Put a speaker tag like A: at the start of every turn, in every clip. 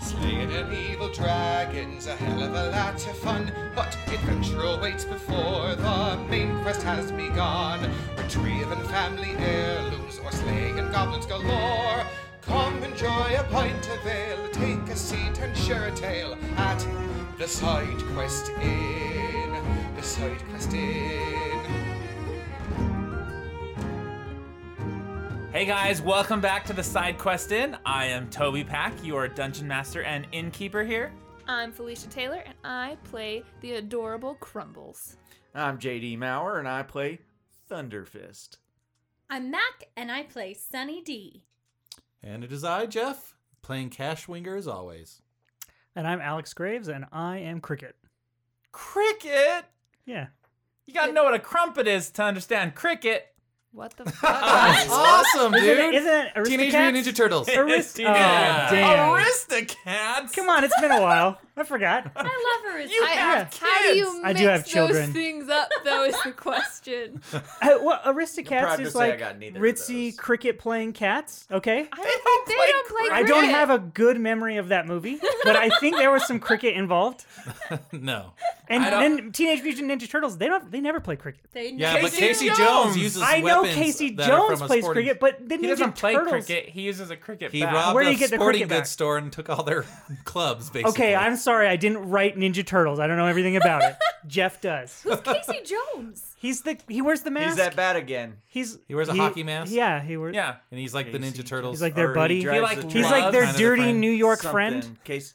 A: Slaying an evil dragon's a hell of a lot of fun, but adventure awaits before the main quest has begun. Retrieving family heirlooms or slaying goblins galore. Come enjoy a pint of ale, take a seat and share a tale at the Side Quest Inn. The Side Quest Inn.
B: Hey guys, welcome back to the Side Quest Inn. I am Toby Pack, your dungeon master and innkeeper here.
C: I'm Felicia Taylor, and I play the adorable Crumbles.
D: I'm JD Maurer, and I play Thunderfist.
E: I'm Mac, and I play Sunny D.
F: And it is I, Jeff, playing Cashwinger as always.
G: And I'm Alex Graves, and I am Cricket.
B: Cricket?
G: Yeah.
B: You gotta know what a crumpet is to understand cricket.
C: What the fuck?
F: awesome, dude!
G: Isn't it, isn't it
F: Teenage Mutant Ninja Turtles.
G: Arist-
B: Dude.
G: oh, damn.
B: Aristocats?
G: Come on, it's been a while. I forgot.
E: I love her. As
B: You
C: I-
B: have kids.
C: How do you mix
G: I do have children.
C: those things up, though, is the question.
G: I, well,
D: proud
G: Aristocats
D: to
G: is
D: say I
G: like
D: got neither of
G: ritzy
D: those.
G: cricket playing cats. Okay.
C: I
B: don't play
C: play
G: I don't
C: cricket.
G: have a good memory of that movie, but I think there was some cricket involved.
F: no.
G: And
F: I don't-
G: then Teenage Mutant Ninja Turtles, they don't they never play cricket.
E: They
F: Yeah,
E: know
F: but Casey
B: Casey
F: Jones,
B: Jones.
F: uses
G: I know
F: weapons
G: Casey
F: that are from
G: Jones
F: a
G: plays
F: sporting-
G: cricket, but the
B: He
G: Ninja
B: doesn't play
G: Turtles.
B: cricket. He uses a cricket
F: He
B: bat.
F: robbed
G: Where do
F: a
G: you get the
F: sporting
G: cricket
F: goods
G: back?
F: store and took all their clubs, basically.
G: Okay, I'm sorry, I didn't write Ninja Turtles. I don't know everything about it. Jeff does.
E: who's Casey Jones.
G: He's the he wears the mask.
D: He's that bad again.
G: He's
F: He wears a hockey mask?
G: Yeah, he wears.
B: Yeah.
F: And he's like the
D: Casey
F: Ninja Turtles.
G: He's like their
D: Or
G: buddy.
D: drives
B: like-
D: the
B: he's
G: He's
D: truck,
G: like
F: Loves
G: their
F: kind of
G: dirty
F: friend.
G: New York
D: something.
G: friend.
D: Case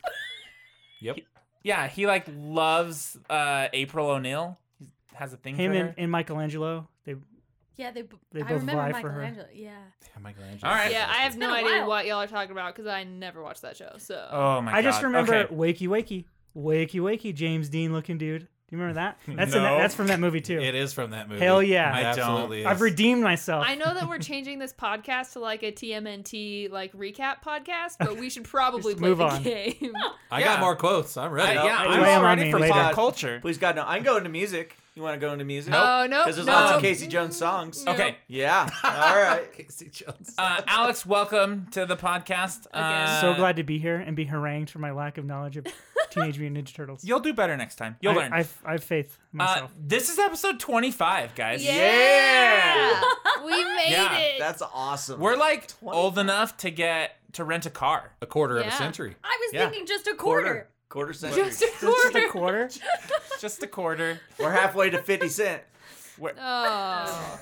F: Yep.
B: Yeah, he like loves uh, April O'Neil. He has a thing
G: Him
B: for
G: and,
B: her.
G: and Michelangelo. They
E: Yeah, they.
G: They
E: I
G: both
E: remember
G: vie for her.
E: Michelangelo. Yeah.
F: Yeah, Michelangelo.
B: All right.
C: Yeah, I have
E: been
C: no
E: a
C: idea
E: while.
C: what y'all are talking about because I never watched that show. So
B: Oh my god.
G: I just remember
B: Okay.
G: wakey wakey, wakey wakey, James Dean looking dude. Do you remember that? That's in
F: No.
G: that, that's from that movie too.
F: It is from that movie.
G: Hell yeah.
F: It
G: I
B: don't.
F: absolutely is.
G: I've redeemed myself.
C: I know that we're changing this podcast to like a TMNT like recap podcast, but we should probably
G: Just
C: play
G: move
C: the
G: on.
C: game.
F: I
B: Yeah.
F: got more quotes. I'm
B: I,
F: ready.
B: yeah,
D: Hey,
B: I'm
G: wait, I'm
B: all ready
G: on
B: for
G: me later.
B: pop culture.
D: Please God, no. I can go into music. You want to go into music?
C: Oh no!
D: Because there's
C: no.
D: lots of Casey Jones songs.
C: No.
B: Okay.
D: Yeah. All right.
F: Casey Jones.
B: Uh, Alex, welcome to the podcast. Uh,
G: so glad to be here and be harangued for my lack of knowledge of Teenage Mutant Ninja Turtles.
B: You'll do better next time. You'll
G: I,
B: learn.
G: I, have- I have faith in
B: uh,
G: myself.
B: this is episode 25, guys.
C: Yeah, we made
B: Yeah,
C: it.
D: That's awesome.
B: We're like old enough to get to rent a car.
F: A quarter of a
C: Yeah.
F: century.
E: I was
D: Yeah.
E: thinking just a
D: quarter.
E: quarter.
D: Quarter century.
C: just a
G: It's just
C: quarter.
G: a quarter.
B: Just a quarter.
D: We're halfway to 50 Cent.
C: Oh,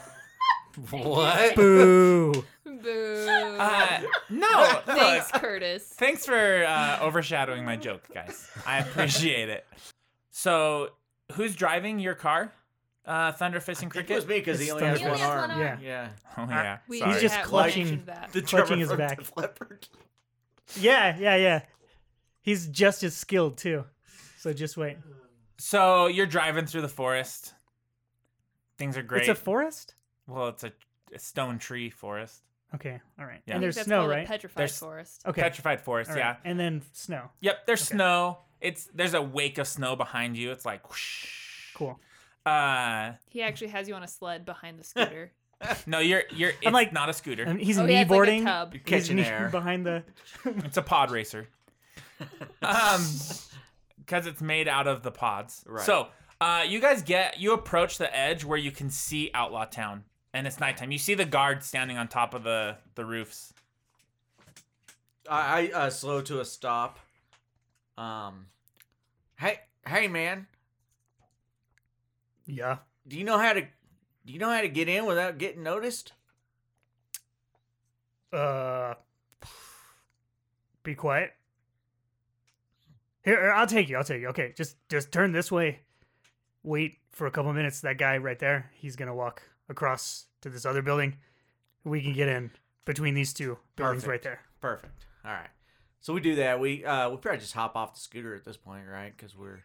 F: What?
G: Boo.
C: boo!
B: Uh, no.
C: Thanks, Curtis.
B: Thanks for uh, overshadowing my joke, guys. I appreciate it. So, who's driving your car? Uh, Thunderfist and
D: It was
B: Cricket?
D: me because he
G: It's
D: only has
G: Thunderfist.
D: one
E: He only has
D: arm.
E: one
G: Yeah.
D: Yeah.
B: Oh, yeah.
C: We
B: Sorry.
G: He's just
C: had
G: clutching.
C: mentioned that.
D: The
G: Clutching
D: drummer
G: his
D: from
G: back.
D: Def Leppard.
G: Yeah, yeah, yeah. He's just as skilled too. So just wait.
B: So, you're driving through the forest. Things are great.
G: It's a forest?
B: well, it's a, a stone tree forest.
G: Okay, all right.
B: Yeah. I
C: I think
G: And there's
C: that's
G: snow,
C: called a
G: right?
C: Petrified
B: There's-
C: forest.
G: okay.
B: Petrified forest,
G: all right.
B: yeah.
G: And then snow.
B: Yep, there's snow. It's there's a wake of snow behind you. It's like whoosh.
G: Cool.
B: Uh
C: He actually has you on a sled behind the scooter.
B: no, you're you're it's
G: like-
B: not a scooter.
G: And he's
C: oh, he
G: knee
C: has like a
G: boarding.
C: tub.
G: He's
D: Catching
G: knee-
D: air.
G: behind the
B: It's a pod racer. um, because it's made out of the pods.
D: Right.
B: So, uh, you guys get you approach the edge where you can see Outlaw Town, and it's nighttime. You see the guard standing on top of the the roofs.
D: I, I uh, slow to a stop. Um, hey, hey, man,
G: Yeah.
D: do you know how to do you know how to get in without getting noticed?
G: Uh be quiet. Here, I'll take you. I'll take you. Okay, just just turn this way. Wait for a couple minutes. That guy right there, he's gonna walk across to this other building. We can get in between these two buildings right
D: Perfect.
G: there.
D: Perfect. All right. So we do that. We uh we probably just hop off the scooter at this point, right? Because we're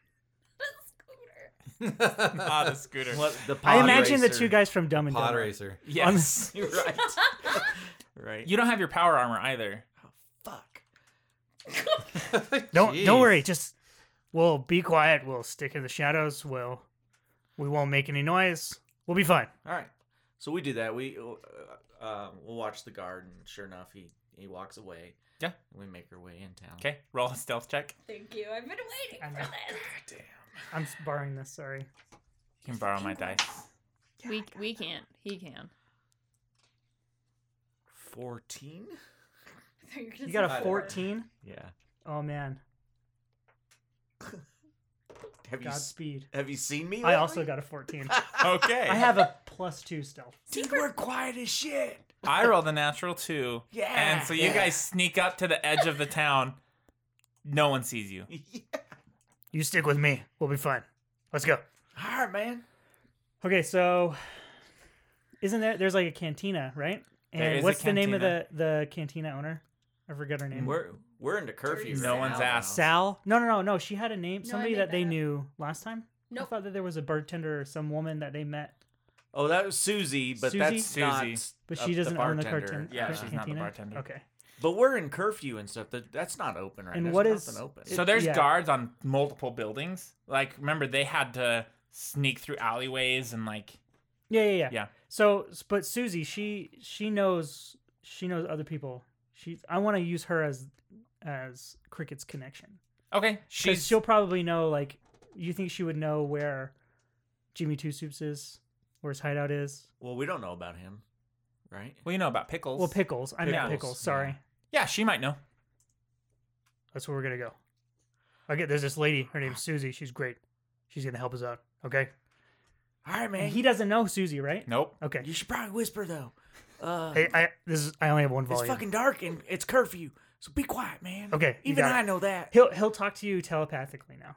B: Ah, the scooter.
D: what, the pod
G: I imagine the
D: racer-
G: two guys from Dumb and
F: Pod
G: Dumber.
F: racer.
B: Yes.
D: You're right. right.
B: you don't have your power armor either.
D: fuck.
G: Don't
F: Jeez.
G: don't worry. Just we'll be quiet. We'll stick in the shadows. We'll we won't make any noise. We'll be fine.
D: All right. So we do that. We uh, uh, we'll watch the guard, and sure enough, he He walks away.
B: Yeah.
D: We make our way in town.
B: Okay, roll a stealth check.
E: Thank you. I've been waiting
G: I
E: for
G: know.
E: this.
G: I'm s- borrowing this. Sorry.
B: You can borrow my dice.
C: we we can't. He can.
D: 14?
E: I thought You, were gonna
G: You got
E: say
G: a
D: Hi there.
E: four.
G: 14?
D: Yeah.
G: Oh man,
D: Have you, s-
G: Godspeed.
D: have you seen me?
G: I also
D: lately?
G: got a 14.
B: Okay.
G: I have a plus two stealth.
D: Dude, we're quiet as shit.
B: I rolled a natural two.
D: Yeah.
B: And so you
D: Yeah.
B: guys sneak up to the edge of the town. No one sees you.
G: You stick with me. We'll be fine. Let's go.
D: All right, man.
G: Okay, so isn't there? There's like a cantina, right? And
B: There is a
G: what's the name of the
B: cantina.
G: the cantina owner? I forget her name.
D: We're we're into
E: Dirty
D: curfew. right
B: No one's
D: now,
B: asked.
D: though.
G: Sal? No, no, no, no. She had a name.
E: No, I
G: somebody
E: made
G: that they
E: that up.
G: knew last time. I
E: Nope.
G: thought that there was a bartender or some woman that they met,
D: Oh, that was Susie, but
G: Susie?
D: that's not.
B: Susie.
G: but
D: a-
G: she doesn't
D: the
G: own the
D: bartender.
G: cartoon.
B: Yeah,
G: car-
B: she's
G: cantina.
B: not the bartender.
G: Okay.
D: But we're in curfew and stuff. That that's not open right
G: And
D: now.
G: what
D: There's
G: is-
D: nothing open.
G: it-
B: So there's
G: yeah.
B: guards on multiple buildings. Like, remember, they had to sneak through alleyways and, like,
G: Yeah, yeah, yeah.
B: Yeah.
G: So, s- but Susie, she she knows she knows other people. She I want to use her as as Cricket's connection.
B: okay,
G: Because
B: she's.
G: she'll probably know. Like, you think she would know where Jimmy Two Soups is, where his hideout is?
D: well, we don't know about him, right?
B: Well, you know about pickles.
G: Well, pickles. I meant
B: Pickles,
G: pickles. Sorry,
B: Yeah, she might know.
G: that's where we're gonna go. Okay, there's this lady. Her name's Susie. She's great. She's gonna help us out. Okay. Mm-hmm.
D: All right, man.
G: And he doesn't know Susie, right?
B: Nope.
G: Okay.
D: you should probably whisper though. Uh,
G: Hey, I this is I only have one
D: it's
G: volume.
D: fucking dark and it's curfew, so be quiet, man.
G: Okay, you
D: Even
G: got it.
D: I know that.
G: He'll he'll talk to you telepathically now.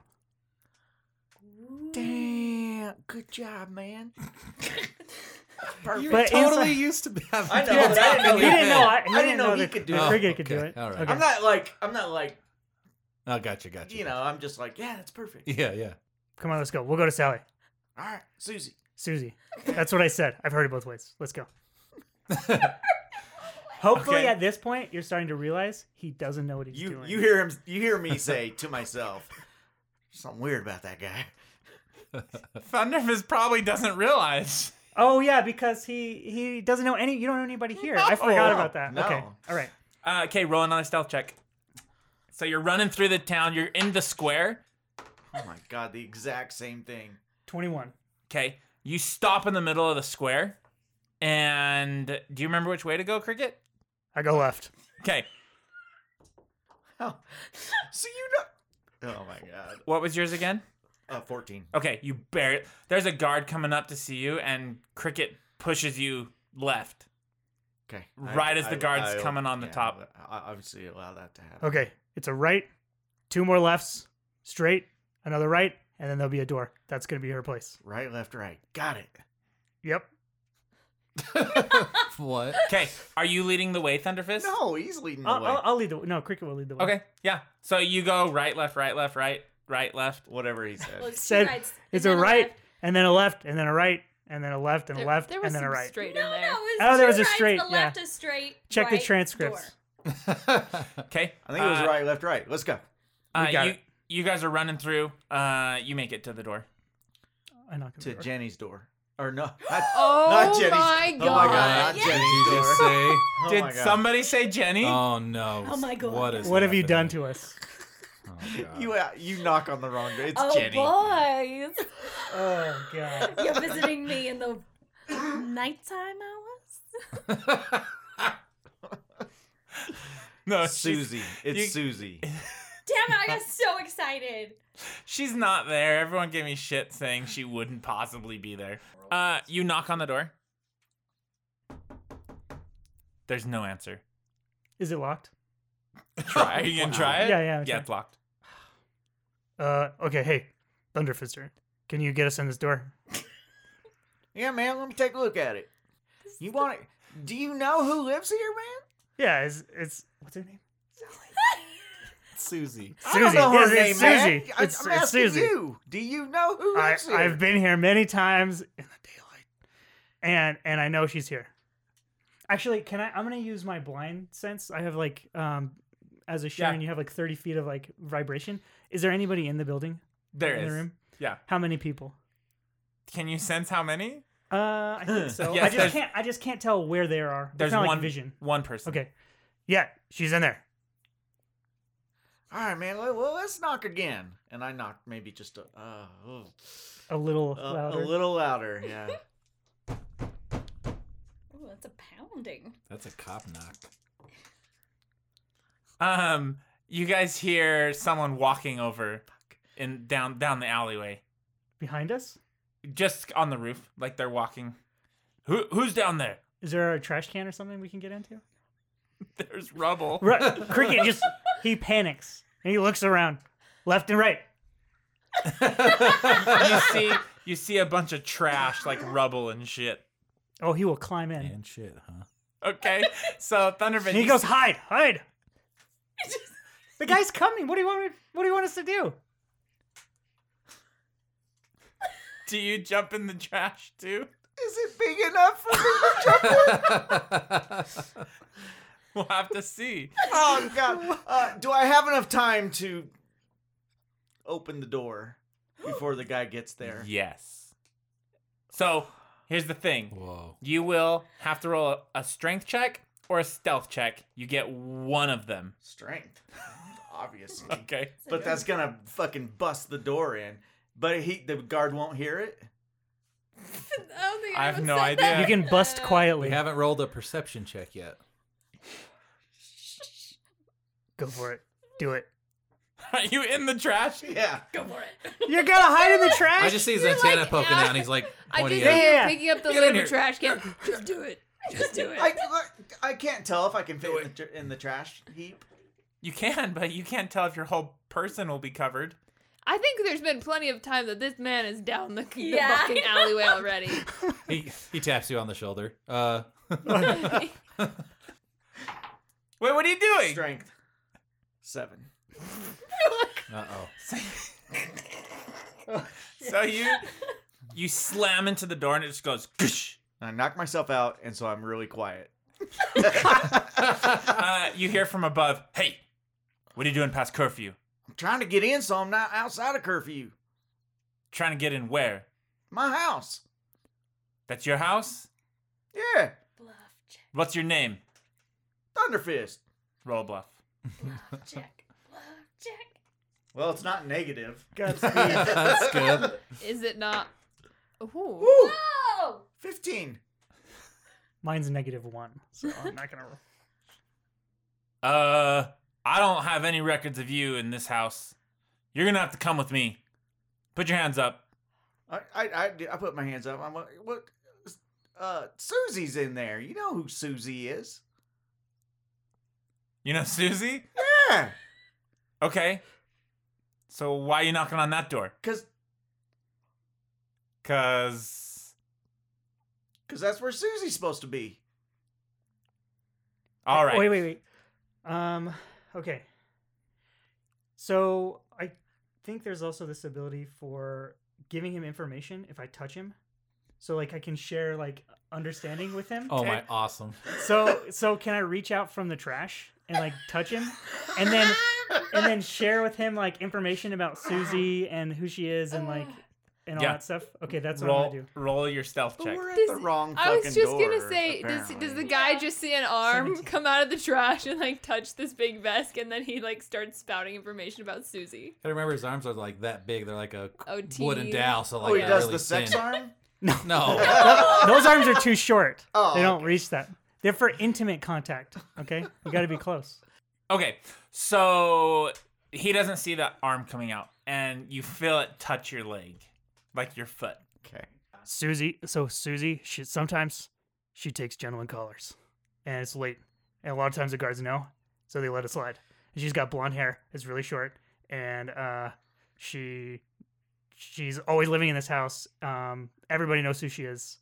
D: Damn. Good job, man.
F: You're
D: Perfect.
G: But inside-
F: totally used to be having
D: I know, but I didn't know
G: he
D: he
G: didn't
D: could.
G: know. I, he
D: I
G: didn't know he could do it. Cricket
D: Oh,
G: could do
F: Okay,
G: it.
F: all right.
G: Okay.
D: I'm not like I'm not like
F: Oh, gotcha, gotcha.
D: you know. I'm just like yeah, that's perfect.
F: Yeah, yeah.
G: Come on, let's go. We'll go to Sally,
D: All right, Susie.
G: Susie. That's what I said. I've heard it both ways. Let's go. Hopefully,
B: Okay.
G: at this point, you're starting to realize he doesn't know what he's
D: You
G: doing.
D: you hear him? You hear me say to myself, something weird about that guy.
B: Thunderfist probably doesn't realize.
G: oh yeah, because he he doesn't know any. You don't know anybody here. I forgot
D: No,
G: about that.
D: no.
G: Okay. All right.
B: Uh, okay, roll another stealth check. So you're running through the town. You're in the square.
D: Oh my god, the exact same thing.
G: Twenty-one.
B: Okay, you stop in the middle of the square, and do you remember which way to go, Cricket?
G: I go left.
B: Okay,
D: Oh, so you know? Oh my god.
B: what was yours again?
D: Uh, fourteen.
B: Okay, you barely. There's a guard coming up to see you, and Cricket pushes you left.
D: Okay.
B: Right as the guard's coming on the top.
D: I I obviously allow that to happen.
G: Okay. It's a right, two more lefts, straight, another right, and then there'll be a door. That's gonna be her place.
D: Right, left, right. Got it.
G: Yep.
F: What?
B: Okay, are you leading the way, Thunderfist?
D: No, he's leading the
G: I'll,
D: way.
G: I'll, I'll lead the no. Cricket will lead the way.
B: Okay, yeah. So you go right, left, right, left, right, right, left.
D: Whatever he said.
E: Well, it's two
G: Said
E: rights, and
G: It's
E: then
G: a right,
E: left.
G: and then a left, and then a right, and then a left, and a
C: There-
G: left,
C: there was
G: and then a
C: some
G: right.
C: straight
E: No,
C: in
E: no,
C: there.
E: it was
G: Oh, there
E: two
G: was a
E: rights,
G: straight,
E: The
G: yeah.
E: left is straight.
G: Check the
E: right,
G: transcripts.
E: door.
B: Okay,
D: I think it was
B: uh,
D: right, left, right. Let's go.
B: Uh,
G: We got
B: you
G: it.
B: you guys are running through. Uh, you make it to the door.
G: I knock on the
D: To
G: door.
D: Jenny's door. Or no. Not,
C: Oh
D: not Jenny's.
C: my
D: Oh my
C: God.
H: Uh,
D: god. Not
E: Yes.
D: Jenny's
F: Did you
D: door.
F: just say?
D: Oh
B: Did
D: my God.
B: somebody say Jenny?
F: Oh no!
E: Oh, my God.
F: What is?
G: What have you done to us?
F: happening? Oh, God.
D: You, uh, you knock on the wrong door. It's
E: Oh
D: Jenny.
E: boys,
G: Oh god.
E: you're visiting me in the nighttime hours.
B: No, she's,
D: Susie. It's
B: you-
D: Susie.
E: Damn it! I got so excited.
B: she's not there. Everyone gave me shit saying she wouldn't possibly be there. Uh, you knock on the door. There's no answer.
G: Is it locked?
B: Try you can try it.
G: Yeah, yeah, okay.
B: yeah. It's locked.
G: Uh okay, hey, Thunderfister. Can you get us in this door?
D: Yeah, man, let me take a look at it. You want it? Do you know who lives here, man?
G: Yeah, it's it's what's her name?
F: Susie?
D: I
G: Susie.
D: don't know her
G: Yes, it's
D: name, man.
G: Susie.
D: I,
G: It's-
D: am
G: it's
D: asking
G: Susie.
D: you. Do you know who
G: I,
D: lives here?
G: I've been here many times in the daylight. And and I know she's here. Actually, can I I'm gonna use my blind sense. I have like um as a Sharon, you have like thirty feet of like vibration. Is there anybody in the building?
B: There
G: in
B: is.
G: the room?
B: Yeah.
G: How many people?
B: Can you sense how many?
G: Uh, I think so.
B: Yes,
G: I
B: there's-
G: just can't. I just can't tell where they are. It's
B: There's
G: not like
B: one
G: vision.
B: One person.
G: Okay, Yeah, she's in there.
H: All right, man. Let, well, let's knock again. And I knocked maybe just a, uh, ugh.
G: A little
H: a, a
G: louder.
H: little louder. Yeah.
E: Ooh, that's a pounding.
F: That's a cop knock.
B: Um, you guys hear someone walking over in down down the alleyway,
G: Behind us?
B: just on the roof, like they're walking. Who who's down there?
G: Is there a trash can or something we can get into?
B: There's rubble.
G: Right. Cricket just he panics and he looks around, left and right.
B: you see you see a bunch of trash like rubble and shit.
G: Oh, he will climb in.
F: And shit, huh?
B: Okay, so Thunderfin.
G: And he
B: you-
G: goes, hide, hide. the guy's coming. What do you want? Me, what do you want us to do?
B: Do you jump in the trash too?
H: Is it big enough for me?
B: We'll have to see.
H: Oh God. Uh, do I have enough time to open the door before the guy gets there?
B: Yes. So here's the thing.
F: Whoa.
B: You will have to roll a, a strength check or a stealth check. You get one of them.
H: Strength, obviously.
B: Okay.
H: But that's gonna fucking bust the door in. But he, the guard won't hear it.
E: I don't think
B: I have
E: anyone
B: no
E: said
B: idea.
E: that.
G: You can bust quietly.
F: We haven't rolled a perception check yet.
G: Go for it. Do it.
B: Are you in the trash?
H: Yeah.
E: Go for it.
G: You're gonna hide in the trash.
F: I just see his
C: You're
F: antenna
C: like,
F: poking
C: yeah.
F: out, and he's like
C: I just
F: pointing
G: Yeah,
F: at.
G: did-
C: hear
G: yeah.
C: him picking up the
B: Get in
C: little
B: here.
C: trash can. Just do it. Just do it.
H: I, look, I can't tell if I can fit in the, tr- in the trash heap.
B: You can, but you can't tell if your whole person will be covered.
C: I think there's been plenty of time that this man is down the, the
E: Yeah. Oh,
C: fucking alleyway already.
F: He he taps you on the shoulder. Uh,
B: Wait, what are you doing?
H: Strength. Seven.
F: uh oh.
B: So you you slam into the door and it just goes. Ksh.
H: And I knock myself out, and so I'm really quiet.
B: Uh, you hear from above, "Hey, what are you doing past curfew?
H: I'm trying to get in, so I'm not outside of curfew.
B: Trying to get in where?
H: My house.
B: That's your house.
H: Yeah.
E: Bluff check.
B: What's your name?
H: Thunderfist.
B: Roll a bluff.
E: Bluff check. Bluff check.
H: Well, it's not negative.
G: Godspeed.
F: That's good.
C: is it not? Ooh.
H: Woo!
E: Oh!
H: 15.
G: Mine's negative one, so I'm not gonna. roll.
B: Uh, I don't have any records of you in this house. You're gonna have to come with me. Put your hands up.
H: I, I, I, did- I put my hands up. I'm like, what? Uh, Susie's in there. You know who Susie is.
B: You know Susie?
H: Yeah.
B: Okay. So why are you knocking on that door?
H: Because
B: Cause
H: cause that's where Susie's supposed to be.
B: all right.
G: Oh, Wait, wait, wait. Um. Okay. So I think there's also this ability for giving him information if I touch him, so like I can share like understanding with him.
F: Oh my, awesome.
G: So so can I reach out from the trash and like touch him, and then and then share with him like information about Susie and who she is and like and all
B: Yeah.
G: that stuff. Okay, that's what I'm
B: roll,
G: gonna do.
B: roll your stealth
H: But
B: check.
H: we're at
C: Does-
H: the wrong
C: I was
H: fucking
C: just gonna
H: door,
C: say, does, does the
H: apparently.
C: guy just see an arm
G: 17.
C: come out of the trash and like touch this big vest, and then he like starts spouting information about Susie?
F: I remember his arms are like that big. They're like a
C: Oh,
F: wooden
C: teeny.
F: dowel. So like
H: Oh, he
F: they're
H: does
F: really
H: the sex
F: thin.
H: arm?
F: No.
G: Those arms are too short.
H: Oh,
G: they don't reach that. They're for intimate contact. Okay, you got to be close.
B: Okay, so he doesn't see that arm coming out, and you feel it touch your leg, like your foot.
H: Okay.
G: Susie. So Susie, she sometimes she takes gentleman callers, and it's late, and a lot of times the guards know, so they let it slide. And she's got blonde hair. It's really short, and uh, she she's always living in this house. Um, everybody knows who she is.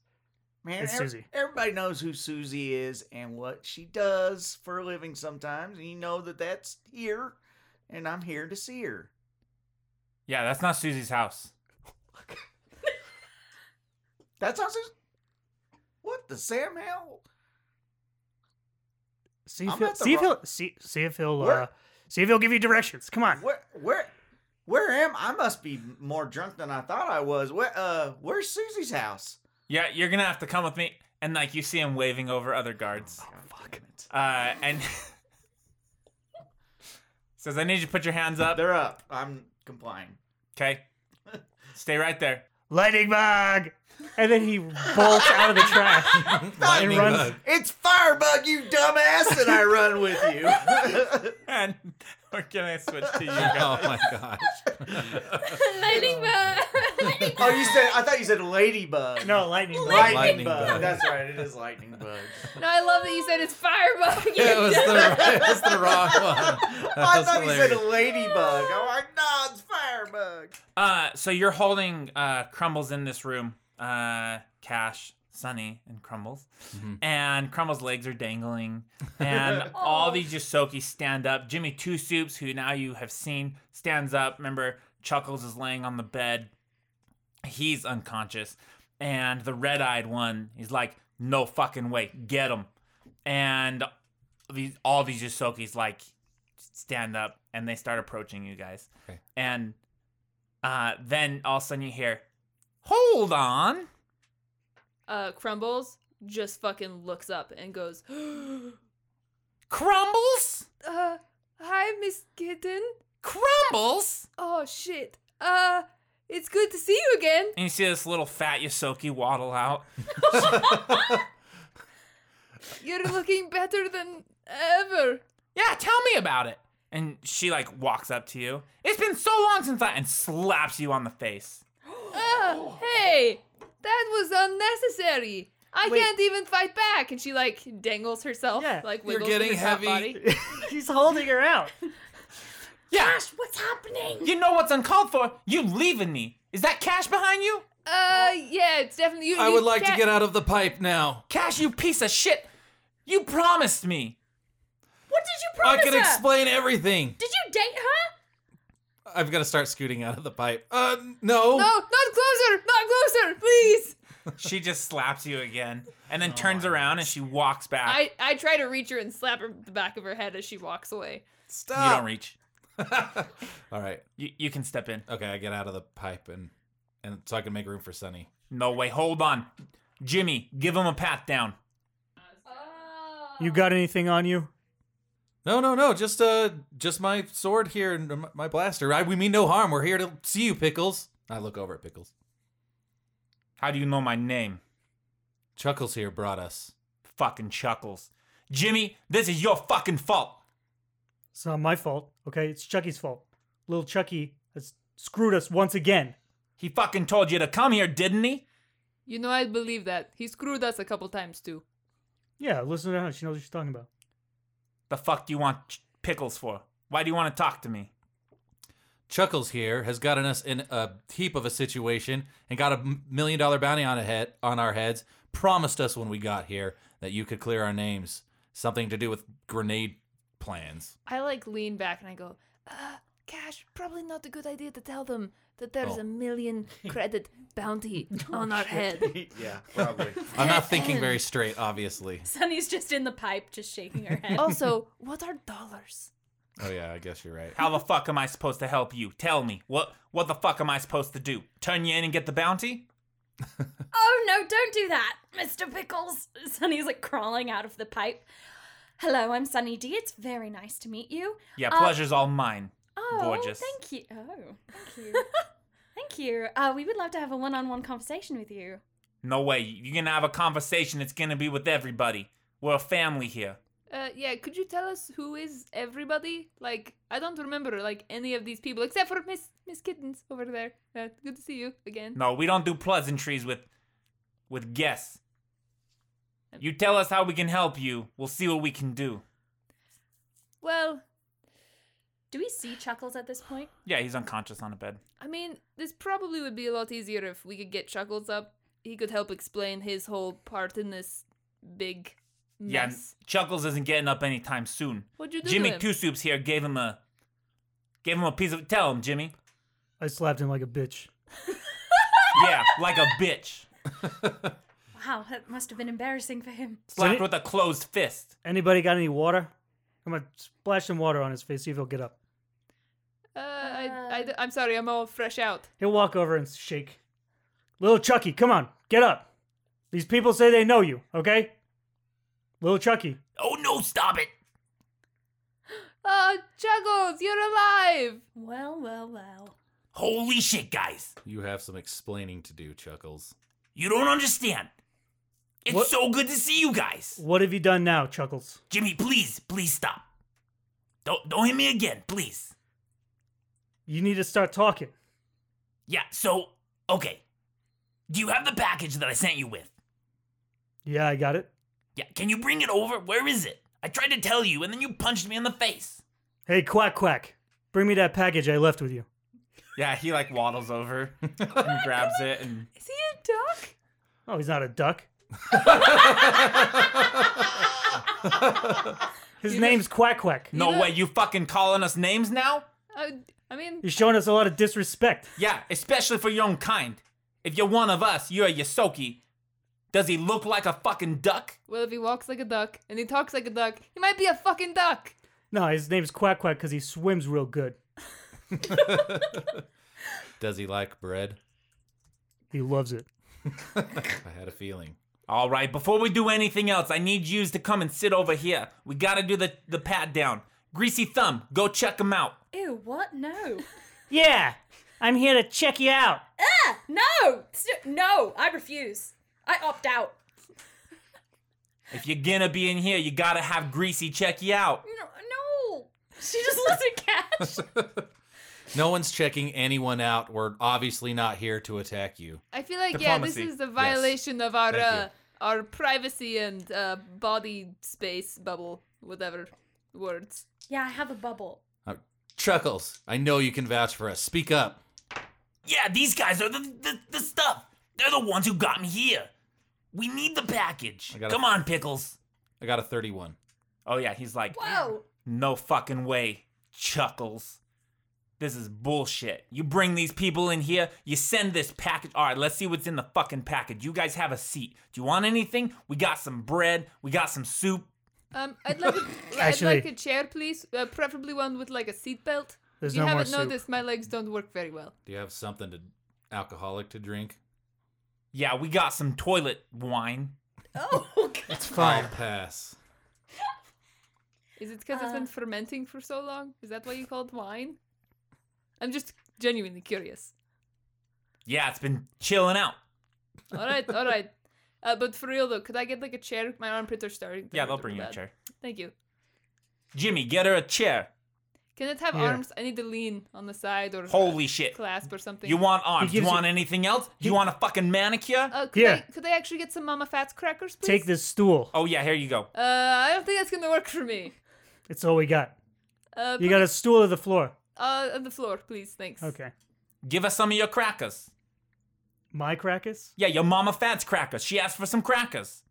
H: Man,
G: It's
H: ev-
G: Susie.
H: everybody knows who Susie is and what she does for a living sometimes. And you know that that's here, and I'm here to see her.
B: Yeah, that's not Susie's house.
H: That's how Susie. What the Sam Hell?
G: See if
H: I'm
G: he'll
H: at the
G: see if
H: wrong-
G: he'll see, see if he'll
H: Where-
G: uh, see if he'll give you directions. Come on.
H: Where, where, where am I? Must be more drunk than I thought I was. Where, uh, where's Susie's house?
B: Yeah, you're gonna have to come with me. And like you see him waving over other guards,
H: Fuck Oh, it.
B: uh, and Says, I need you to put your hands up.
D: They're up. I'm complying.
B: Okay. Stay right there.
G: Lightning bug! And then he bolts out of the trash.
F: Lightning
G: runs-
F: bug.
D: It's Firebug, you dumbass, and I run with you.
B: And or can I switch to you guys?
F: Oh my gosh.
H: Oh,
E: Lightning bug.
D: oh, you said I thought you said Ladybug.
G: No, lightning bug.
D: lightning,
F: Lightning
D: bug.
F: bug.
D: That's right. It is Lightning Bug.
C: No, I love that you said it's firebug.
F: it, was the, it was the wrong one. That
D: I
F: was
D: thought
F: hilarious.
D: he said Ladybug. I'm like, no, it's Firebug.
B: Uh, so you're holding uh, Crumbles in this room. Uh, Cash, Sunny, and Crumbles. And Crumbles' legs are dangling. And all these Yosoki stand up. Jimmy Two Soups, who now you have seen, stands up. Remember, Chuckles is laying on the bed. He's unconscious. And the red eyed one is like, no fucking way, get him. And these, all these Yosokis like stand up and they start approaching you guys.
F: Okay.
B: And uh, then all of a sudden you hear, "Hold on!"
C: Uh, Crumbles just fucking looks up and goes,
B: Crumbles,
C: uh, hi, Miss Kitten.
B: crumbles.
C: Oh, shit. Uh, it's good to see you again.
B: And you see this little fat Yosoki waddle out.
C: You're looking better than ever.
B: Yeah, tell me about it. And she like walks up to you. It's been so long since I and slaps you on the face.
C: Uh, hey, that was unnecessary. I can't even fight back. And she like dangles herself,
G: Yeah.
C: like
F: You're
C: wiggles
F: getting
C: her top
F: heavy.
C: body.
G: He's holding her out.
B: Yeah,
E: Gosh, what's happening?
B: you know what's uncalled for. You leaving me? Is that Cash behind you?
C: Uh, yeah, it's definitely. You,
F: I
C: you
F: would like to
C: can't-
F: get out of the pipe now.
B: Cash, you piece of shit. You promised me.
E: What did you
F: I
E: promise
F: can
E: her?
F: explain everything.
E: Did you date her?
F: I've got to start scooting out of the pipe. Uh,
C: No,
F: no.
C: not closer, not closer, please.
B: She just slaps you again, and
F: Oh
B: then turns around and she walks
F: Ah.
B: back.
C: I, I try to reach her and slap her the back of her head as she walks away.
B: You
F: Stop.
B: don't reach.
F: All right.
B: You, you can step in.
F: Okay, I get out of the pipe and and so I can make room for Sunny.
B: No way. Hold on. Jimmy, give him a pat down.
G: You got anything on you?
F: No, no, no. Just uh, just my sword here and my- my blaster. I, we mean no harm. We're here to see you, Pickles. I look over at Pickles.
B: How do you know my name?
F: Chuckles here brought us.
B: Fucking chuckles. Jimmy, this is your fucking fault.
G: It's not my fault, okay? It's Chucky's fault. Little Chucky has screwed us once again.
B: He fucking told you to come here, didn't he?
C: You know, I believe that. He screwed us a couple times too.
G: Yeah, listen to her. She knows what she's talking about.
B: The fuck do you want ch- pickles for? Why do you want to talk to me?
F: Chuckles here has gotten us in a heap of a situation and got a m- million dollar bounty on a head on our heads. Promised us when we got here that you could clear our names. Something to do with grenade plans.
C: I like lean back and I go, uh, Cash, probably not a good idea to tell them that there's
F: Oh.
C: a million credit bounty on our head.
D: yeah, probably.
F: I'm not thinking very straight, obviously.
E: Sunny's just in the pipe, just shaking her head.
C: Also, what are dollars?
F: Oh yeah, I guess you're right.
B: How the fuck am I supposed to help you? Tell me. What what the fuck am I supposed to do? Turn you in and get the bounty?
E: Oh no, don't do that, Mr. Pickles. Sunny's like crawling out of the pipe. Hello, I'm Sunny D. It's very nice to meet you.
B: Yeah,
E: Uh,
B: pleasure's all mine.
E: Oh,
B: Gorgeous.
E: thank you. Oh, thank you. thank you. Uh, we would love to have a one on one conversation with you.
B: No way. You're gonna have a conversation. It's gonna be with everybody. We're a family here.
C: Uh, yeah, could you tell us who is everybody? Like, I don't remember like any of these people except for Miss Miss Kittens over there. Uh, good to see you again.
B: No, we don't do pleasantries with with guests. You tell us how we can help you. We'll see what we can do.
C: Well,
E: Do we see Chuckles at this point?
B: Yeah, he's unconscious on a bed.
C: I mean, this probably would be a lot easier if we could get Chuckles up. He could help explain his whole part in this big mess.
B: Yeah, and Chuckles isn't getting up anytime soon.
C: What'd you do to
B: Jimmy
C: him?
B: Two Soups here gave him a gave him a piece of tell him, Jimmy.
G: I slapped him like a bitch.
B: Yeah, like a bitch.
E: Wow, that must have been embarrassing for him.
B: Slapped with a closed fist.
G: Anybody got any water? I'm gonna splash some water on his face, see if he'll get up.
C: Uh, I, I, am sorry, I'm all fresh out.
G: He'll walk over and shake. Little Chucky, come on, get up. These people say they know you, okay? Little Chucky.
B: Oh no, stop it.
C: Uh, Chuggles, you're alive.
E: Well, well, well.
B: Holy shit, guys.
F: You have some explaining to do, Chuckles.
B: You don't understand. It's
G: What-
B: so good to see you guys.
G: What have you done now, Chuckles?
B: Jimmy, please, please stop. Don't don't hit me again, please.
G: You need to start talking.
B: Yeah, so okay. Do you have the package that I sent you with?
G: Yeah, I got it.
B: Yeah, can you bring it over? Where is it? I tried to tell you and then you punched me in the face.
G: Hey, quack quack, bring me that package I left with you.
B: Yeah, he like waddles over and grabs it and
C: Is he a duck?
G: Oh, he's not a duck. His name's Quack Quack.
B: No
C: Yeah.
B: way, you fucking calling us names now?
C: Uh, I mean,
G: He's showing us a lot of disrespect.
B: Yeah, especially for your own kind. If you're one of us, you're a Yosoki. Does he look like a fucking duck?
C: well, if he walks like a duck and he talks like a duck, he might be a fucking duck.
G: No, his name's Quack Quack because he swims real good.
F: Does he like bread?
G: He loves it.
F: I had a feeling.
B: All right, before we do anything else, I need yous to come and sit over here. We gotta do the, the pat down. Greasy Thumb, go check him out.
E: Ew, what? No.
G: Yeah, I'm here to check you out.
E: Ah, no! St- No, I refuse. I opt out.
B: If you're gonna be in here, you gotta have Greasy check you out.
E: No. no. She just doesn't catch.
F: No one's checking anyone out. We're obviously not here to attack you.
C: I feel like yeah, this
B: Diplomacy.
C: is a violation of our
F: Thank you.
C: uh, our privacy and uh, body space bubble, whatever words.
E: yeah, I have a bubble.
F: Uh, Chuckles, I know you can vouch for us. Speak up.
B: Yeah, these guys are the, the, the stuff. They're the ones who got me here. We need the package.
F: I gotta-
B: Come on, Pickles.
F: I got a 31.
B: Oh, yeah, he's like,
E: Whoa.
B: No fucking way. Chuckles. This is bullshit. You bring these people in here, you send this package. All right, let's see what's in the fucking package. You guys have a seat. Do you want anything? We got some bread, we got some soup.
C: Um, I'd like a, I'd
G: Actually-
C: like a chair, please, uh, preferably one with like a seat belt.
G: There's
C: you
G: no more
C: haven't
G: soup.
C: noticed my legs don't work very well.
F: Do you have something to alcoholic to drink?
B: Yeah, we got some toilet wine.
E: Oh, God.
F: It's fine. I'll pass.
C: Is it because it's been fermenting for so long? Is that why you call it wine? I'm just genuinely curious.
B: Yeah, it's been chilling out.
C: All right, all right. Uh, but for real though, could I get like a chair? My armpits are starting. to
B: Yeah,
C: hurt
B: they'll
C: real
B: bring you a
C: bad.
B: chair.
C: Thank you.
B: Jimmy, get her a chair.
C: Can it have
G: Yeah.
C: arms? I need to lean on the side or uh,
B: Holy shit.
C: clasp or something.
B: You want arms? You
G: gives you-
B: want anything else? You want a fucking manicure?
C: Uh, could,
G: Yeah.
C: I, could I actually get some Mama Fats crackers, please?
G: Take this stool.
B: Oh, yeah, here you go.
C: Uh, I don't think that's gonna work for me.
G: It's all we got.
C: Uh,
G: You got a stool or the floor.
C: uh, on the floor, please. Thanks.
G: Okay.
B: Give us some of your crackers.
G: My crackers?
B: Yeah, your mama Fats crackers. She asked for some crackers.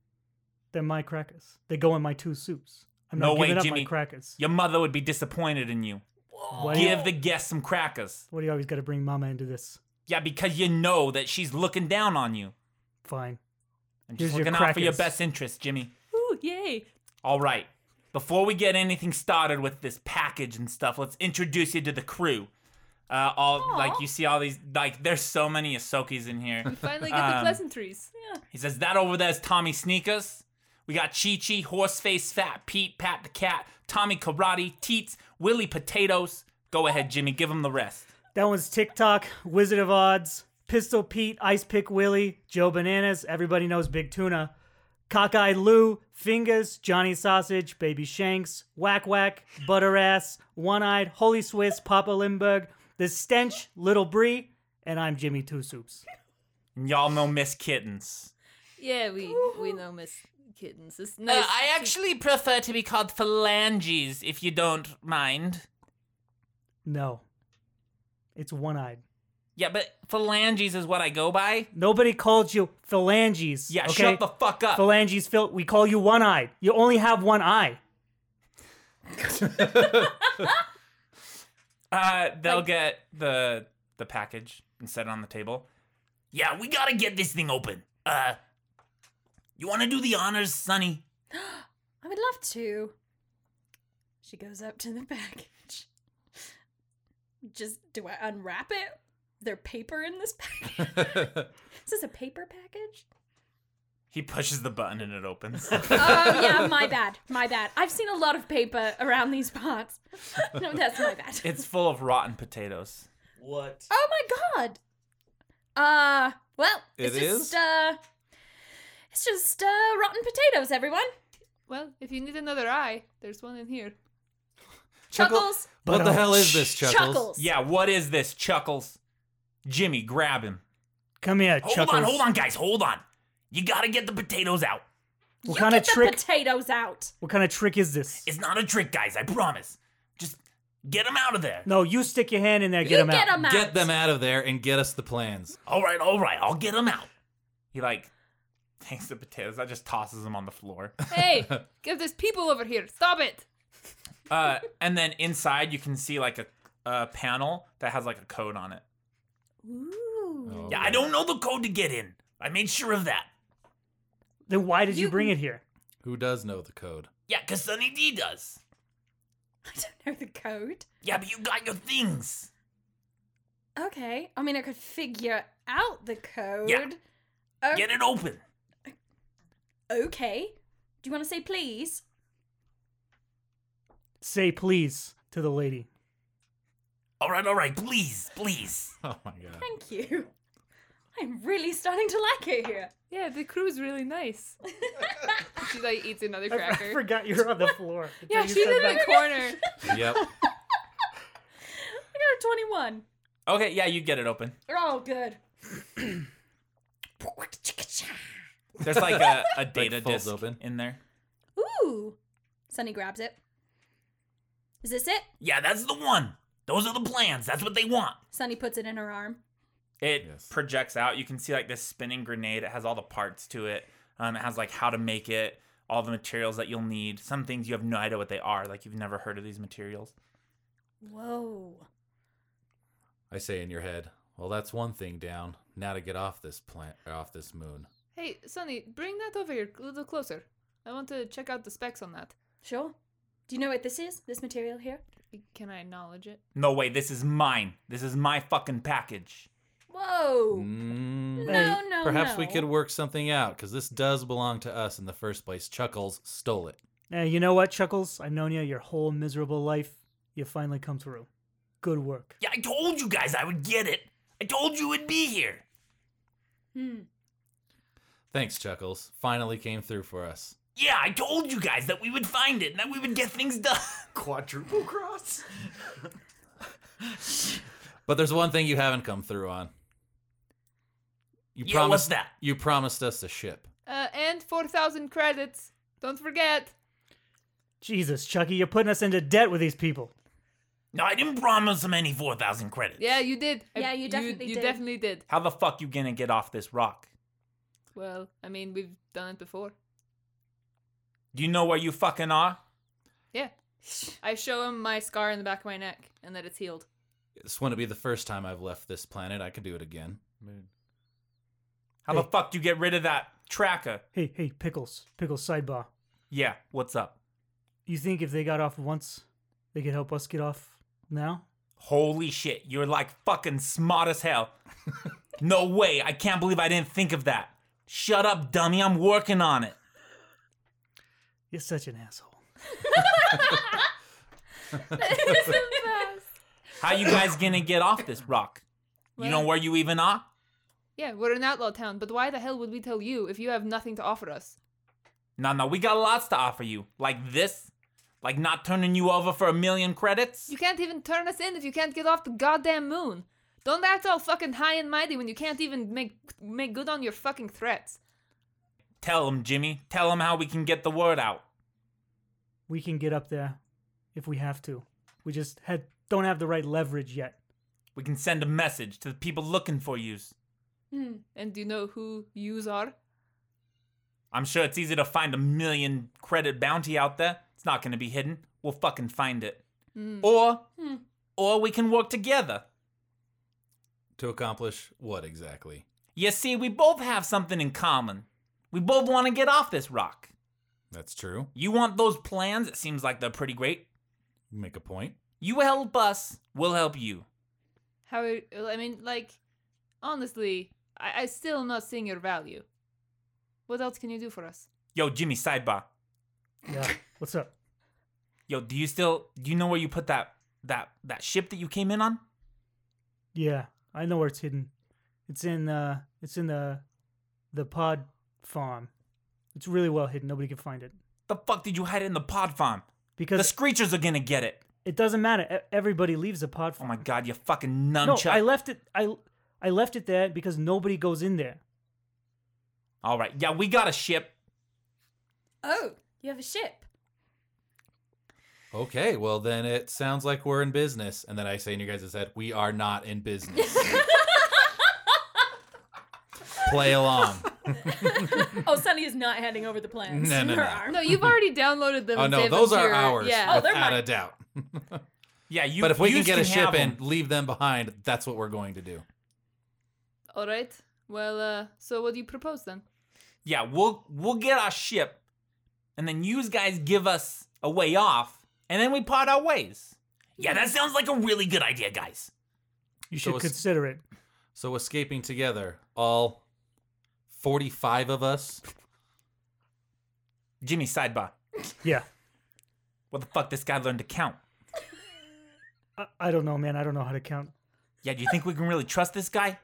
G: They're my crackers. They go in my two soups. I'm not
B: No way,
G: giving up
B: Jimmy.
G: my crackers.
B: Your mother would be disappointed in you.
G: Why do you-
B: Give the guest some crackers.
G: What do you always got to bring Mama into this?
B: Yeah, because you know that she's looking down on you.
G: Fine.
B: I'm
G: Here's
B: just
G: your
B: looking out for your
G: crackers.
B: best interest, Jimmy.
C: Ooh, yay!
B: All right. Before we get anything started with this package and stuff, let's introduce you to the crew. Uh, all like you see all these like there's so many Ahsokis in here.
C: Finally get the
B: Um,
C: pleasantries.
B: he says that over there's Tommy Sneakers. We got Chi Chi, Horseface, Fat Pete, Pat the Cat, Tommy Karate, Teats, Willie Potatoes. Go ahead, Jimmy, give him the rest.
G: That one's TikTok, Wizard of Odds, Pistol Pete, Ice Pick Willie, Joe Bananas, everybody knows Big Tuna, Cockeye Lou, Fingers, Johnny Sausage, Baby Shanks, Whack Whack, Butter Ass, One Eyed, Holy Swiss, Papa Lindbergh, The Stench, Little Bree, and I'm Jimmy Two Soups.
B: And y'all know Miss Kittens.
C: Yeah, we we know Miss Kittens. It's
B: Uh,
C: nice.
B: I actually prefer to be called phalanges, if you don't mind.
G: No, it's One Eyed.
B: Yeah, but phalanges is what I go by.
G: Nobody called you phalanges.
B: Yeah,
G: okay?
B: shut the fuck up.
G: Phalanges, Phil. We call you One Eyed. You only have one eye.
B: uh, they'll get the the package and set it on the table. Yeah, we gotta get this thing open. Uh, you want to do the honors, Sonny?
E: I would love to. She goes up to the package. Just do I unwrap it? There paper in this package. is this a paper package?
B: He pushes the button and it opens.
E: Oh yeah, my bad, my bad. I've seen a lot of paper around these parts. No, that's my bad.
B: it's full of rotten potatoes.
D: What?
E: Oh my god. Uh, well, it's
F: It
E: just
F: is?
E: uh, it's just uh, rotten potatoes, everyone.
C: Well, if you need another eye, there's one in here.
F: Chuckle-
E: Chuckles,
F: What the hell is this, Chuckles?
E: chuckles.
B: Yeah, what is this? Chuckles. Jimmy, grab him.
G: Come here,
B: Hold
G: Chuckles.
B: on, hold on, guys, hold on. You gotta get the potatoes out.
E: You
G: What kind of
E: get the
G: trick?
E: potatoes out.
G: What kind of trick is this?
B: It's not a trick, guys, I promise. Just get them out of there.
G: No, you stick your hand in there. Get
E: you
G: him
E: get
G: out.
E: them out.
F: Get them out of there and get us the plans.
B: All right, all right, I'll get them out. He, like, takes the potatoes. I just tosses them on the floor.
C: Hey, give there's people over here. Stop it.
B: Uh, and then inside, you can see, like, a, a panel that has, like, a code on it.
E: Ooh.
F: Oh,
B: Yeah, I don't know the code to get in. I made sure of that.
G: Then why did you,
E: You-
G: bring it here?
F: Who does know the code?
B: Yeah, because Sunny D does.
E: I don't know the code.
B: Yeah, but you got your things.
E: Okay. I mean, I could figure out the code. O-
B: Get it open.
E: okay. Do you want to say please?
G: Say please to the lady.
B: All right, all right, please, please.
F: Oh my god.
E: Thank you. I'm really starting to like it here.
C: Yeah, the crew's really nice. she like eats another
G: I, I
C: cracker.
G: forgot you're on the floor.
C: Yeah,
G: You
C: she's
G: said
C: in
G: that.
C: the corner.
F: Yep.
E: I got a 21.
B: Okay, yeah, you get it open.
E: Oh, good.
B: There's like a, a data
F: folds
B: disk
F: open.
B: in there.
E: Ooh. Sunny grabs it. Is this it?
B: Yeah, that's the one. Those are the plans. That's what they want.
E: Sunny puts it in her arm.
B: It
F: Yes.
B: projects out. You can see like this spinning grenade. It has all the parts to it. Um, it has like how to make it, all the materials that you'll need. Some things you have no idea what they are. Like you've never heard of these materials.
E: Whoa.
F: I say in your head, well, that's one thing down. Now to get off this plant, off this moon.
C: Hey, Sonny, bring that over here a little closer. I want to check out the specs on that.
E: Sure. Do you know what this is? This material here?
C: Can I acknowledge it?
B: No way. This is mine. This is my fucking package.
E: Whoa.
F: Mm,
E: No, no,
F: Perhaps
E: no.
F: we could work something out because this does belong to us in the first place. Chuckles stole it.
G: Now, you know what, Chuckles? I've known you your whole miserable life. You finally come through. Good work.
B: Yeah, I told you guys I would get it. I told you it'd be here.
E: Hmm.
F: Thanks, Chuckles. Finally came through for us.
B: Yeah, I told you guys that we would find it and that we would get things done.
D: Quadruple cross?
F: But there's one thing you haven't come through on. You
B: Yeah, what's
F: promised
B: that?
F: You promised us a ship.
C: Uh, and 4,000 credits. Don't forget.
G: Jesus, Chucky, you're putting us into debt with these people.
B: No, I didn't promise them any 4,000 credits.
C: Yeah, you did. I-
E: Yeah, you definitely
C: you,
E: did.
C: definitely did.
B: How the fuck you gonna get off this rock?
C: Well, I mean, we've done it before.
B: Do you know where you fucking are?
C: Yeah. I show him my scar in the back of my neck and that it's healed.
F: This wouldn't be the first time I've left this planet. I could do it again.
B: How the
G: Hey.
B: fuck do you get rid of that tracker?
G: Hey, hey, Pickles. Pickles sidebar.
B: Yeah, what's up?
G: You think if they got off once, they could help us get off now?
B: Holy shit, you're like fucking smart as hell. no way, I can't believe I didn't think of that. Shut up, dummy, I'm working on it.
G: You're such an asshole.
B: How you guys gonna get off this rock? You know
C: Well-
B: where you even are?
C: Yeah, we're an outlaw town, but why the hell would we tell you if you have nothing to offer us?
B: No, no, we got lots to offer you. Like this? Like not turning you over for a million credits?
C: You can't even turn us in if you can't get off the goddamn moon. Don't act all fucking high and mighty when you can't even make make good on your fucking threats.
B: Tell them, Jimmy. Tell them how we can get the word out.
G: We can get up there if we have to. We just had, don't have the right leverage yet.
B: We can send a message to the people looking for yous.
E: Hmm.
C: And do you know who yous are?
B: I'm sure it's easy to find a million credit bounty out there. It's not going to be hidden. We'll fucking find it.
G: Mm-hmm.
B: Or,
E: Hmm.
B: or we can work together.
F: To accomplish what exactly?
B: You see, we both have something in common. We both want to get off this rock.
F: That's true.
B: You want those plans? It seems like they're pretty great.
F: You make a point.
B: You help us, we'll help you.
C: How I mean, like, honestly, I, I still am not seeing your value. What else can you do for us?
B: Yo, Jimmy, sidebar.
G: Yeah. What's up?
B: Yo, do you still do you know where you put that that that ship that you came in on?
G: Yeah, I know where it's hidden. It's in uh it's in the the pod farm. It's really well hidden. Nobody can find it.
B: The fuck did you hide it in the pod farm? The
G: Because
B: screechers are gonna get it.
G: it doesn't matter. E- Everybody leaves the pod
B: Oh
G: farm.
B: my god, you fucking
G: no,
B: nunchuck.
G: I left it I I left it there because nobody goes in there.
B: All right, yeah, we got a ship.
E: Oh, you have a ship.
F: Okay, well then it sounds like we're in business. And then I say in your guys' head, we are not in business. Play along.
E: Oh, Sunny is not handing over the plans.
F: No, no,
E: Her
F: no.
E: arm.
C: No, you've already downloaded them.
F: Oh
C: and
F: no,
C: saved them
F: those
C: to
F: are
C: your-
F: ours,
C: Yeah.
E: Oh, they're
F: without a
E: mine.
F: doubt.
B: Yeah, you.
F: but if we
B: you
F: can get a ship
B: have
F: and
B: 'em.
F: leave them behind, that's what we're going to do.
C: All right. Well, uh, so what do you propose then?
B: yeah, we'll we'll get our ship, and then you guys give us a way off, and then we part our ways. Yeah, that sounds like a really good idea, guys.
G: You
F: So
G: should
F: it's-
G: consider it.
F: So escaping together, all forty-five of us.
B: Jimmy, sidebar.
G: Yeah.
B: What the fuck? This guy learned to count.
G: I, I don't know, man. I don't know how to count.
B: Yeah, do you think we can really trust this guy?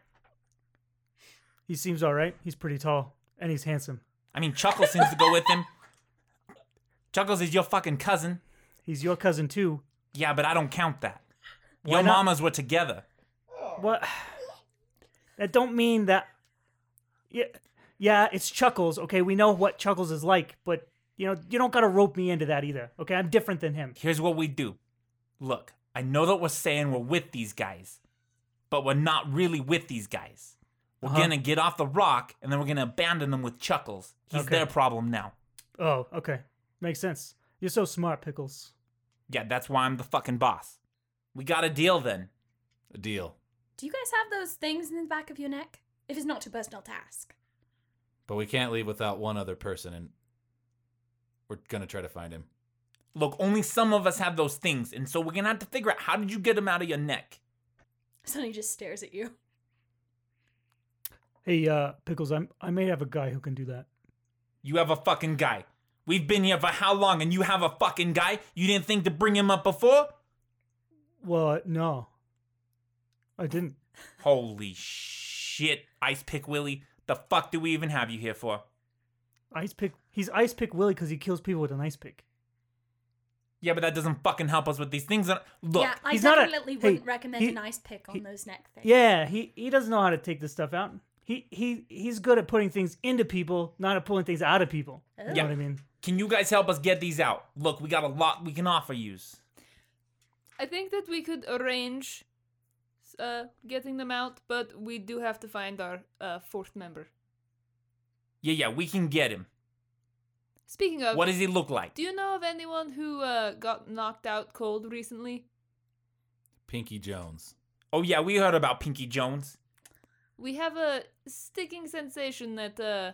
G: He seems all right. He's pretty tall and he's handsome.
B: I mean, Chuckles seems to go with him. Chuckles is your fucking cousin.
G: He's your cousin too.
B: Yeah, but I don't count that.
G: Why
B: your
G: not?
B: mamas were together.
G: What? That don't mean that. Yeah, yeah, it's Chuckles. Okay, we know what Chuckles is like, but you know, you don't gotta rope me into that either. Okay, I'm different than him.
B: here's what we do. Look, I know that we're saying we're with these guys, but we're not really with these guys. We're
G: Uh-huh.
B: gonna get off the rock and then we're gonna abandon them with Chuckles. He's
G: Okay.
B: their problem now.
G: Oh, okay, makes sense. You're so smart, Pickles.
B: Yeah, that's why I'm the fucking boss. We got a deal then.
F: A deal,
E: Do you guys have those things in the back of your neck? If it's not too personal to ask.
F: but we can't leave without one other person, and we're gonna try to find him.
B: Look, only some of us have those things, and so we're gonna have to figure out how did you get them out of your neck?
E: Sunny just stares at you.
G: Hey, uh, Pickles, I'm I may have a guy who can do that.
B: You have a fucking guy. We've been here for how long and you have a fucking guy? You didn't think to bring him up before?
G: Well, uh, no, I didn't.
B: Holy shit, Ice Pick Willie. The fuck do we even have you here for?
G: Ice pick. He's ice pick Willie because he kills people with an ice pick.
B: Yeah, but that doesn't fucking help us with these things. And- Look,
E: yeah, I
G: he's not a-
E: definitely
G: hey,
E: wouldn't recommend
G: he-
E: an ice pick on
G: he-
E: those neck things.
G: Yeah, he he doesn't know how to take this stuff out. He he he's good at putting things into people, not at pulling things out of people. You know
B: Yeah.
G: what I mean?
B: can you guys help us get these out? Look, we got a lot we can offer yous.
C: I think that we could arrange uh, getting them out, but we do have to find our uh, fourth member.
B: Yeah, yeah, we can get him.
C: Speaking of,
B: What does he look like?
C: do you know of anyone who uh, got knocked out cold recently?
F: Pinky Jones.
B: Oh yeah, we heard about Pinky Jones.
C: We have a sticking sensation that uh,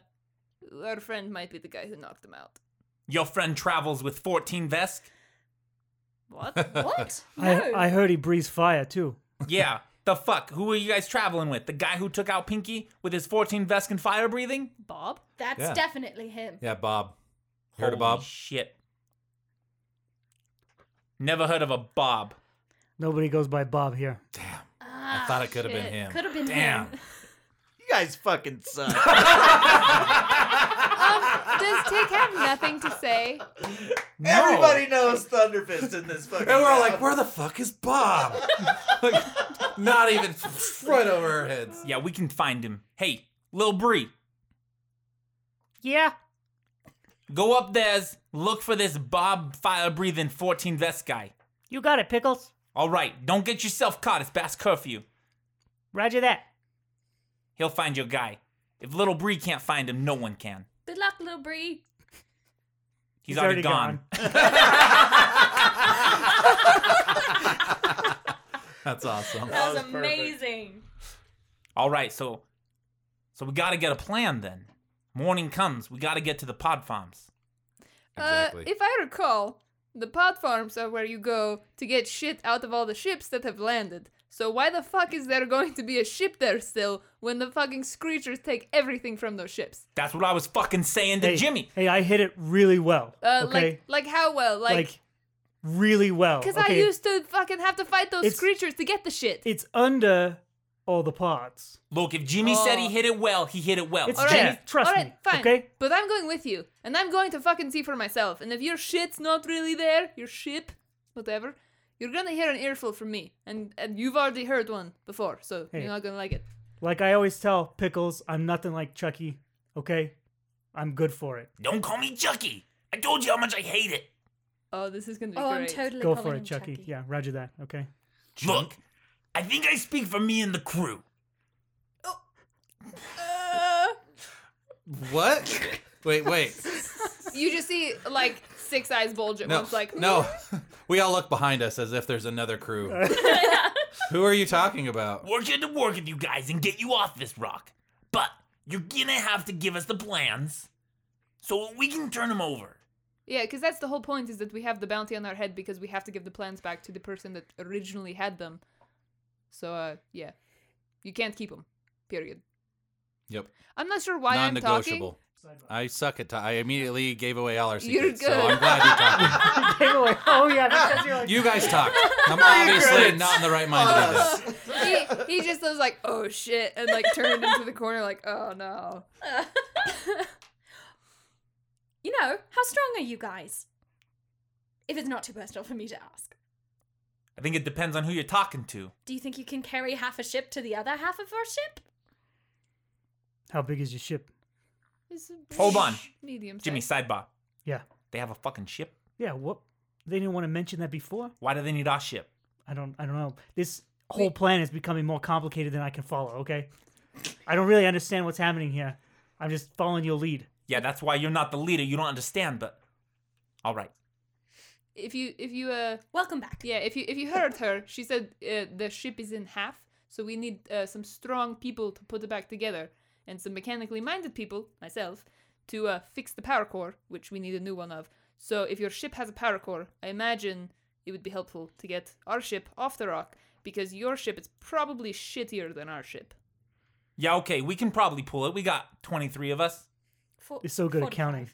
C: our friend might be the guy who knocked him out.
B: Your friend travels with 14 Vesk?
C: What?
E: What? No.
G: I I heard he breathes fire too.
B: Yeah. the fuck? Who are you guys traveling with? The guy who took out Pinky with his 14 Vesk and fire breathing?
C: Bob?
E: That's
F: Yeah.
E: definitely him.
F: Yeah, Bob. Heard
B: Holy
F: of Bob?
B: Shit. Never heard of a Bob.
G: Nobody goes by Bob here.
F: Damn,
E: Ah,
F: I thought it could have been
C: shit.
F: him.
E: could have been
F: Damn.
E: him.
D: You guys fucking suck.
C: Um, does Tig have nothing to say?
D: Everybody knows Thunderfist in this fucking.
F: And we're all like,
D: town.
F: where the fuck is Bob? like, not even right over our heads.
B: Yeah, we can find him. Hey, Lil Bree.
G: Yeah.
B: Go up there's look for this Bob fire breathing 14 vest guy.
G: You got it, Pickles.
B: All right, don't get yourself caught. It's past curfew.
G: Roger that.
B: He'll find your guy. If Little Bree can't find him, no one can.
E: Good luck, little Bree.
B: He's, already, gone.
F: That's awesome.
E: That was
D: was perfect.
E: amazing.
B: All right, so so we got to get a plan then. Morning comes. We got to get to the pod farms.
C: Uh, if I recall, The pot farms are where you go to get shit out of all the ships that have landed. So why the fuck is there going to be a ship there still when the fucking screechers take everything from those ships?
B: That's what I was fucking saying to
G: Hey,
B: Jimmy.
G: Hey, I hit it really well.
C: Uh,
G: okay,
C: like like how well?
G: like,
C: Like
G: really well.
C: because
G: okay?
C: I used to fucking have to fight those
G: It's-
C: screechers to get the shit.
G: it's under all the pots.
B: Look, if Jimmy said he
C: Oh.
B: hit it well, he hit it well.
G: It's
C: All
G: Jimmy.
C: right,
G: Trust
C: all right,
G: me.
C: fine.
G: Okay.
C: But I'm going with you, and I'm going to fucking see for myself. And if your shit's not really there, your ship, whatever, you're gonna hear an earful from me, and and you've already heard one before, so
G: Hey.
C: you're not gonna like it.
G: Like I always tell Pickles, I'm nothing like Chucky. Okay, I'm good for it.
B: Don't call me Chucky. I told you how much I hate it.
C: Oh, this is gonna be
E: Oh, I'm
C: great.
E: totally
G: Go
E: calling
G: for
E: him
G: it, Chucky.
E: Chucky.
G: Yeah, Roger that. Okay.
B: Look, I think I speak for me and the crew.
F: Uh. What? Wait, wait.
C: you just see like six eyes bulge at
F: No,
C: once, like
F: no. We all look behind us as if there's another crew. Who are you talking about?
B: Working to work with you guys and get you off this rock. But you're gonna have to give us the plans so we can turn them over.
C: Yeah, because that's the whole point is that we have the bounty on our head because we have to give the plans back to the person that originally had them. So, uh, yeah. You can't keep them. Period.
F: Yep.
C: I'm not sure why I'm talking.
F: Non-negotiable. I suck at. Ta- I immediately gave away all our
C: You're
F: secrets. So
C: good.
F: I'm glad you talked.
G: Anyway, oh yeah, because you're like
F: You guys talk. I'm obviously not in the right mind to do this.
C: he, he just was like, oh shit, and like turned into the corner, like, oh no.
E: You know, how strong are you guys? If it's not too personal for me to ask.
B: I think it depends on who you're talking to.
E: Do you think you can carry half a ship to the other half of our ship?
G: How big is your ship?
C: It's a
B: Hold on.
C: Medium. size.
B: Jimmy, sidebar.
G: Yeah.
B: They have a fucking ship.
G: Yeah, what they didn't want to mention that before?
B: Why do they need our ship?
G: I don't I don't know. This whole plan is becoming more complicated than I can follow, okay? I don't really understand what's happening here. I'm just following your lead.
B: Yeah, that's why you're not the leader. You don't understand, but. All right.
C: If you if you uh
E: Welcome back.
C: yeah if you if you heard her, she said uh, the ship is in half, so we need uh, some strong people to put it back together, and some mechanically minded people, myself, to uh, fix the power core, which we need a new one of. So if your ship has a power core, I imagine it would be helpful to get our ship off the rock because your ship is probably shittier than our ship.
B: Yeah, okay, we can probably pull it. We got 23 of us.
E: For-
G: It's so good at
E: 45.
G: counting.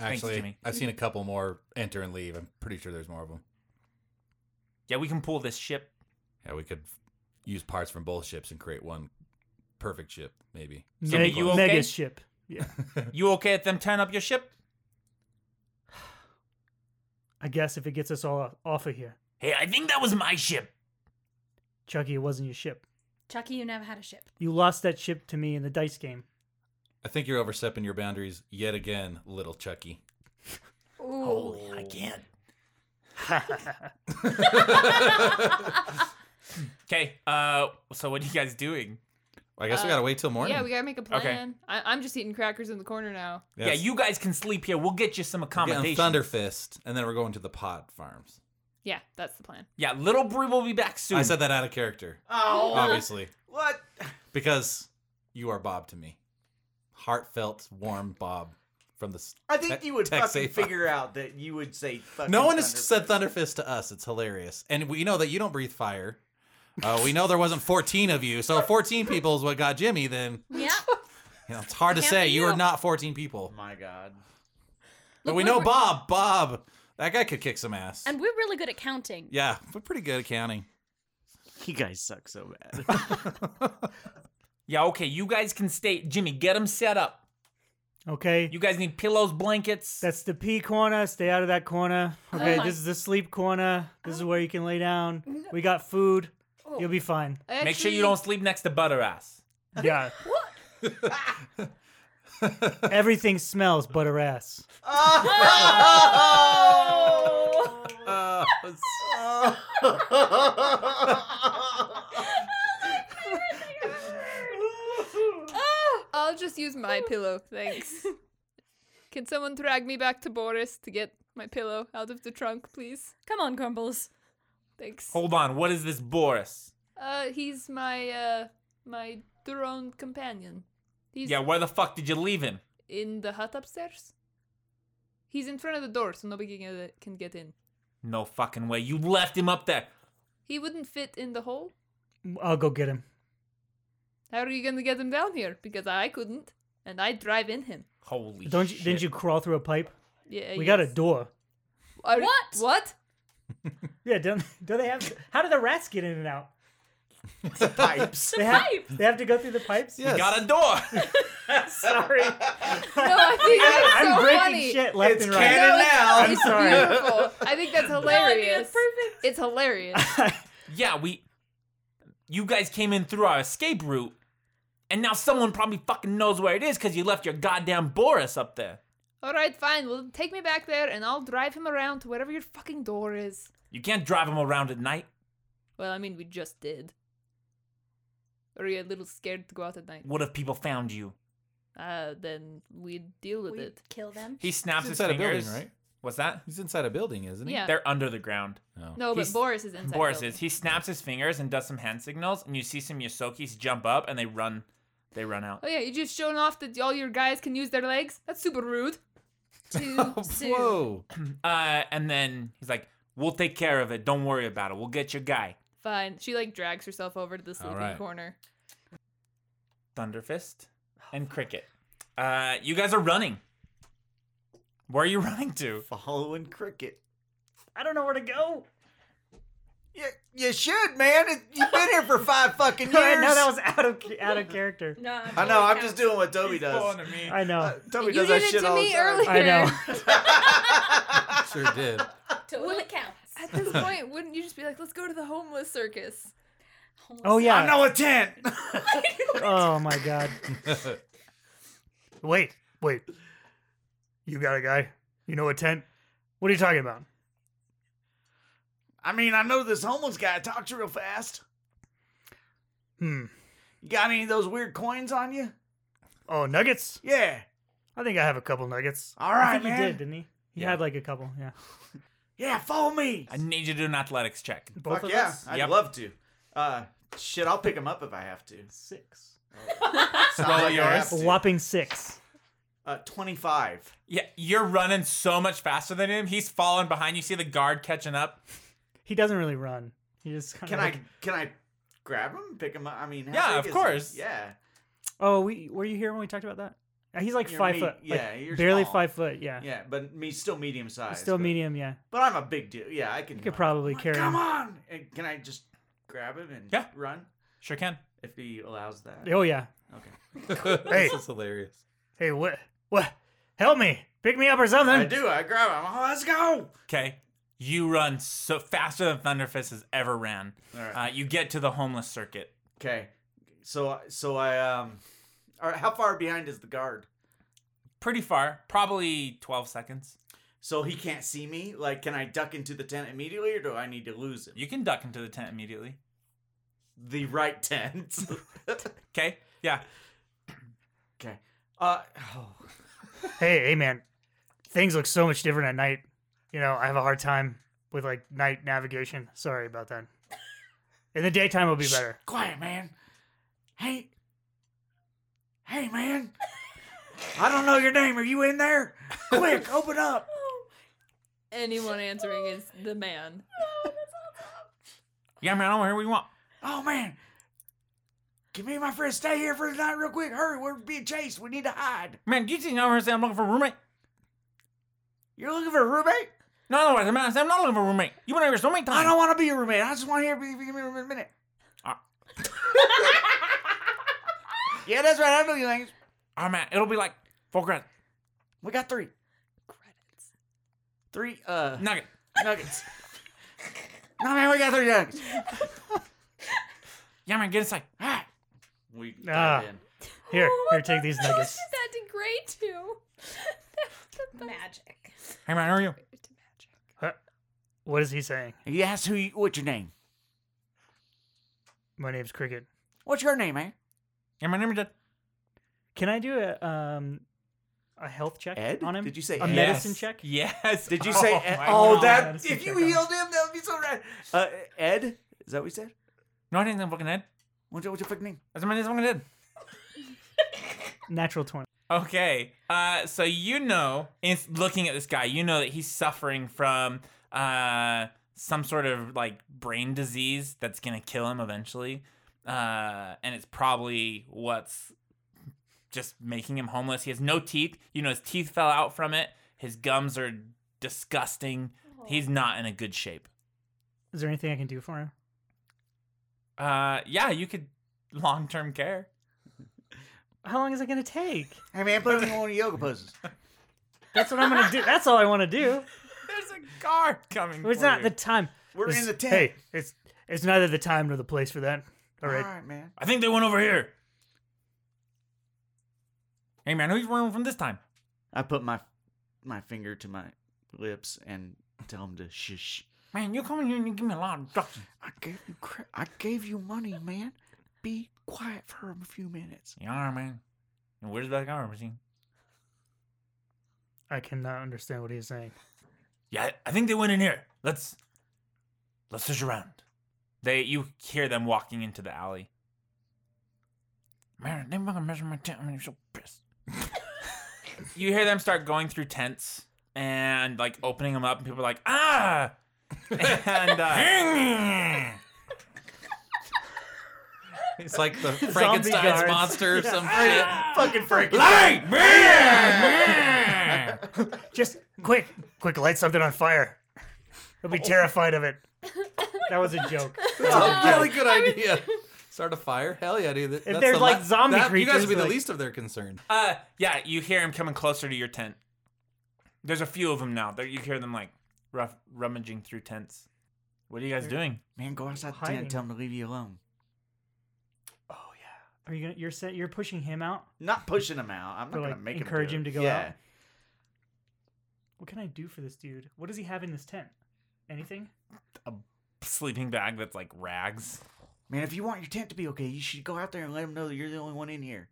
F: Actually,
B: Jimmy.
F: I've seen a couple more enter and leave. I'm pretty sure there's more of them.
B: Yeah, we can pull this ship.
F: Yeah, we could use parts from both ships and create one perfect ship, maybe.
B: So
G: Meg-
B: are you okay?
G: Mega ship. Yeah.
B: You okay at them tearing up your ship?
G: I guess if it gets us all off of here.
B: Hey, I think that was my ship.
G: Chucky, it wasn't your ship.
E: Chucky, you never had a ship.
G: You lost that ship to me in the dice game.
F: I think you're overstepping your boundaries yet again, little Chucky.
E: Ooh.
B: I can't. Okay, uh, so what are you guys doing?
F: I guess we gotta wait till morning.
C: Yeah, we gotta make a plan. I- I'm just eating crackers in the corner now.
B: Yeah, you guys can sleep here. We'll get you some
F: Getting
B: accommodation.
F: Thunder Fist, and then we're going to the pod farms.
C: Yeah, that's the plan.
B: Yeah, little Bree will be back soon.
F: I said that out of character,
D: Oh,
F: obviously,
D: what?
F: because you are Bob to me. Heartfelt, warm Bob from the. s-
D: I think
F: Te-
D: you would
F: Tex
D: fucking
F: A5.
D: figure out that you would say fucking.
F: No one has said
D: Thunderfist.
F: Thunder Fist to us. It's hilarious, and we know that you don't breathe fire. Uh, we know there wasn't 14 of you, so 14 people is what got Jimmy. Then
E: Yeah.
F: you know, it's hard to
E: Can't
F: say.
E: be
F: You are
E: you.
F: not 14 people.
D: Oh my god.
F: But
E: Look,
F: we
E: we
F: know
E: were-
F: Bob. Bob, that guy could kick some ass.
E: And we're really good at counting.
F: yeah, we're pretty good at counting.
D: You guys suck so bad.
B: yeah, okay, you guys can stay. Jimmy, get them set up.
G: Okay.
B: You guys need pillows, blankets.
G: That's the pee corner. Stay out of that corner. Okay,
E: my-
G: this is the sleep corner. This is where you can lay down. We got food. You'll be fine.
C: I
B: Make sure you
C: actually-
B: don't sleep next to Butter Ass.
G: Yeah. Everything smells but her ass.
C: Oh.
F: Uh,
C: Ah! I'll just use my pillow, thanks. Can someone drag me back to Boris to get my pillow out of the trunk, please?
E: Come on, Grumbles.
C: Thanks.
B: Hold on, what is this Boris?
C: Uh, he's my uh my drone companion. He's
B: Yeah, where the fuck did you leave him?
C: in the hut upstairs. He's in front of the door, so nobody can get, can get in.
B: No fucking way. You left him up there.
C: He wouldn't fit in the hole.
G: I'll go get him.
C: How are you gonna get him down here? Because I couldn't, and I drive in him.
B: Holy
G: Don't you,
B: shit.
G: didn't you crawl through a pipe?
C: Yeah.
G: We got a
C: yes.
G: door.
C: Are-
E: What?
C: What?
G: Yeah, don't do they have? How do the rats get in and out?
D: Pipes.
G: They have, They have to go through the pipes.
F: Yes.
B: Got a door.
G: Sorry,
C: No, I think that's
G: I'm
C: so
G: breaking
C: funny.
G: shit left
D: It's
G: and
D: canon.
G: right.
C: No, it's,
D: now.
G: I'm
C: it's
G: sorry.
C: beautiful. I think that's hilarious.
E: It's perfect.
C: It's hilarious.
B: yeah, we. You guys came in through our escape route, and now someone probably fucking knows where it is because you left your goddamn Boris up there.
C: All right, fine. Well, take me back there, and I'll drive him around to wherever your fucking door is.
B: You can't drive him around at night.
C: Well, I mean, we just did. Are you a little scared to go out at night?
B: What if people found you?
C: Uh, then we'd deal with
E: We
C: it.
E: kill them.
B: He snaps
F: He's
B: his
F: inside a
B: fingers.
F: building, right?
B: What's that?
F: He's inside a building, isn't he? Oh.
C: Yeah.
B: They're under the ground.
C: No, but
B: He's-
C: Boris is inside.
B: Boris
C: building.
B: is. He snaps his fingers and does some hand signals, and you see some Yosokis jump up and they run. They run out.
C: Oh yeah, you just showing off that all your guys can use their legs. That's super rude.
E: Too soon.
F: Whoa.
B: Uh, and then he's like, "We'll take care of it. Don't worry about it. We'll get your guy."
C: Fine. She like drags herself over to the sleeping
F: right.
C: corner.
B: Thunderfist and Cricket. Uh, you guys are running. Where are you running to?
D: Following cricket.
G: I don't know where to go.
D: You, you should, man. It, you've been here for five fucking years.
G: I know that was out of out of character.
E: No, I'm
D: I know. I'm just doing what Toby does.
G: I know.
D: Uh, Toby
C: you
D: does
C: did
D: that
C: it
D: shit
C: to
D: all the
C: me
D: time.
C: earlier.
G: I know.
F: Sure did.
E: Total accounts.
C: At this point, wouldn't you just be like, let's go to the homeless circus?
G: Oh yeah.
D: I'm no intent.
G: Oh my god. wait, wait. You got a guy? You know a tent? What are you talking about?
D: I mean, I know this homeless guy talks real fast.
G: Hmm.
D: You got any of those weird coins on you?
G: Oh, nuggets?
D: Yeah.
G: I think I have a couple nuggets.
D: All
G: I
D: right,
G: think
D: man.
G: he did, didn't he? He
B: Yeah.
G: had like a couple. Yeah.
D: Yeah, follow me.
B: I need you to do an athletics check.
G: Both
D: Fuck
G: of
D: yeah,
G: us.
D: I'd
B: Yep.
D: love to. Uh, shit, I'll pick him up if I have to.
G: Six.
D: It's not like I have
G: A
D: to.
G: whopping six.
D: Uh, Twenty-five.
B: Yeah, you're running so much faster than him. He's falling behind. You see the guard catching up.
G: He doesn't really run. He just kind
D: Can
G: of.
D: I? Can I grab him? Pick him up? I mean, how
B: Yeah,
D: big
B: of
D: is he?
B: course.
D: Yeah.
G: Oh, we were you here when we talked about that? Uh, He's like
D: You're
G: five
D: me-
G: foot. like,
D: yeah, you're
G: barely
D: small.
G: five foot. Yeah.
D: Yeah, but me still medium
G: He's
D: size.
G: Still
D: but,
G: medium. Yeah.
D: But I'm a big deal. Yeah, I can.
G: You could probably carry
D: Come
G: him.
D: on! And Can I just grab him and
B: Yeah.
D: run
B: Sure can.
D: if he allows that?
G: Oh yeah.
D: Okay.
F: This is hilarious.
G: Hey, what? What? Help me! Pick me up or something.
D: I do. I grab him. Oh, let's go.
B: Okay. You run so faster than Thunderfist has ever ran.
D: All right.
B: Uh, you get to the homeless circuit.
D: Okay. So so I um. All right. How far behind is the guard?
B: Pretty far, probably 12 seconds.
D: So he can't see me. Like, can I duck into the tent immediately, or do I need to lose him?
B: You can duck into the tent immediately.
D: the right tent.
B: Okay. Yeah.
D: okay. Uh. Oh.
G: Hey, hey, man. Things look so much different at night. You know, I have a hard time with like night navigation. Sorry about that. In the daytime, it'll be better.
D: Quiet, man. Hey. Hey, man. I don't know your name. Are you in there? Quick, open up.
C: Anyone answering is the man.
B: Yeah, man, I don't hear what you want.
D: Oh, man. Can me and my friend stay here for the night real quick? Hurry, we're being chased. We need to hide.
B: Man, you see, I'm saying I'm looking for a roommate.
D: You're looking for a roommate?
B: No, no, I'm not, I'm not looking for a roommate. You've been over here so many
D: I
B: times.
D: don't want to be your roommate. I just want to hear you give me a minute.
B: Ah.
D: yeah, that's right. I know Ah, you things.
B: Oh, man, it'll be like four grand.
D: We got three. Three uh
B: Nugget.
D: nuggets. no man, we got three nuggets.
B: Yeah, man, get inside.
D: Alright. We
G: Ah.
D: dive in.
G: Here,
E: Oh,
G: here, take these nuggets.
C: Did that degrade too?
E: Magic.
B: Hey, man, how are you?
G: Huh? What is he saying?
D: He asked who you, what's your name?
G: My name's Cricket.
D: What's your name, eh? man?
B: Yeah, my name is Ed.
G: Can I do a um a health check
D: Ed?
G: on him?
D: Did you say
G: a
D: Ed?
G: medicine
B: Yes.
G: check?
B: Yes.
D: Did you say
B: Oh,
D: Ed?
B: my
D: Oh,
B: God.
D: that
G: Medicine
D: if you
G: check on
D: healed him, that would be so rad. Uh, Ed? Is that what you said?
B: No, I didn't say fucking Ed.
D: What's your, what's your fucking name?
B: That's my name, fucking Ed.
G: Natural twenty.
B: Okay. Uh, so you know, in looking at this guy, you know that he's suffering from uh, some sort of like brain disease that's gonna kill him eventually, uh, and it's probably what's just making him homeless. He has no teeth. You know, his teeth fell out from it. His gums are disgusting. He's not in a good shape.
G: Is there anything I can do for him?
B: Uh, yeah, you could long term care.
G: How long is it gonna take?
D: Hey man, put him in one of the yoga poses.
G: That's what I'm gonna do. That's all I want to do.
B: There's a car coming.
G: It's
B: for
G: not
B: you.
G: the time.
D: We're
G: It's-
D: in the tent.
G: Hey, it's it's neither the time nor the place for that. All right.
D: man.
B: I think they went over here. Hey man, who's running from this time?
D: I put my my finger to my lips and tell him to shush.
B: Man, you come in here and you give me a lot of instructions.
D: I gave you cra- I gave you money, man. Be quiet for a few minutes.
B: Yeah, man. And where's that car machine?
G: I cannot understand what he's saying.
B: Yeah, I think they went in here. Let's let's search around. They you hear them walking into the alley. Man, they fucking measure my tent. I'm so pissed. you hear them start going through tents and like opening them up, and people are like, ah. and uh,
F: It's like the Frankenstein's
G: guards.
F: monster or some
D: Fucking Frankie.
B: like man.
G: Just quick, quick, light something on fire. He'll be terrified of it. That was a joke.
F: shit.
D: Uh,
F: That's a really good idea. Start a fire? Hell yeah, dude. If
G: there's, like, zombie
F: you guys would be
G: creatures,
F: the
G: like-
F: least of their concern.
B: Uh, yeah, you hear him coming closer to your tent. There's a few of them now. There, you hear them like rough, rummaging through tents. What are you guys doing?
D: Man, go outside the tent
G: Hiding.
D: and tell him to leave you alone.
G: Are you gonna? You're set, you're pushing him out
D: Not pushing him out. I'm
G: or
D: not
G: like
D: gonna make
G: encourage
D: him,
G: him,
D: do
G: to
D: it.
G: go
D: yeah.
G: out. What can I do for this dude? What does he have in this tent? Anything?
B: Sleeping bag that's like rags.
D: Man, if you want your tent to be okay, you should go out there and let him know that you're the only one in here.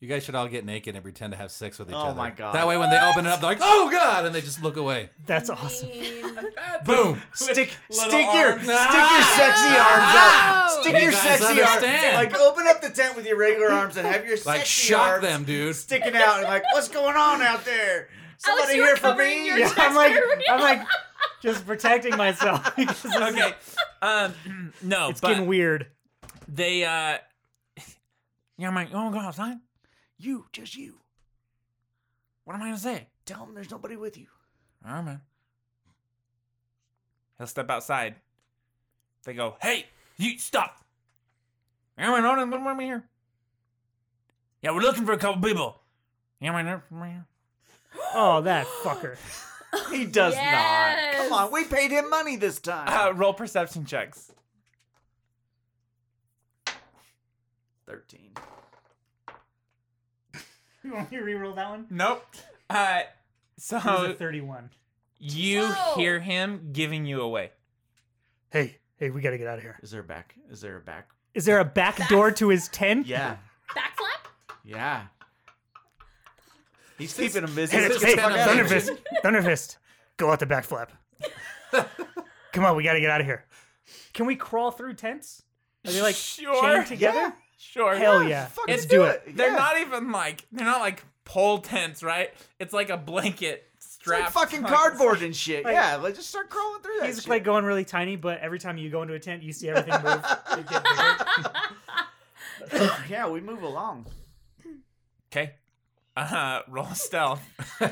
F: You guys should all get naked and pretend to have sex with each
D: Oh
F: other.
D: my God.
F: That way, when they open it up, they're like, "Oh god!" and they just look away.
G: That's awesome.
F: Boom.
D: Stick,
B: little
D: stick your,
B: arms.
D: stick your sexy arms
C: Ah!
D: out. Stick
F: You
D: your
F: guys
D: sexy arms.
F: understand.
D: Like open up the tent with your regular arms and have your sexy
F: Like shock
D: arms
F: them, dude.
D: sticking out. And like, what's going on out there? Somebody
E: you were
D: here for
E: covering
D: me?
E: your
G: Yeah, I'm like,
E: Shakespeare.
G: I'm like, just protecting myself. because this is-
B: Okay. Um, no,
G: it's
B: but
G: getting weird.
B: they. uh Yeah, I'm like, you
D: oh,
B: wanna go outside?
D: You, just you.
B: What am I gonna say?
D: Tell him there's nobody with you.
B: All right, man. He'll step outside. They go, hey, you stop. Yeah, man, hold on, come over here. Yeah, we're looking for a couple people. Yeah, man, come over here.
G: Oh, that fucker.
D: He does not.
E: Yes.
D: Come on, we paid him money this time.
B: Uh, roll perception checks.
D: 13.
G: You want me to reroll that one?
B: Nope. Uh,
G: It was a
B: so
G: 31.
B: you
E: Whoa.
B: hear him giving you away.
G: Hey, hey, we gotta get out of here.
D: Is there a back? Is there a back?
G: Is there a back door to his tent?
D: Yeah.
E: Backflap?
D: Yeah. He's keeping him busy.
G: Hey,
F: Let's
G: hey,
F: get the fuck outta here.
G: Thunderfist, Thunderfist, go out the back flap. Come on, we gotta get out of here. Can we crawl through tents? Are they like
B: Sure.
G: chained together?
B: Sure.
G: Hell yeah.
D: fuck,
G: Let's
D: let's
G: do
D: do
G: it.
D: it.
B: They're
D: Yeah.
B: not even like they're not like pole tents, right? It's like a blanket strap.
D: Like fucking cardboard and shit.
G: Like-
D: yeah, let's just start crawling through that
G: He's
D: shit.
G: like going really tiny, but every time you go into a tent, you see everything move. They get bigger.
D: yeah, we move along.
B: Okay. Uh, roll stealth.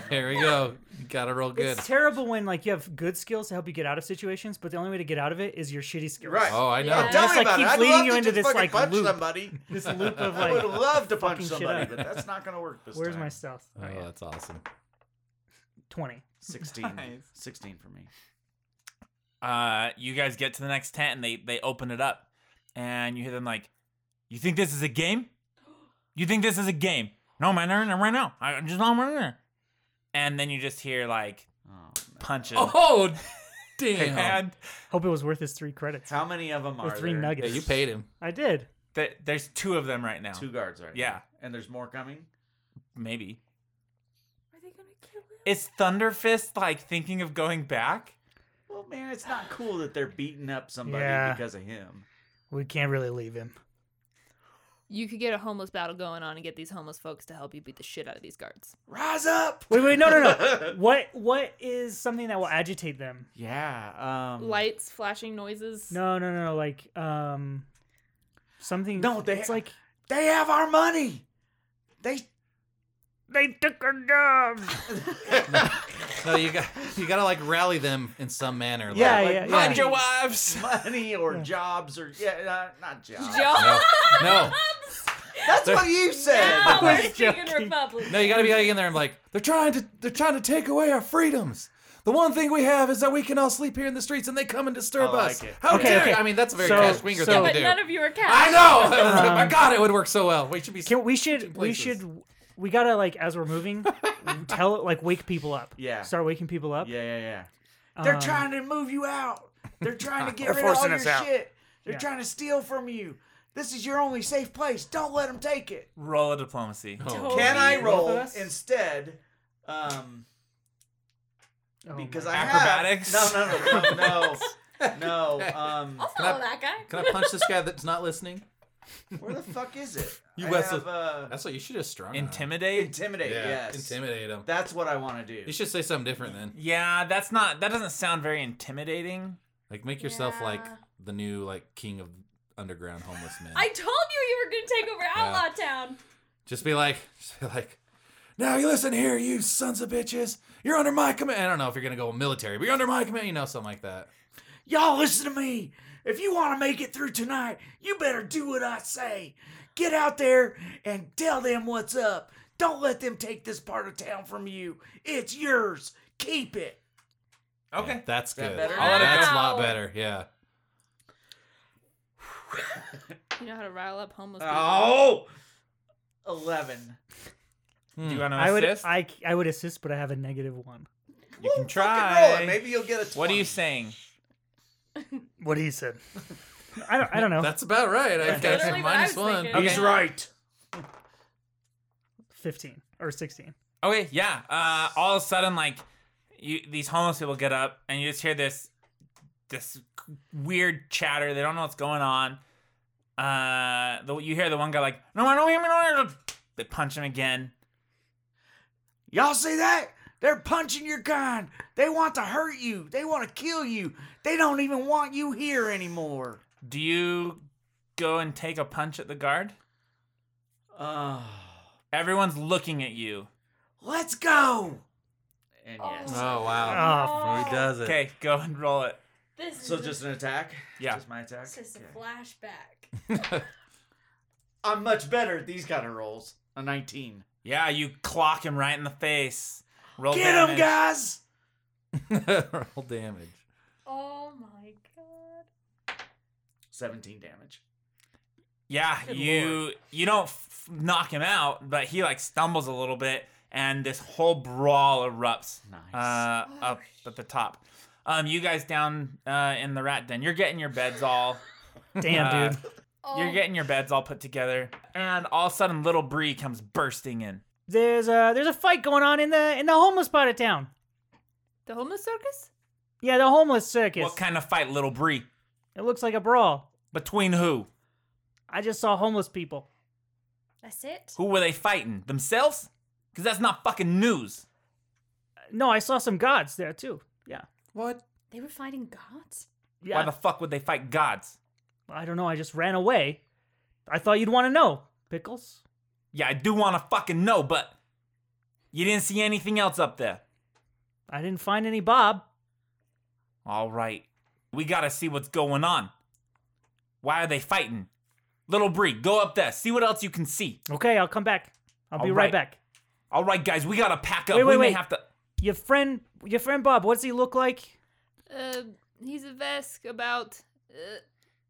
F: Here we go. You gotta roll good.
G: It's terrible when like you have good skills to help you get out of situations, but the only way to get out of it is your shitty skills.
D: Right.
F: Oh, I know.
E: Yeah.
D: Tell
G: Just,
D: me
G: like,
D: about it.
G: keeps
D: I'd
G: leading
D: love
G: you
D: to
G: into
D: just
G: this,
D: fucking
G: like,
D: punch
G: loop.
D: somebody.
G: This loop of
D: I would
G: like,
D: love to punch
G: fucking shit
D: somebody,
G: up.
D: but that's not gonna work this
G: where's
D: time.
G: my stealth?
F: Oh, that's awesome.
G: Twenty.
D: 16.
B: Nice.
D: 16 for me.
B: Uh, you guys get to the next tent and they they open it up, and you hear them like, "You think this is a game? You think this is a game? No, man, I'm in there right now. I I'm just I'm in there." And then you just hear like
D: Oh, no.
B: punches.
F: Oh damn!
B: And
G: Hope it was worth his three credits.
D: How many of them
G: Or
D: are
G: three
D: there?
G: nuggets.
F: Yeah, you paid him.
G: I did.
B: th- there's two of them right now.
D: Two guards right
B: Yeah.
D: now. And there's more coming?
B: Maybe.
E: Are they gonna kill him?
B: Is Thunderfist like thinking of going back?
D: Well, man, it's not cool that they're beating up somebody
G: Yeah.
D: because of him.
G: We can't really leave him.
C: You could get a homeless battle going on and get these homeless folks to help you beat the shit out of these guards.
D: Rise up.
G: Wait, wait, no, no, no. what what is something that will agitate them?
D: Yeah. Um.
C: Lights, flashing noises.
G: No, no, no, no. Like um, something.
D: No, they-
G: it's like
D: They have our money. They.
G: they took our jobs.
F: No, you got you gotta like rally them in some manner. Like,
G: Yeah,
D: like,
G: yeah, yeah.
D: mind
F: your wives.
D: Money or jobs or yeah, uh, not jobs.
E: Jobs.
F: No,
D: That's what you said.
E: Now we're
G: was
E: speaking
G: joking.
E: Republic.
F: no, you gotta be like in there and like they're trying to they're trying to take away our freedoms. The one thing we have is that we can all sleep here in the streets, and they come and disturb
D: I like
F: us.
D: it.
F: How
G: Okay,
F: dare
G: okay.
F: I mean, that's a very
G: So-
F: Cash Winger
G: so-
F: thing
G: Yeah,
F: to
E: but
F: do.
E: none of you are cast.
F: I know. My God, it would work so well. We should be.
G: Um, Can we should we
F: places.
G: should we gotta like as we're moving, tell like wake people up.
D: Yeah.
G: Start waking people up.
D: Yeah, yeah, yeah. They're
G: Um,
D: trying to move you out. They're trying to get rid of all
G: forcing
D: your
G: us out.
D: shit. They're
G: Yeah.
D: trying to steal from you. This is your only safe place. Don't let them take it.
B: Roll a diplomacy.
F: Oh.
D: Can I roll
G: Both of us?
D: instead? Um,
G: Oh my-
D: because I
B: Acrobatics?
D: Have, no, no, no, no, no. Um,
E: I'll follow that guy.
F: Can I punch this guy that's not listening?
D: where the fuck is it?
F: You
D: I
F: wrestle-
D: have, uh,
F: That's what you should have strung. on him.
B: Intimidate.
D: intimidate.
F: Yeah,
D: Yes,
F: intimidate him.
D: That's what I want to do.
F: You should say something different then.
B: Yeah, that's not. That doesn't sound very intimidating.
F: Like make yourself like
E: Yeah.
F: the new like king of underground homeless men.
E: I told you you were going to take over Outlaw Town.
F: Just be like, just be like, now you listen here, you sons of bitches. You're under my command. I don't know if you're gonna go military, but you're under my command. You know, something like that.
D: Y'all listen to me. If you want to make it through tonight, you better do what I say. Get out there and tell them what's up. Don't let them take this part of town from you. It's yours. Keep it.
B: Okay.
F: That's
D: that
F: good. Oh,
D: better?
E: Wow.
F: That's a lot better. Yeah.
C: You know how to rile up homeless people.
D: Oh, eleven.
B: Hmm. Do you want to
G: I would
B: assist?
G: I I would assist, but I have a negative one.
B: you can
D: Fucking roll
B: try.
D: it. Maybe you'll get a 20.
B: what are you saying?
G: What he said. I don't I don't know.
F: That's about right. I got
E: Literally
F: some
E: what I
F: minus
E: was
F: one.
E: thinking.
B: Okay.
D: right.
G: Fifteen or sixteen.
B: Okay, yeah. Uh, all of a sudden, like, you, these homeless people get up, and you just hear this, this weird chatter. They don't know what's going on. Uh, the, you hear the one guy like, "No, I don't hear me. No, I don't." They punch him again.
D: Y'all see that? They're punching your kind. They want to hurt you. They want to kill you. They don't even want you here anymore.
B: Do you go and take a punch at the guard?
D: Uh,
B: Everyone's looking at you.
D: let's go. And
E: yes.
F: Oh wow.
G: Oh,
F: He does it.
B: Okay, go and roll it.
E: This
D: So
E: is
D: just an attack?
B: Yeah.
D: Just my attack?
E: This is
D: Okay.
E: a flashback.
D: I'm much better at these kind of rolls. A 19.
B: Yeah, you clock him right in the face. Roll
D: Get him,
B: damage.
D: guys!
F: Roll damage.
E: Oh my god.
D: 17 damage.
B: Yeah,
E: Good
B: you you don't f- knock him out, but he like stumbles a little bit, and this whole brawl erupts
D: Nice.
B: uh, up at the top. Um, you guys down uh, in the rat den, you're getting your beds all
G: damn,
B: uh,
G: dude.
E: Oh,
B: you're getting your beds all put together, and all of a sudden, little Bree comes bursting in.
G: There's a there's a fight going on in the in the homeless part of town.
C: The homeless circus?
G: Yeah, the homeless circus.
B: What kind of fight, little Bree?
G: it looks like a brawl.
B: Between who?
G: I just saw homeless people.
E: That's it.
B: Who were they fighting? Themselves? Because that's not fucking news.
G: No, I saw some gods there too. Yeah.
F: What?
E: They were fighting gods?
G: Yeah.
B: Why the fuck would they fight gods?
G: I don't know. I just ran away. I thought you'd want to know, Pickles.
B: Yeah, I do want to fucking know, but you didn't see anything else up there.
G: I didn't find any Bob.
B: All right. We got to see what's going on. Why are they fighting? Little Bree, go up there. See what else you can see.
G: Okay, I'll come back. I'll
B: All
G: be right.
B: right.
G: back.
B: All right, guys, we got to pack up.
G: Wait, wait,
B: we may
G: wait.
B: have to.
G: Your friend, your friend Bob. What does he look like?
C: Uh, he's a Vesk, about uh,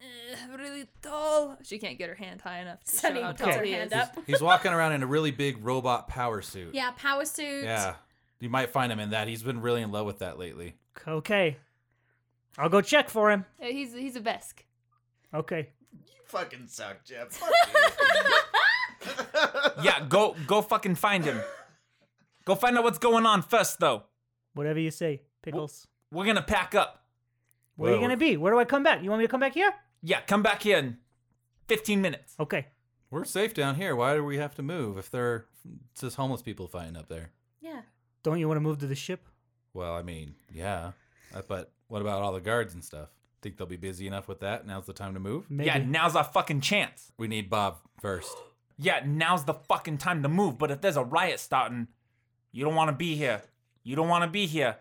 C: uh, really tall. She can't get her hand high enough to
E: Sunny
C: show how
E: puts
C: tall
E: her
C: he
E: hand
C: is.
E: up.
F: He's walking around in a really big robot power suit.
E: Yeah, power suit.
F: Yeah. You might find him in that. He's been really in love with that lately.
G: Okay, I'll go check for him.
C: Uh, he's he's a Vesk.
G: Okay.
D: You fucking suck, Jeff.
B: Yeah, go go fucking find him. Go find out what's going on first though.
G: Whatever you say, Pickles.
B: We're going to pack up.
G: Where are you
F: Well,
G: gonna be? Where do I come back? You want me to come back here?
B: Yeah, come back here in 15 minutes.
G: Okay.
F: We're safe down here. Why do we have to move if they're it's just homeless people fighting up there?
E: Yeah.
G: Don't you want to move to the ship?
F: Well, I mean, yeah, Uh, but what about all the guards and stuff? Think they'll be busy enough with that? Now's the time to move.
G: Maybe.
B: Yeah, now's our fucking chance.
F: We need Bob first.
B: Yeah, now's the fucking time to move. But if there's a riot starting, you don't want to be here. You don't want to be here.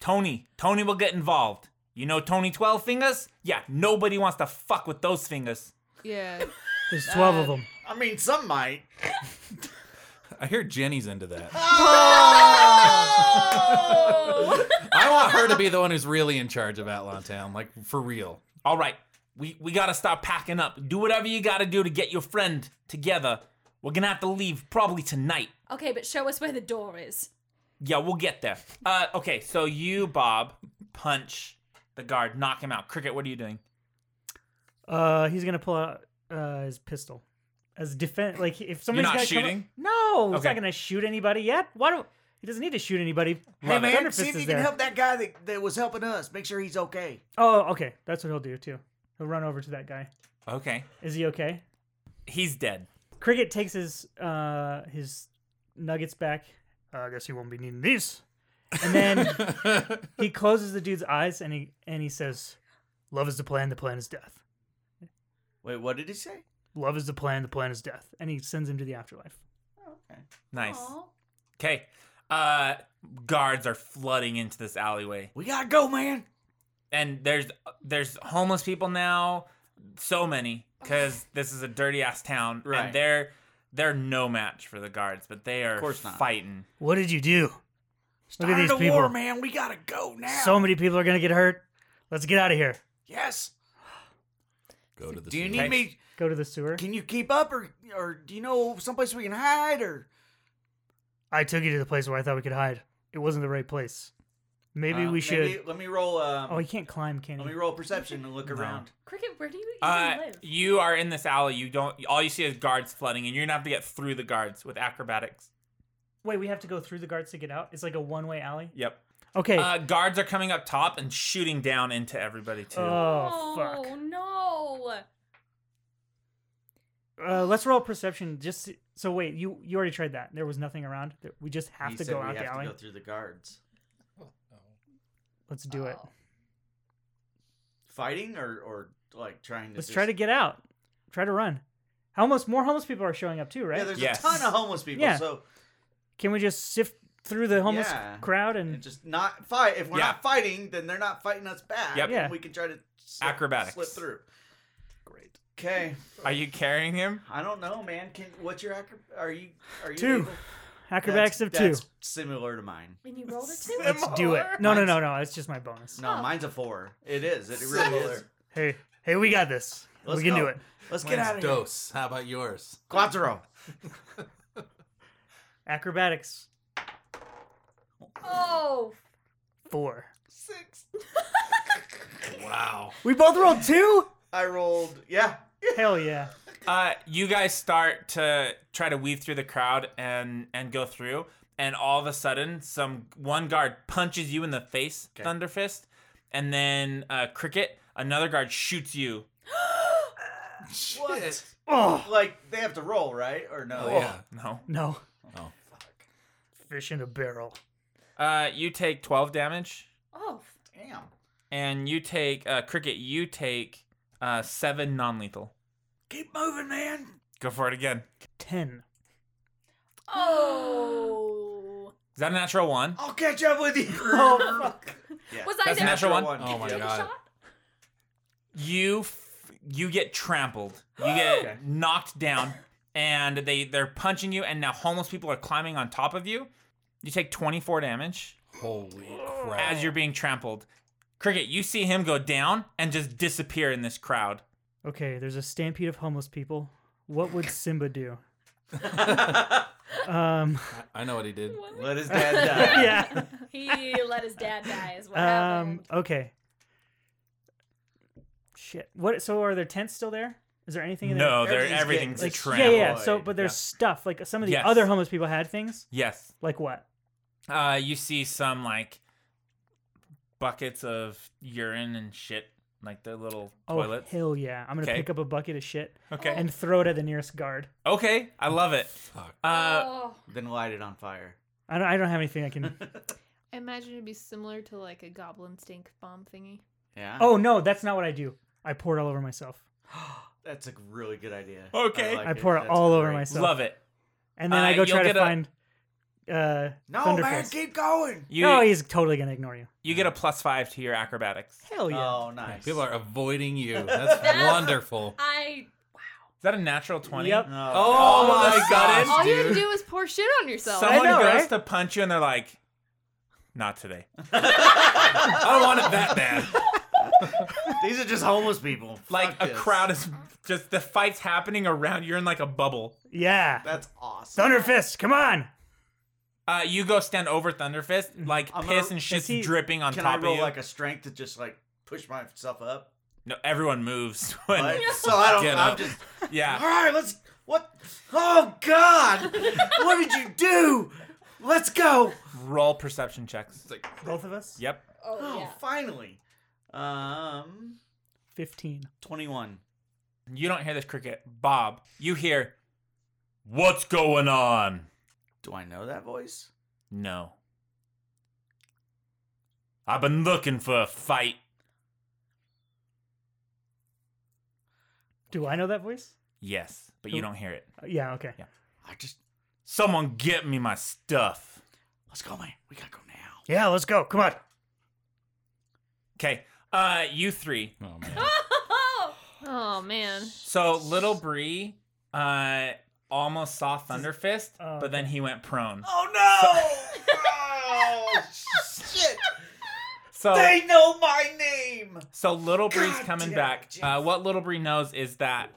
B: Tony, Tony will get involved. You know Tony 12 fingers? Yeah, nobody wants to fuck with those fingers.
C: Yeah.
G: There's 12 of them.
D: I mean, some might.
F: I hear Jenny's into that.
E: Oh.
F: I want her to be the one who's really in charge of Outlaw Town, like for real.
B: All right, we, we got to start packing up. Do whatever you got to do to get your friend together. We're going to have to leave probably tonight.
E: okay, but show us where the door is.
B: Yeah, we'll get there. Uh, okay, so you, Bob, punch the guard, knock him out. Cricket, what are you doing?
G: Uh, he's gonna pull out uh, his pistol as defense. Like if somebody's
B: not
G: gonna come up-
B: shooting?
G: no, he's
B: Okay.
G: not gonna shoot anybody yet. Why do he doesn't need to shoot anybody?
B: Hey, man,
G: Thunder
D: See
G: Fist
D: if
G: is
D: you can
G: there.
D: help that guy that, that was helping us. Make sure he's okay.
G: Oh, okay, that's what he'll do too. He'll run over to that guy.
B: Okay.
G: Is he okay?
B: He's dead.
G: Cricket takes his uh his nuggets back. Uh, I guess he won't be needing these. And then he closes the dude's eyes and he and he says, "Love is the plan. The plan is death.
D: Wait, what did he say?
G: Love is the plan. The plan is death." And he sends him to the afterlife.
B: Nice.
E: Aw.
B: Okay. Uh, guards are flooding into this alleyway,
D: We gotta go, man.
B: and there's there's homeless people now, so many, because this is a dirty ass town,
D: Right.
B: and they're they're no match for the guards, but they are
D: course not.
B: fighting.
G: What did you do? Look
D: Time
G: at these
D: to
G: people.
D: war, man. We gotta go now.
G: So many people are gonna get hurt. Let's get out of here.
D: yes.
F: Go to the.
D: Do you
F: sewer.
D: need me?
G: Go to the sewer.
D: Can you keep up, or or do you know someplace we can hide? Or
G: I took you to the place where I thought we could hide. It wasn't the right place. Uh, Maybe we should.
D: Uh, let me roll. Um,
G: Oh, he can't climb, can he?
D: roll perception and look around.
E: Cricket, where do you even
B: Uh,
E: live?
B: you are in this alley. You don't. All you see is guards flooding, and you're gonna have to get through the guards with acrobatics.
G: Wait, we have to go through the guards to get out. It's like a one-way alley.
B: Yep.
G: Okay.
B: Uh, guards are coming up top and shooting down into everybody too.
G: oh fuck.
E: no.
G: Uh, let's roll perception. Just to- so wait, you you already tried that. There was nothing around. There- We just have to go out the alley.
D: through the guards.
G: Let's do it.
D: Fighting or or like trying
G: Let's try to get out. Try to run. Homeless, more homeless people are showing up too, right?
B: Yes. ton of
D: homeless people.
G: Yeah. so Can we just sift through the homeless
D: Yeah.
G: crowd and
D: and just not fight. If we're
B: Yeah.
D: not fighting, then they're not fighting us back.
B: Yep.
D: and
G: Yeah.
D: we can try to slip,
B: Acrobatics.
D: slip through. Great. Okay,
B: Are you carrying him?
D: I don't know, man. Can what's your acro? Are you are you
G: Two.
D: able-
G: acrobatics of
D: That's-
G: two?
D: that's similar to mine.
E: And you rolled a two?
G: Let's do it. No, no, no, no. It's just my bonus.
D: No, mine's a four. It is. It really is.
G: Hey, hey, we got this.
D: Let's
G: we can
D: go.
G: do it.
D: Let's get
F: Mine's
D: out of here.
F: dose. How about yours?
D: Quattro.
G: Acrobatics
E: Oh.
G: four.
D: Six.
F: Wow.
G: We both rolled two.
D: I rolled. Yeah.
G: Hell yeah.
B: Uh, you guys start to try to weave through the crowd and and go through, and all of a sudden, some one guard punches you in the face, Thunder Fist, and then uh, Cricket, another guard shoots you.
D: What?
G: Oh
D: Like they have to roll, right? Or no?
F: Oh, yeah.
B: No,
G: no.
F: Oh.
G: Fish in a barrel.
B: uh, you take twelve damage,
E: Oh.
D: Damn.
B: and you take uh, Cricket, you take uh, seven non-lethal.
D: Keep moving, man.
B: Go for it again.
G: Ten.
E: Oh.
B: Is that a natural one?
D: I'll catch up with you.
G: Oh,
D: Yeah.
E: Was I
B: That's a
E: there?
B: natural one.
F: Oh my
E: Take a
F: god.
E: shot?
B: you f- you get trampled you get knocked down and they they're punching you and now homeless people are climbing on top of you you take 24 damage
F: Holy crap.
B: as you're being trampled cricket you see him go down and just disappear in this crowd
G: Okay, there's a stampede of homeless people. What would Simba do? um,
F: I know what he did.
D: Let his dad die.
G: yeah.
E: He let his dad die is what
G: Um,
E: happened.
G: okay. Shit. What? So are there tents still there? Is there anything in there?
B: no they're
D: Everything's
B: everything's
D: getting-
B: a
G: Like,
B: trample
G: yeah, yeah. So,
D: trampled.
G: but there's
D: Yeah.
G: stuff. Like some of the
B: Yes.
G: other homeless people had things.
B: yes
G: Like what?
B: uh you see some like buckets of urine and shit like their little
G: Oh
B: toilets.
G: hell yeah! I'm gonna
B: Okay.
G: pick up a bucket of shit
B: Okay.
G: and throw it at the nearest guard.
B: Okay, I love it. Uh,
E: oh,
D: Then light it on fire.
G: I don't. I don't have anything I can.
C: I imagine it'd be similar to like a goblin stink bomb thingy.
B: Ah.
D: Yeah.
G: oh no, that's not what I do. I pour it all over myself,
D: That's a really good idea.
B: Okay.
G: I
D: it.
G: pour it
D: That's
G: all over
D: great.
G: myself.
B: love it.
G: and then
B: Uh,
G: I go
B: you'll
G: try to
B: get a-
G: find. Uh,
D: No, man,
G: Thunderfist.
D: keep going.
B: You
G: no, he's totally gonna ignore you.
B: you get a plus five to your acrobatics. Is
G: Hell yeah!
D: Oh, nice.
F: People are avoiding you. That's
E: That's-
F: wonderful.
E: I
B: that a natural twenty?
G: Yep.
D: No.
F: Oh,
B: my
F: my
B: God.
F: god,
C: All you have to
F: dude.
C: do is pour shit on yourself.
B: Someone
G: I know,
B: goes
G: right?
B: to punch you and they're like, "Not today."
F: I don't want it that bad.
D: These are just homeless people.
B: Like
D: Fuck
B: a
D: this.
B: crowd is just the fight's happening around. You're in like a bubble.
G: Yeah,
D: That's awesome.
G: Thunderfist, come on!
B: Uh, you go stand over Thunderfist, like
D: I'm gonna-
B: piss and shit's
G: Mm-hmm. Is he-
B: dripping on
D: Can
B: top
D: I roll
B: of you.
D: like a strength to just like push myself up?
B: no, everyone moves. When,
D: Like, So I don't.
B: Get
D: I'm
B: up.
D: just. All
B: yeah,
D: right, let's. What? Oh God! what did you do? Let's go.
B: roll perception checks.
G: Both of us.
B: Yep.
E: oh
D: Oh,
E: yeah.
D: finally. Um,
G: Fifteen.
D: twenty-one.
B: You don't hear this cricket, Bob. You hear, "What's going on?"
D: Do I know that voice?
B: No. I've been looking for a fight.
G: Do I know that voice?
B: Yes, but you
G: Who-
B: don't hear it.
G: Uh, Yeah. Okay.
B: Yeah.
D: I just.
B: Someone get me my stuff.
D: Let's go, man. We gotta go now.
G: Yeah. Let's go. Come on.
B: Okay. Uh, you three.
F: Oh man.
C: Oh man.
B: So little Bree, uh, almost saw Thunderfist,
G: Oh,
B: but then he went prone.
D: Oh no! oh shit!
B: So,
D: They know my name.
B: so little Bree's
D: God
B: coming
D: damn it,
B: back. Uh,
D: Jason.
B: what little Bree knows is that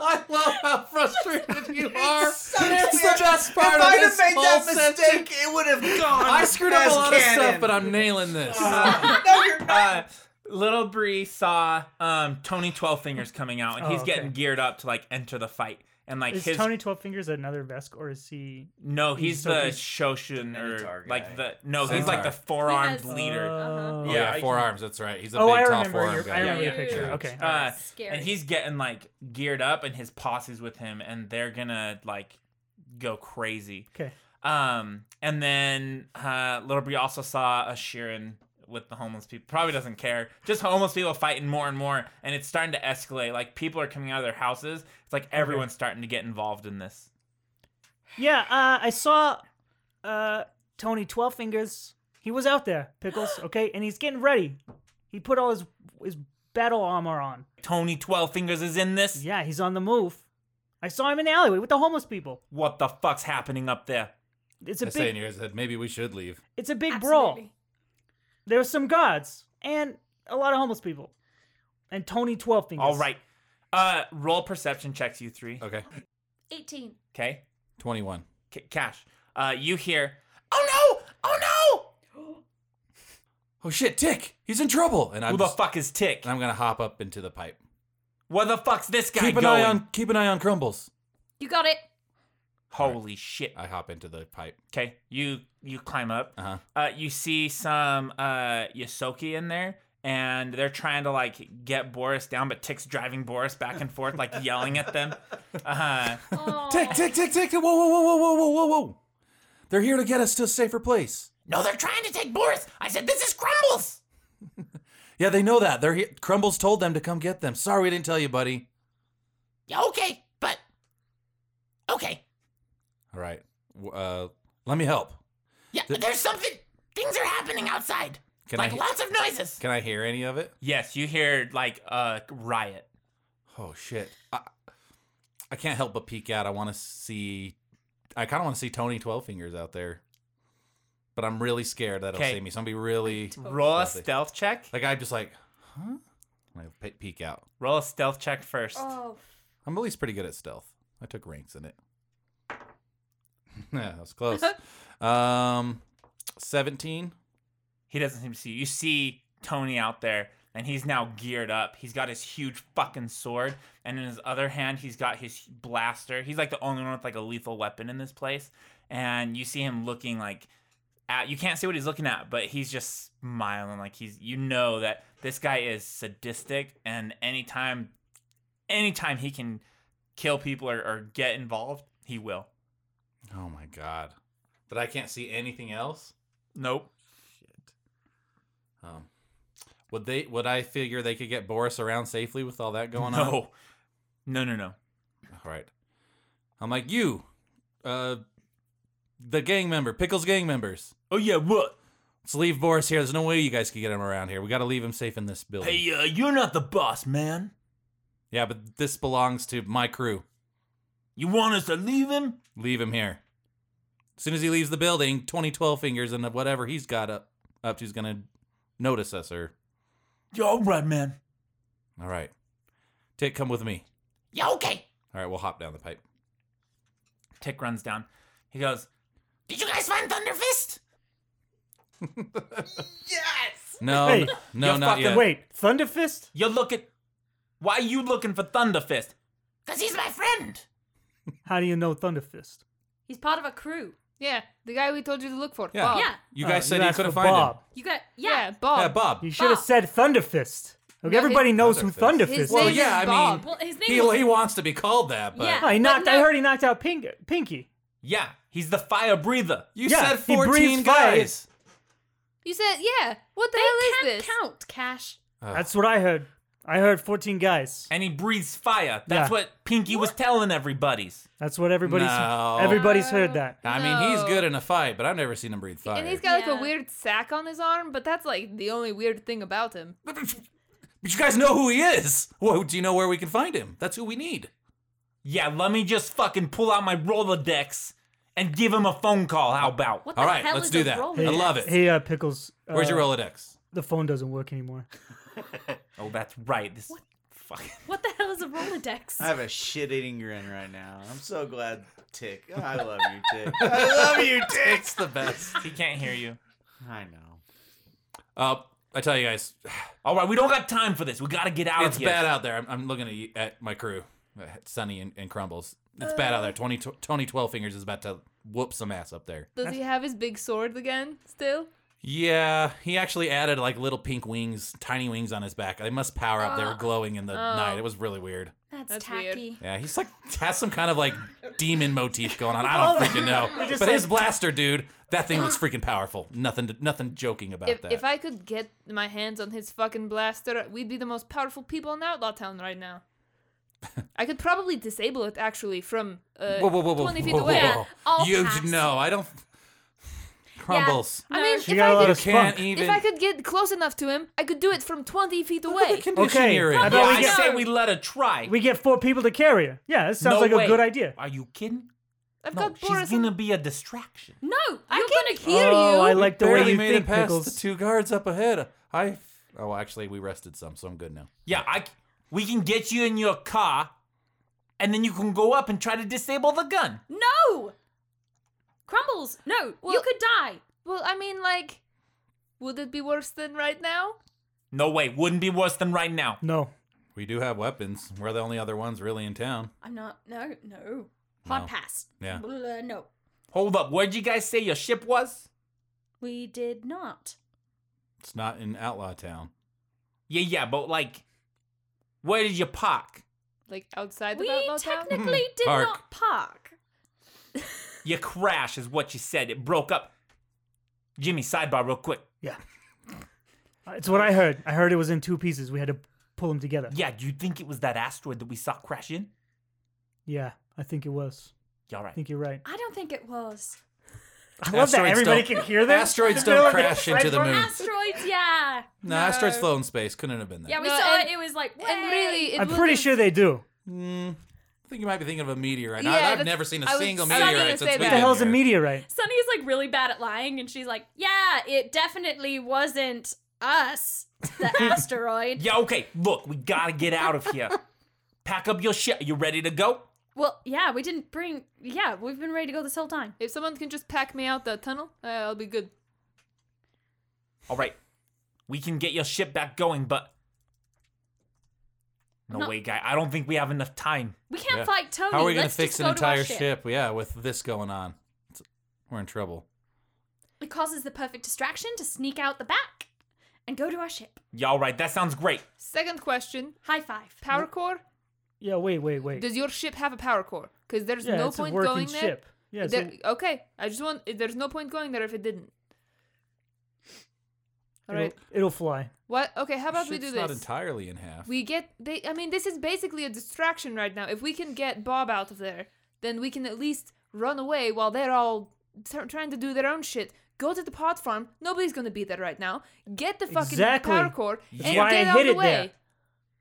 F: I love how frustrated you are. It's,
D: so weird.
F: the best part
D: If
F: of
D: I'd have
F: this
D: made
F: whole
D: that mistake,
F: session.
D: it would have gone.
F: I screwed up a
D: as
F: lot of
D: canon.
F: stuff, but I'm nailing this.
G: Oh.
D: no, you're not.
B: uh, little Bree saw um Tony Twelve Fingers coming out, and
G: Oh,
B: he's getting
G: okay.
B: geared up to like enter the fight. And like
G: Is
B: his
G: Tony Twelve Fingers another Vesk, or is he?
B: No,
G: He's
B: he's
G: so-
B: the
G: he's
B: Shoshin
D: the
B: or
D: Minotaur
B: like the
D: guy.
B: no, he's like the
F: Minotaur.
B: four armed
E: He has-
B: leader,
G: Oh.
F: Oh,
B: Yeah,
F: yeah,
B: I
F: four
B: can-
F: arms. That's right. He's a
G: Oh,
F: big,
G: I
F: tall
G: remember
F: four arm
G: your- I
F: guy.
G: remember
F: yeah.
G: the picture.
F: Yeah.
G: Okay.
B: uh,
E: Scary.
B: and he's getting like geared up, and his posse's with him, and they're gonna like go crazy.
G: Okay.
B: Um, and then uh, Little Bree also saw a Sheeran with the homeless people. Probably doesn't care. Just homeless people fighting more and more, and it's starting to escalate. Like people are coming out of their houses. It's like everyone's starting to get involved in this.
G: Yeah, uh, I saw uh, Tony Twelve Fingers. He was out there, Pickles. Okay, and he's getting ready. He put all his his battle armor on.
B: Tony Twelve Fingers is in this.
G: Yeah, he's on the move. I saw him in the alleyway with the homeless people.
B: What the fuck's happening up there?
G: It's
F: I
G: a
F: say in
G: big,
F: your head, maybe we should leave.
G: it's a big brawl.
E: Absolutely.
G: There were some guards and a lot of homeless people, and Tony Twelve Fingers.
B: All right. Uh, roll perception checks, you three.
F: Okay.
E: 18.
B: Okay.
F: 21.
B: C- Cash. Uh, you hear? Oh no! Oh
F: Oh shit, Tick! He's in trouble. And
B: no!
F: I'm
B: Who the
F: just-
B: fuck is Tick?
F: and I'm gonna hop up into the pipe.
B: Where the fuck's this guy
F: keep an
B: going?
F: eye on keep an eye on Crumbles.
E: You got it.
B: Holy shit!
F: I hop into the pipe.
B: Okay, you you climb up.
F: Uh-huh.
B: Uh, you see some uh Yosoki in there, and they're trying to like get Boris down, but Tick's driving Boris back and forth, like yelling at them. Uh,
E: Oh.
F: Tick, tick, tick, tick, tick. Whoa, whoa, whoa, whoa, whoa, whoa, whoa, whoa. They're here to get us to a safer place.
B: no, Oh, they're trying to take Boris. I said this is Crumbles.
F: Yeah, they know that. They're here. Crumbles told them to come get them. Sorry we didn't tell you, buddy.
B: Yeah, okay, but okay.
F: All right. W- Uh, let me help.
B: Yeah, there's something. Things are happening outside.
F: Can I
B: lots of noises.
F: can I hear any of it?
B: Yes, you hear like a riot.
F: Oh shit. I I can't help but peek out. I want to see. I kind of want to see Tony Twelve Fingers out there, but I'm really scared that'll
B: Okay.
F: see me. Somebody really
B: Roll a
F: Stealthy.
B: stealth check.
F: like. I'm just like, huh? And I pe- peek out.
B: Roll a stealth check first.
E: Oh.
F: I'm at least pretty good at stealth. I took ranks in it. yeah, that was close. um, seventeen.
B: He doesn't seem to see you. You see Tony out there, and he's now geared up. He's got his huge fucking sword, and in his other hand, he's got his blaster. He's like the only one with like a lethal weapon in this place. And you see him looking like at you can't see what he's looking at, but he's just smiling like he's you know that this guy is sadistic and anytime anytime he can kill people or, or get involved, he will.
F: Oh my god. But I can't see anything else.
B: Nope.
F: Um, would they? Would I figure they could get Boris around safely with all that going on?
B: no. No, no, no.
F: All right. I'm like you, uh, the gang member, Pickles gang members.
B: Oh yeah, what?
F: Let's leave Boris here. There's no way you guys can get him around here. We got to leave him safe in this building.
B: Hey, uh, you're not the boss, man.
F: Yeah, but this belongs to my crew.
B: You want us to leave him?
F: Leave him here. As soon as he leaves the building, 2012 fingers and whatever he's got up up to's gonna notice us or
B: You're all right, man.
F: All right. Tick, come with me.
A: Yeah, okay.
F: All right, we'll hop down the pipe.
B: Tick runs down. He goes,
A: Did you guys find Thunderfist? yes!
F: No,
G: Hey,
F: no,
B: you
F: not
B: fucking
F: yet.
G: Wait, Thunderfist?
B: You look at why you looking for Thunderfist?
A: Because he's my friend!
G: How do you know Thunderfist?
E: He's part of a crew.
C: Yeah, the guy we told you to look for.
F: Yeah.
C: Bob.
E: Yeah.
F: You guys
G: Uh,
F: said you,
G: asked
F: couldn't
G: for
F: find
G: Bob.
E: You got
C: Yeah,
E: yeah.
C: Bob.
F: him. Yeah, Bob.
G: You should have
C: Bob.
G: said Thunderfist. Like,
C: No,
G: everybody knows who
F: Thunderfist.
C: His
G: Thunderfist
C: name
F: Well,
C: is
G: is.
F: yeah, I
C: Bob.
F: mean-
E: Well, his name
F: He,
E: is
F: he wants to be called that, but
E: Yeah.
G: Oh, he knocked.
E: But
G: I
E: no-
G: heard he knocked out Pink, Pinky.
B: Yeah, he's the fire breather.
F: you
G: Yeah,
F: said
G: he breathes
F: 14
G: fire.
F: guys.
C: You said, yeah. What the
E: They
C: hell
E: can't
C: is this?
E: count, Cash.
F: Ugh.
G: That's what I heard. I heard 14 guys.
B: And he breathes fire. That's
G: Yeah.
B: what Pinky was telling everybody's.
G: That's what everybody's
F: No.
G: everybody's
C: No.
G: heard that.
F: I mean, he's
C: No.
F: good in a fight, but I've never seen him breathe fire.
C: And he's got like
E: Yeah.
C: a weird sack on his arm, but that's like the only weird thing about him.
F: But you guys know who he is. Whoa, do you know where we can find him? That's who we need.
B: Yeah, let me just fucking pull out my Rolodex and give him a phone call. How about?
E: What
F: All
E: the
F: right,
E: hell
F: let's
E: is
F: do
E: a
F: that.
E: roll
F: I
E: with
F: love
E: that?
F: it.
G: Hey, uh, Pickles.
F: Where's
G: uh,
F: your Rolodex?
G: The phone doesn't work anymore.
B: Oh, that's right. This fucking
E: What the hell is a Rolodex?
D: I have a shit eating grin right now. I'm so glad, Tick. Oh, I love you, Tick. I love you, Tick.
F: the best.
B: he can't hear you.
D: I know.
F: Uh, I tell you guys,
B: All right, we don't got time for this. We gotta get out
F: it's
B: of here.
F: bad out there. I'm, I'm looking at, you, at my crew, at Sunny and, and Crumbles. It's bad out there.
C: Uh.
F: 20, Tony Twelve Fingers is about to whoop some ass up there.
C: Does he have his big sword again still?
F: Yeah, he actually added like little pink wings, tiny wings on his back. They must power up.
C: Uh,
F: They were glowing in the
C: oh.
F: night. It was really weird.
E: That's,
C: That's weird.
E: tacky.
F: Yeah, he's like has some kind of like demon motif going on. I don't freaking know. But
G: Oh, just
F: his blaster, dude, that thing was freaking powerful. Nothing, to, nothing joking about
C: If,
F: that.
C: if I could get my hands on his fucking blaster, we'd be the most powerful people in Outlaw Town right now. I could probably disable it actually from uh,
F: whoa, whoa, whoa, whoa,
C: 20 feet
F: whoa, whoa,
C: away.
F: whoa.
E: I'll
F: You
E: pass.
F: no, I don't. Crumbles.
C: I
E: No,
C: mean,
E: she
C: if
G: got
C: I,
G: a lot
C: could,
G: of
F: You can't
G: Spunk.
F: even.
C: if I could get close enough to him, I could do it from 20 feet
F: Look at
C: away.
F: the condition
G: Okay,
F: you're in.
G: how
B: Yeah,
G: about
B: I
G: we get,
B: say we let her try.
G: we get four people to carry her? Yeah, that sounds
B: No
G: like
B: way.
G: a good idea.
B: Are you kidding?
C: I've
B: No,
C: got
B: she's
C: Boris.
B: gonna be a distraction.
E: No, I'm gonna hear
G: oh,
E: you.
G: I like the way
F: barely
G: you
F: made
G: think,
F: it past
G: Pickles.
F: the two guards up ahead. I. Oh, actually, we rested some, so I'm good now.
B: Yeah, I. c- We can get you in your car, and then you can go up and try to disable the gun.
E: No, crumbles. No, you
C: Well-
E: could die.
C: well, I mean, like, would it be worse than right now?
B: No way. Wouldn't be worse than right now.
G: No,
F: We do have weapons. We're the only other ones really in town.
E: I'm not. No, no. Hard
F: No.
E: pass.
F: Yeah.
E: Blah, no,
B: Hold up. Where'd you guys say your ship was?
E: we did not.
F: It's not in Outlaw Town.
B: Yeah, yeah, but like, where did you park?
C: Like outside
E: We
C: the Outlaw Town?
E: technically did
F: Park.
E: not park.
B: Your crash is what you said. It broke up. Jimmy, sidebar real quick.
G: yeah, Uh, it's what I heard. I heard it was in two pieces. We had to pull them together.
B: Yeah, do you think it was that asteroid that we saw crash in?
G: Yeah, I think it was.
B: Yeah, all
G: I
B: right.
G: think you're right.
E: I don't think it was
G: I love that
F: Asteroids
G: everybody
F: don't-
G: can hear this.
F: asteroids
G: The middle
F: don't
G: of the
F: crash into the
G: sidebar-
F: moon.
E: asteroids. Yeah,
F: No, asteroids flow in space. Couldn't have been there.
E: yeah. We
C: No,
E: saw
C: and-
E: it. It was like,
C: And really, it
G: I'm pretty
C: wouldn't-
G: sure they do.
F: Mm, I think you might be thinking of a meteorite.
C: Yeah,
F: I, I've
C: that's-
F: never seen a
C: I was-
F: single
C: I was gonna
F: meteorite
C: say
F: since
C: that.
F: we've
G: What
C: Yeah.
G: the
F: been
G: hell's a
F: here.
G: meteorite?
E: Sunny's like really bad at lying, and she's like, "Yeah, it definitely wasn't us, the asteroid."
B: Yeah, okay. Look, we gotta get out of here. Pack up your shit. You ready to go?
E: Well, yeah, we didn't bring. Yeah, we've been ready to go this whole time.
C: If someone can just pack me out the tunnel, uh, I'll be good.
B: All right. We can get your ship back going, but. No
E: Not-
B: way, guy. I don't think we have enough time.
E: We can't
F: Yeah.
E: fight Tony.
F: How are we gonna
E: Let's
F: fix
E: just
F: an
E: go to our
F: entire ship? Yeah, with this going on, It's- we're in trouble.
E: It causes the perfect distraction to sneak out the back and go to our ship.
B: Y'all right. That sounds great.
C: Second question
E: High five.
C: Power core?
G: Yeah, wait, wait, wait.
C: Does your ship have a power core? Because there's
G: yeah,
C: no
G: it's
C: point
G: a working
C: going there.
G: ship. Yeah, so-
C: There- okay, I just want. There's no point going there if it didn't. All right.
G: It'll, it'll fly.
C: What? Okay. How about we
F: Ship's
C: do
F: not
C: this?
F: entirely in half.
C: we get. They. I mean, this is basically a distraction right now. If we can get Bob out of there, then we can at least run away while they're all t- trying to do their own shit. Go to the pod farm. Nobody's gonna be there right now. Get the fucking
G: Exactly.
C: power core and
G: That's
C: get
G: why I
C: out
G: hid
C: of the
G: it there.
C: way.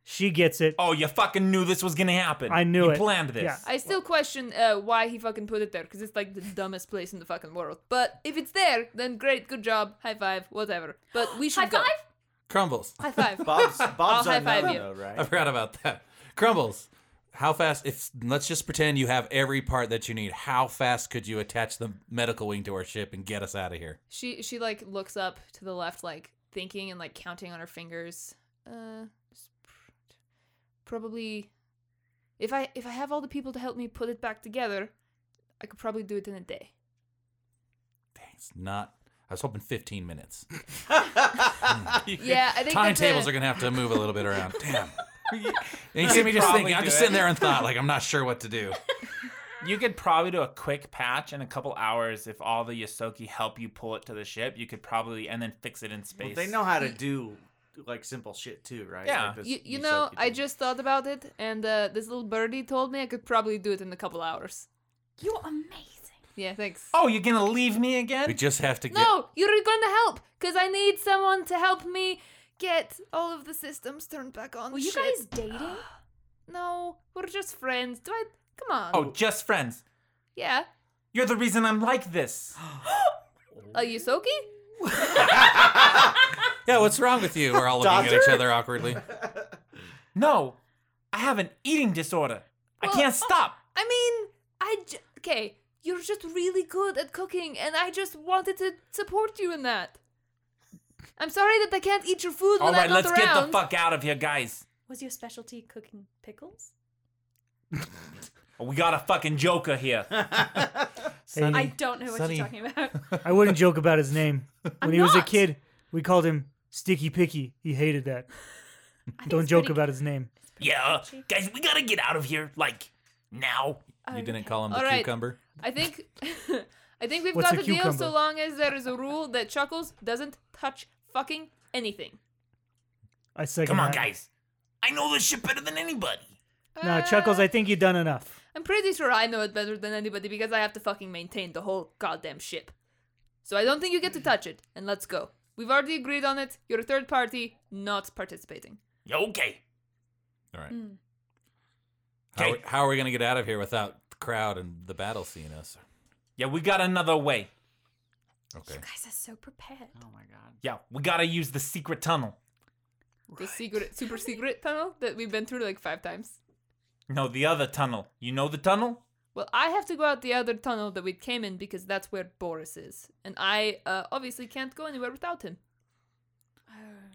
G: She gets it.
B: Oh, you fucking knew this was gonna happen.
G: I knew
B: you
G: it.
B: planned this.
G: Yeah.
C: I still question uh, why he fucking put it there because it's like the dumbest place in the fucking world. But if it's there, then great, good job, high five, whatever. But we should
E: High
C: go.
E: five?
F: Crumbles.
C: High five.
H: Bob's Bob's
C: I'll
H: on
C: high
H: that
C: five
H: one
C: you.
H: though,
F: I
H: right?
F: forgot about that. Crumbles. How fast? If let's just pretend you have every part that you need. How fast could you attach the medical wing to our ship and get us out of here?
C: She she like looks up to the left, like thinking and like counting on her fingers. Uh, s- pr- probably if I if I have all the people to help me put it back together, I could probably do it in a day.
F: It's not. I was hoping 15 minutes.
C: Yeah, I think that's
F: Timetables
C: a-
F: are gonna have to move a little bit around. Damn. And you
B: You
F: see me just
B: probably
F: thinking. I'm
B: do
F: just
B: it.
F: sitting there in thought, like I'm not sure what to do.
B: You could probably do a quick patch in a couple hours if all the Yosoki help you pull it to the ship. You could probably and then fix it in
H: Well,
B: space.
H: they know how to do like simple shit too, right?
B: Yeah.
H: Like this
C: You, you know,
H: Usopp
C: I
H: did.
C: just thought about it, and uh, this little birdie told me I could probably do it in a couple hours.
E: You're amazing.
C: Yeah, thanks.
B: Oh, you're gonna leave me
F: We
B: again?
F: just have to get.
C: No, you're gonna help because I need someone to help me get all of the systems turned back on.
E: Were you
C: Shit.
E: guys dating?
C: No, we're just friends. Do I? Come on.
B: Oh, just friends.
C: yeah.
B: You're the reason I'm like this.
C: Uh, Yusoki?
F: Yeah, what's wrong with you? We're all looking at each other awkwardly.
B: No, I have an eating disorder. I
C: Well, oh,
B: can't stop.
C: I mean, I j- okay. You're just really good at cooking, and I just wanted to support you in that. I'm sorry that I can't eat your food
B: All
C: when
B: right,
C: I'm not
B: let's
C: around.
B: get the fuck out of here, guys.
E: Was your specialty cooking pickles?
B: We got a fucking joker here.
G: Hey,
E: I don't know what
F: Sunny.
E: you're talking about.
G: I wouldn't joke about his name. When he was a
E: not.
G: kid, we called him Sticky Picky. He hated that.
E: I think
G: Don't
E: it's
G: joke
E: pretty-
G: about his name.
B: yeah, uh, guys, we gotta get out of here, like now.
F: You didn't call him the
C: Oh, All right.
F: cucumber.
C: I think I think we've
G: What's
C: got
G: a
C: a deal
G: cucumber?
C: so long as there is a rule that Chuckles doesn't touch fucking anything.
G: I second
B: Come on,
G: that.
B: guys. I know this shit better than anybody.
G: No, Chuckles, I think you've done enough.
C: Uh, I'm pretty sure I know it better than anybody because I have to fucking maintain the whole goddamn ship. So I don't think you get to touch it, and let's go. We've already agreed on it. You're a third party, not participating.
B: Yeah, Okay.
F: All right.
E: Mm.
F: How,
B: Okay.
F: how are we gonna get out of here without the crowd and the battle seeing us?
B: Yeah, we got another way.
F: Okay.
E: You guys are so prepared.
F: Oh,
B: Yeah, we gotta use the secret tunnel.
C: The secret, super secret tunnel that we've been through like five times.
B: No, the other tunnel. You know the tunnel?
C: Well, I have to go out the other tunnel that we came in because that's where Boris is, and I uh, obviously can't go anywhere without him.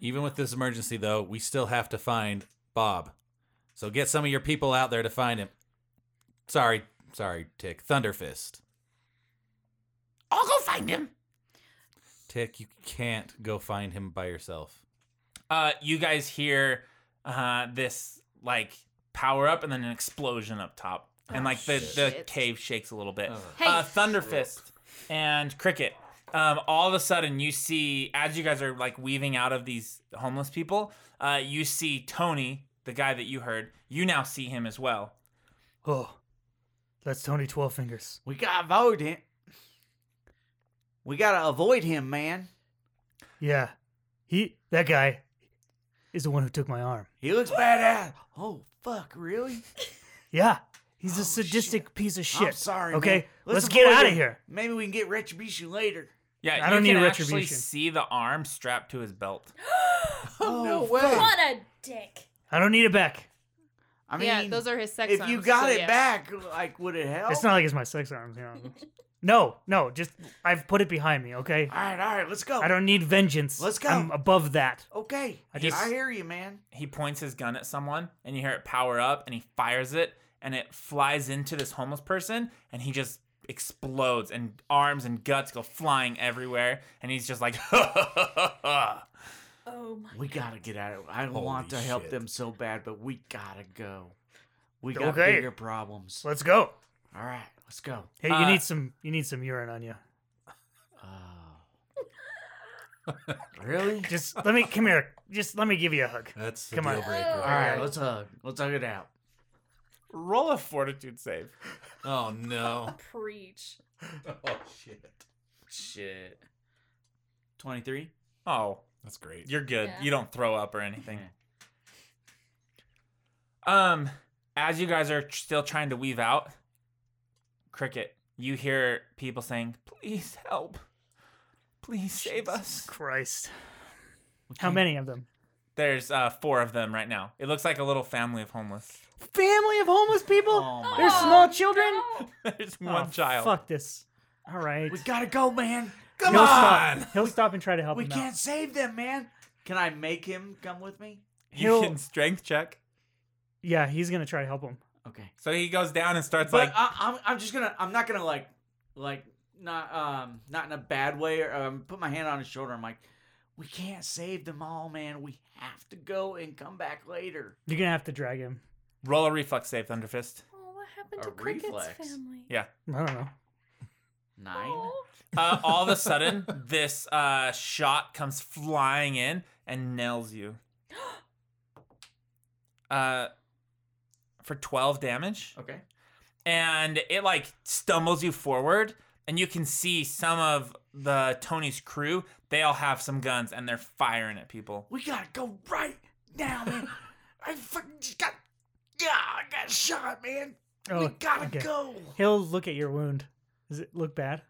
F: Even with this emergency, though, we still have to find Bob. So get some of your people out there to find him. Sorry, sorry, Tick. Thunderfist.
B: I'll go find him.
F: Tick, you can't go find him by yourself.
B: Uh, you guys hear uh this like power up and then an explosion up top, and like the the
C: shit.
B: cave shakes a little bit.
E: Hey.
B: Uh, Thunderfist and Cricket. Um, all of a sudden, you see as you guys are like weaving out of these homeless people, uh, you see Tony, the guy that you heard. You now see him as well.
G: Oh, that's Tony Twelve Fingers.
H: we gotta avoid him. We gotta avoid him, man.
G: Yeah, he that guy is the one who took my arm.
H: He looks badass. Oh fuck, really?
G: Yeah, he's a sadistic piece of shit.
H: Oh, I'm sorry.
G: Okay,
H: man.
G: let's, get
H: avoid
G: out of
H: him.
G: here.
H: Maybe we can get retribution later.
B: Yeah,
G: I don't
B: you
G: need
B: can actually
G: retribution.
B: see the arm strapped to his belt.
H: Oh, no way.
E: What a dick.
G: I don't need it back.
H: I mean,
C: yeah, those are his sex
H: if you
C: arms,
H: got
C: so
H: it
C: yeah.
H: back, like, would it help?
G: It's not like it's my sex arms. You know. no, no, just I've put it behind me. Okay,
H: All right, all right, let's go.
G: I don't need vengeance.
H: Let's go.
G: I'm above that.
H: Okay, I,
B: just-
H: hear you, man.
B: he points his gun at someone and you hear it power up and he fires it and it flies into this homeless person and he just explodes and arms and guts go flying everywhere. And he's just like,
E: Oh my.
H: We gotta get out of. I
F: Holy
H: want to help
F: shit.
H: them so bad, but we gotta go. We got
G: Okay.
H: bigger problems.
G: Let's go.
H: All right, let's go.
G: Hey,
B: Uh,
G: you need some you need some urine on you.
H: Oh. really?
G: Just let me come here. Just let me give you a hug.
F: That's
G: Come
F: a
G: on.
F: deal breaker.
H: All right, let's hug. Let's hug it out.
B: roll a fortitude save.
F: Oh no.
E: Preach.
F: oh shit.
H: Shit. Twenty-three.
B: Oh,
F: That's great.
B: you're good.
E: Yeah.
B: You don't throw up or anything.
F: Mm-hmm.
B: Um, as you guys are still trying to weave out, Cricket, you hear people saying, "Please help! Please save us!"
G: Christ. How many of them?
B: There's uh, four of them right now. It looks like a little family of homeless.
G: Family of homeless people?
H: Oh, my
G: The're
E: God.
G: small children?
B: There's one
G: Oh,
B: child.
G: Fuck this. All right.
H: We gotta go, man.
F: Come
G: He'll
F: on.
G: stop. He'll stop and try to help
H: We
G: him
H: can't
G: out.
H: save them, man. Can I make him come with me?
B: You
G: He'll-
B: can strength check.
G: Yeah, he's gonna try to help him.
H: Okay.
B: So he goes down and starts
H: but
B: like,
H: I, I'm I'm just gonna I'm not gonna like like not um not in a bad way or um, put my hand on his shoulder. I'm like, we can't save them all, man. We have to go and come back later.
G: You're gonna have to drag him.
B: roll a reflex save, Thunderfist.
E: Oh, what happened
H: A
E: to Cricket's
H: reflex.
E: family?
B: Yeah.
G: I don't know.
H: Nine.
E: Oh,
B: Uh, all of a sudden, this uh, shot comes flying in and nails you. Uh, for 12 damage.
H: Okay.
B: and it like stumbles you forward and you can see some of the tony's crew they all have some guns and they're firing at people
H: We gotta go right now, man. I fucking just got yeah, I got shot, man. we
G: Oh,
H: gotta
G: okay.
H: go.
G: He'll look at your wound. Does it look bad?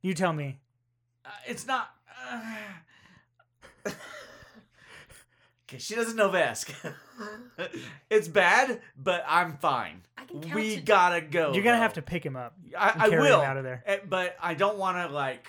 G: You tell me.
H: Uh, it's not. Uh... okay, she doesn't know Vesk. uh, it's bad, but I'm fine.
E: I can count
H: We
E: to-
H: gotta go.
G: You're gonna
H: though.
G: have to pick him up. and
H: I, I
G: carry
H: will.
G: him out of there.
H: eh, But I don't want to like.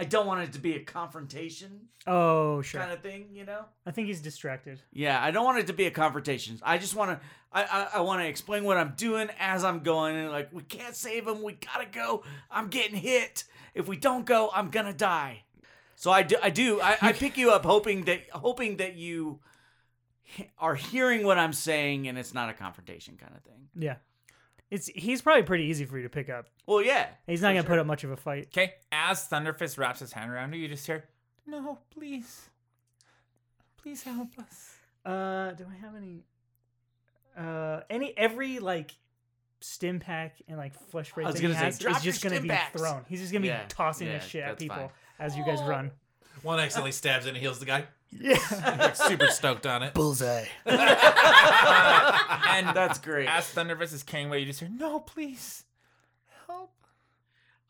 H: I don't want it to be a confrontation
G: Oh, sure.
H: kind of thing, you know.
G: I think he's distracted.
H: Yeah, I don't want it to be a confrontation. I just want to, I, I, I want to explain what I'm doing as I'm going, and like we can't save him. We gotta go. I'm getting hit. If we don't go, I'm gonna die. So I do, I do, I, I pick you up, hoping that, hoping that you he- are hearing what I'm saying, and it's not a confrontation kind of thing.
G: Yeah. It's he's probably pretty easy for you to pick up.
H: Well, yeah,
G: He's not
H: for
G: gonna
H: sure.
G: put up much of a fight.
B: okay as thunderfist wraps his hand around you you just hear no please please help us
G: Uh, do I have any? Uh, any every like stim pack and like flesh spray
H: I was
G: thing he
H: gonna say,
G: has
H: drop
G: is just
H: your
G: gonna
H: stim
G: be
H: packs.
G: thrown. He's just gonna be
H: Yeah,
G: tossing
H: yeah,
G: this shit at
H: that's
G: people
H: fine.
G: as you guys run.
F: One accidentally stabs it and heals the guy.
G: Yeah.
F: Super stoked on it.
D: Bullseye.
B: uh, and
H: That's great.
B: as thunderfist is carrying away you just hear no please help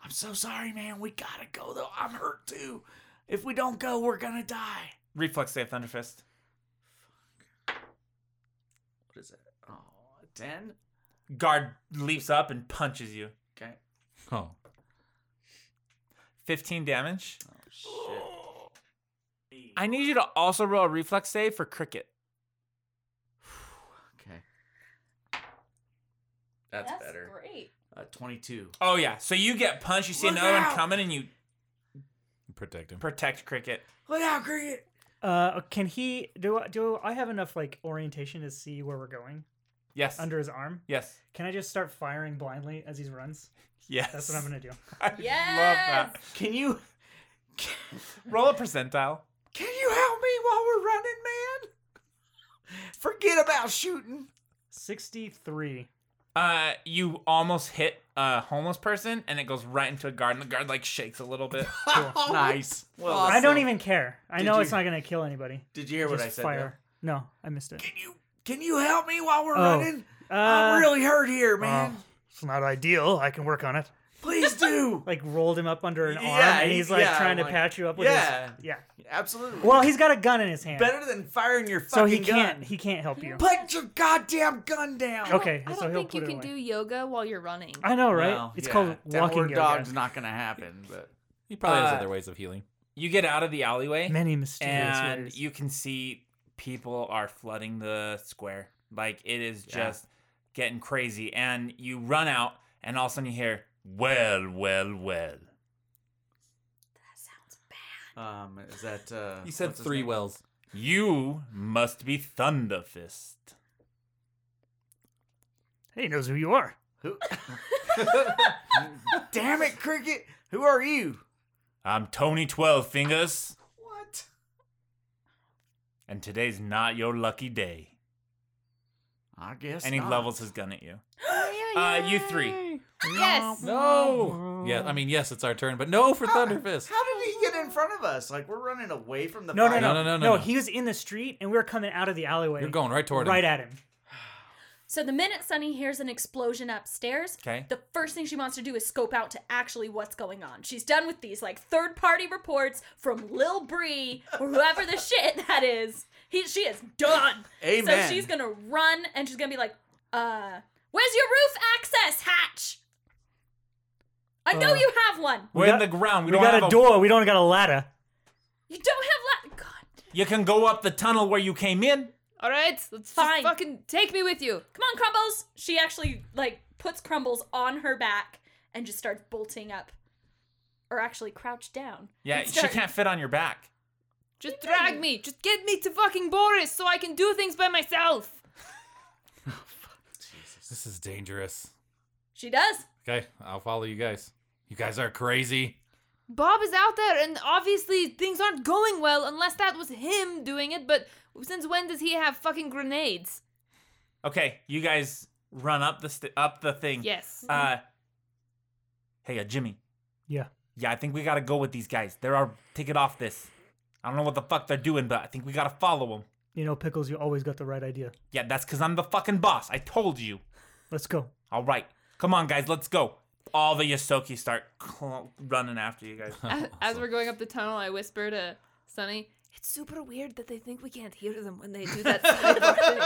H: I'm so sorry, man. We gotta go though. I'm hurt too. If we don't go, we're gonna die.
B: reflex save thunderfist
H: What is it? Oh, a ten.
B: guard leaps up and punches you
H: Okay.
F: Oh.
B: 15 damage
H: Oh shit.
B: i need you to also roll a reflex save for cricket
H: Okay. That's,
E: that's
H: better.
E: great.
H: Uh, 22.
B: Oh yeah. So you get punched, you see
H: Look
B: another
H: out!
B: one coming, and you
F: Protect him.
B: protect Cricket.
H: Look out, Cricket!
G: uh, can he do? I- Do I have enough like orientation to see where we're going
B: Yes.
G: under his arm?
B: Yes.
G: Can I just start firing blindly as he runs?
B: Yes.
G: That's what I'm gonna do.
B: I love
E: Yes.
B: that.
H: Can you
B: Roll a percentile.
H: can you help me while we're running, man? Forget about shooting.
G: Sixty-three.
B: Uh, you almost hit a homeless person, and it goes right into a guard, and the guard like shakes a little bit.
G: Cool.
H: nice. Well,
G: I don't even care. I
H: Did
G: know
H: you-
G: it's not gonna kill anybody.
H: Did you hear what
G: Just
H: I said?
G: fire. No, I missed it.
H: though? Can you can you help me while we're
G: Oh,
H: running?
G: uh, oh,
H: I'm really hurt here, man.
G: It's not ideal. I can work on it.
H: Please do.
G: Like rolled him up under an arm,
H: Yeah,
G: and
H: he-
G: he's like
H: yeah,
G: trying to
H: like-
G: patch you up with
H: yeah.
G: his. Yeah.
H: Absolutely.
G: Well, he's got a gun in his hand,
H: better than firing your fucking
G: so he
H: gun.
G: can't. He can't help you.
H: Put your goddamn gun down.
G: Okay,
C: I don't
G: so he'll
C: think
G: put
C: you
G: it
C: can
G: away.
C: do yoga while you're running.
G: I know, right?
H: Well,
G: it's
H: yeah,
G: called walking
H: downward
G: yoga.
H: dog's not gonna happen, but
F: He probably has
B: Uh,
F: other ways of healing.
B: You get out of the alleyway,
G: Many mysterious
B: and
G: ways.
B: you can see people are flooding the square. Like it is
H: Yeah.
B: just getting crazy, and you run out, and all of a sudden you hear, well, well, well.
E: sounds
H: Um, is that uh?
F: You said
H: what's his
F: three
H: name?
F: wells.
B: You must be Thunderfist.
G: Hey, he knows who you are.
H: Damn it, cricket! Who are you?
B: I'm Tony Twelve Fingers,
H: What?
B: and today's not your lucky day.
H: I guess.
B: and he
H: not.
B: levels his gun at you. uh, you three.
C: Yes.
F: No. Yeah, I mean, yes, it's our turn, but no for Thunder Fist.
H: How did he get in front of us? Like we're running away from the.
G: No, no,
H: fight?
G: no,
F: No, no, no, no, no.
G: He was in the street, and we were coming out of the alleyway.
F: You're going right toward him.
G: right at him.
E: So the minute Sunny hears an explosion upstairs,
B: Okay.
E: the first thing she wants to do is scope out to actually what's going on. She's done with these like third party reports from Lil Bree or whoever the shit that is. He she is done.
H: Amen.
E: So she's gonna run and she's gonna be like, uh, where's your roof access hatch? I know
G: Uh,
E: you have one.
B: We're
G: We
B: in
G: got-
B: the ground. We,
G: We,
B: don't
G: got
B: have
G: a door. We don't got a ladder.
E: You don't have la- God.
B: You can go up the tunnel where you came in.
C: All right. Let's
E: Fine.
C: just fucking take me with you.
E: Come on, Crumbles. She actually like puts Crumbles on her back and just starts bolting up, or actually crouched down.
B: Yeah,
E: and
B: she
E: start-
B: can't fit on your back.
C: Just drag me. Just get me to fucking Boris so I can do things by myself.
F: This is dangerous.
E: She does.
F: Okay, I'll follow you guys. You guys are crazy.
C: Bob is out there, and obviously things aren't going well unless that was him doing it. But since when does he have fucking grenades?
B: Okay, you guys run up the st- up the thing.
C: Yes.
B: Uh. Hey, uh, Jimmy.
G: Yeah.
B: Yeah, I think we gotta go with these guys. They're our ticket off this. I don't know what the fuck they're doing, but I think we gotta follow them.
G: You know, Pickles, you always got the right idea.
B: Yeah, that's because I'm the fucking boss. I told you.
G: Let's go.
B: All right, come on, guys, let's go. All the Yosoki start cl- running after you guys.
C: As, as we're going up the tunnel, I whisper to Sunny, "It's super weird that they think we can't hear them when they do that." sidebar thing."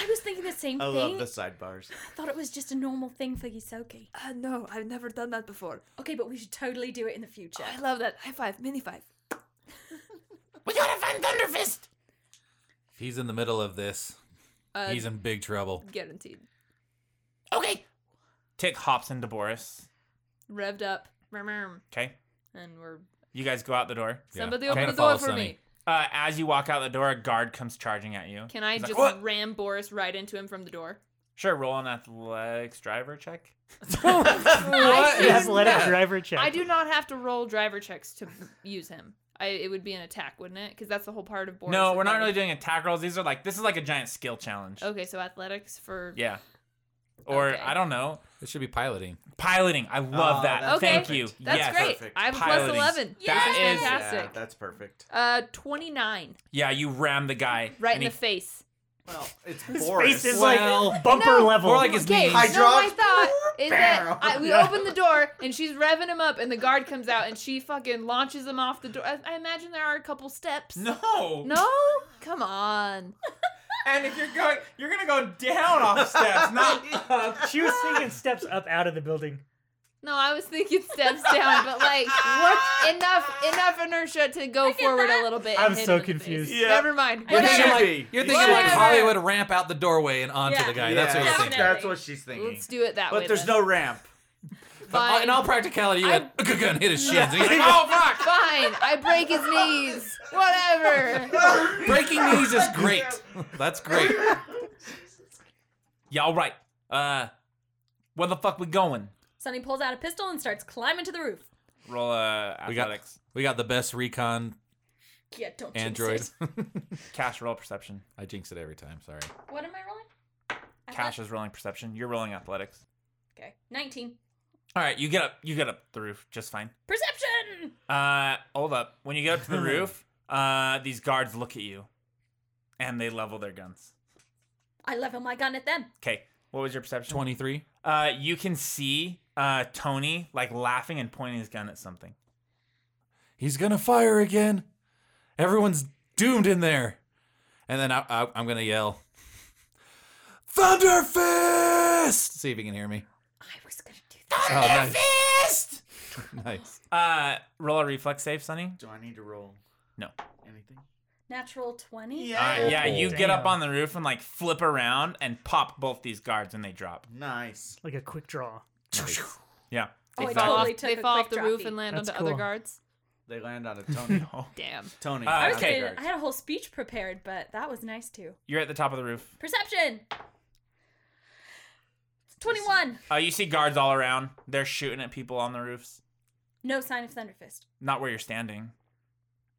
E: I was thinking the same
H: I
E: thing.
H: love the sidebars.
E: I thought it was just a normal thing for Yusoki.
C: Uh, no, I've never done that before. Oh,
E: Okay, but we should totally do it in the future.
C: I love that high five, mini five.
B: we gotta find Thunderfist.
F: If he's in the middle of this,
C: Uh,
F: he's in big trouble.
C: guaranteed.
B: Okay. Tick hops into Boris.
C: Revved up, murmur,
B: Okay.
C: and we're
B: You guys go out the door.
F: Yeah.
C: somebody
F: I'm
C: open
F: gonna
C: the door
F: follow
C: for
F: Sunny.
C: me.
B: Uh, as you walk out the door, a guard comes charging at you.
C: Can I
B: He's like,
C: just
B: "What?"
C: ram Boris right into him from the door?
B: Sure, roll an athletics driver check.
C: I do,
G: Yes, let it driver check.
C: I do not have to roll driver checks to use him. I, it would be an attack, wouldn't it? Because that's the whole part of Boris.
B: no,
C: is
B: we're not
C: that-
B: really doing attack rolls. These are like this is like a giant skill challenge.
C: Okay, so athletics for
B: Yeah. Or
C: Okay.
B: I don't know.
F: It should be piloting.
B: Piloting. I love
H: Oh,
B: that.
H: that's
C: Okay.
B: Thank
H: perfect.
B: you.
C: That's
B: yes.
C: great.
H: Perfect.
C: I have a plus
B: Piloting.
C: eleven. this
B: That is-
C: is fantastic.
H: that's perfect.
C: Uh, twenty nine,
B: Yeah, you ram the guy.
C: right
B: and
C: in
B: he-
C: the face.
H: Well, it's
G: Space
H: Boris.
G: is
F: Well,
G: like bumper level.
F: More like his
C: Okay,
F: knees.
C: no, my
H: Hydraulics.
C: thought is that I, we open the door and she's revving him up, and the guard comes out and she fucking launches him off the door. I, I imagine there are a couple steps.
B: No.
C: No? Come on.
B: And if you're going, you're gonna go down off steps, not up.
G: she was thinking steps up out of the building.
C: No, I was thinking steps down, but like, what? Enough, enough inertia to go
E: get
C: forward
E: that.
C: a little bit.
G: I'm
C: and hit
G: so
C: him in the face.
G: confused.
H: Yeah.
C: Never mind.
E: You're
F: thinking
C: Whatever.
F: like-
H: Maybe.
F: You're thinking like
C: Whatever.
F: Hollywood ramp out the doorway and onto
E: Yeah.
F: the guy. That's what
H: Yeah,
F: you're
E: Definitely.
F: thinking.
H: That's what she's thinking.
C: Let's do it that way.
H: but there's
C: then.
H: no ramp.
F: But uh, in all practicality, you went gun hit his shins. And he's like, oh, fuck!
C: Fine. I break his knees. Whatever.
F: Breaking knees is great. That's great.
B: Yeah, all right. Uh, where the fuck we going?
E: Sunny pulls out a pistol and starts climbing to the roof.
B: Roll uh,
F: We got-
B: athletics.
F: We got the best recon
E: Yeah, don't jinx
F: android.
E: it.
B: Cash roll perception.
F: I jinx it every time. Sorry.
E: What am I rolling?
B: Cash is rolling perception. You're rolling athletics.
E: Okay, nineteen.
B: All right, you get up. You get up the roof just fine.
E: Perception.
B: Uh, hold up. When you get up to the roof, uh, these guards look at you, and they level their guns.
E: I level my gun at them.
B: Okay, what was your perception?
F: 23.
B: Uh, you can see uh Tony like laughing and pointing his gun at something.
F: He's going to fire again. Everyone's doomed in there. And then I, I, I'm going to yell, Thunder Fist! See if you can hear me.
E: I was gonna do that.
F: Oh, nice. Fist! Oh, nice.
B: Uh, roll a reflex save, Sonny.
H: Do I need to roll?
B: No.
H: Anything?
E: Natural twenty.
B: Uh, yeah, you get up
G: Damn.
B: on the roof and like flip around and pop both these guards and they drop.
H: Nice.
G: Like a quick draw.
B: Yeah.
E: Oh,
C: They
E: I
C: fall
E: totally
C: off,
E: took
C: they
E: a
C: fall
E: quick
C: off the
E: drop
C: roof
E: feed.
C: and land
G: That's
C: onto
G: cool.
C: other guards.
H: They land on a Tony.
C: Damn.
H: Tony.
B: Uh,
E: I was
B: Okay.
E: gonna, I had a whole speech prepared, but that was nice too.
B: You're at the top of the roof.
E: Perception. Twenty-one.
B: Uh, you see guards all around. They're shooting at people on the roofs.
E: No sign of Thunderfist.
B: Not where you're standing.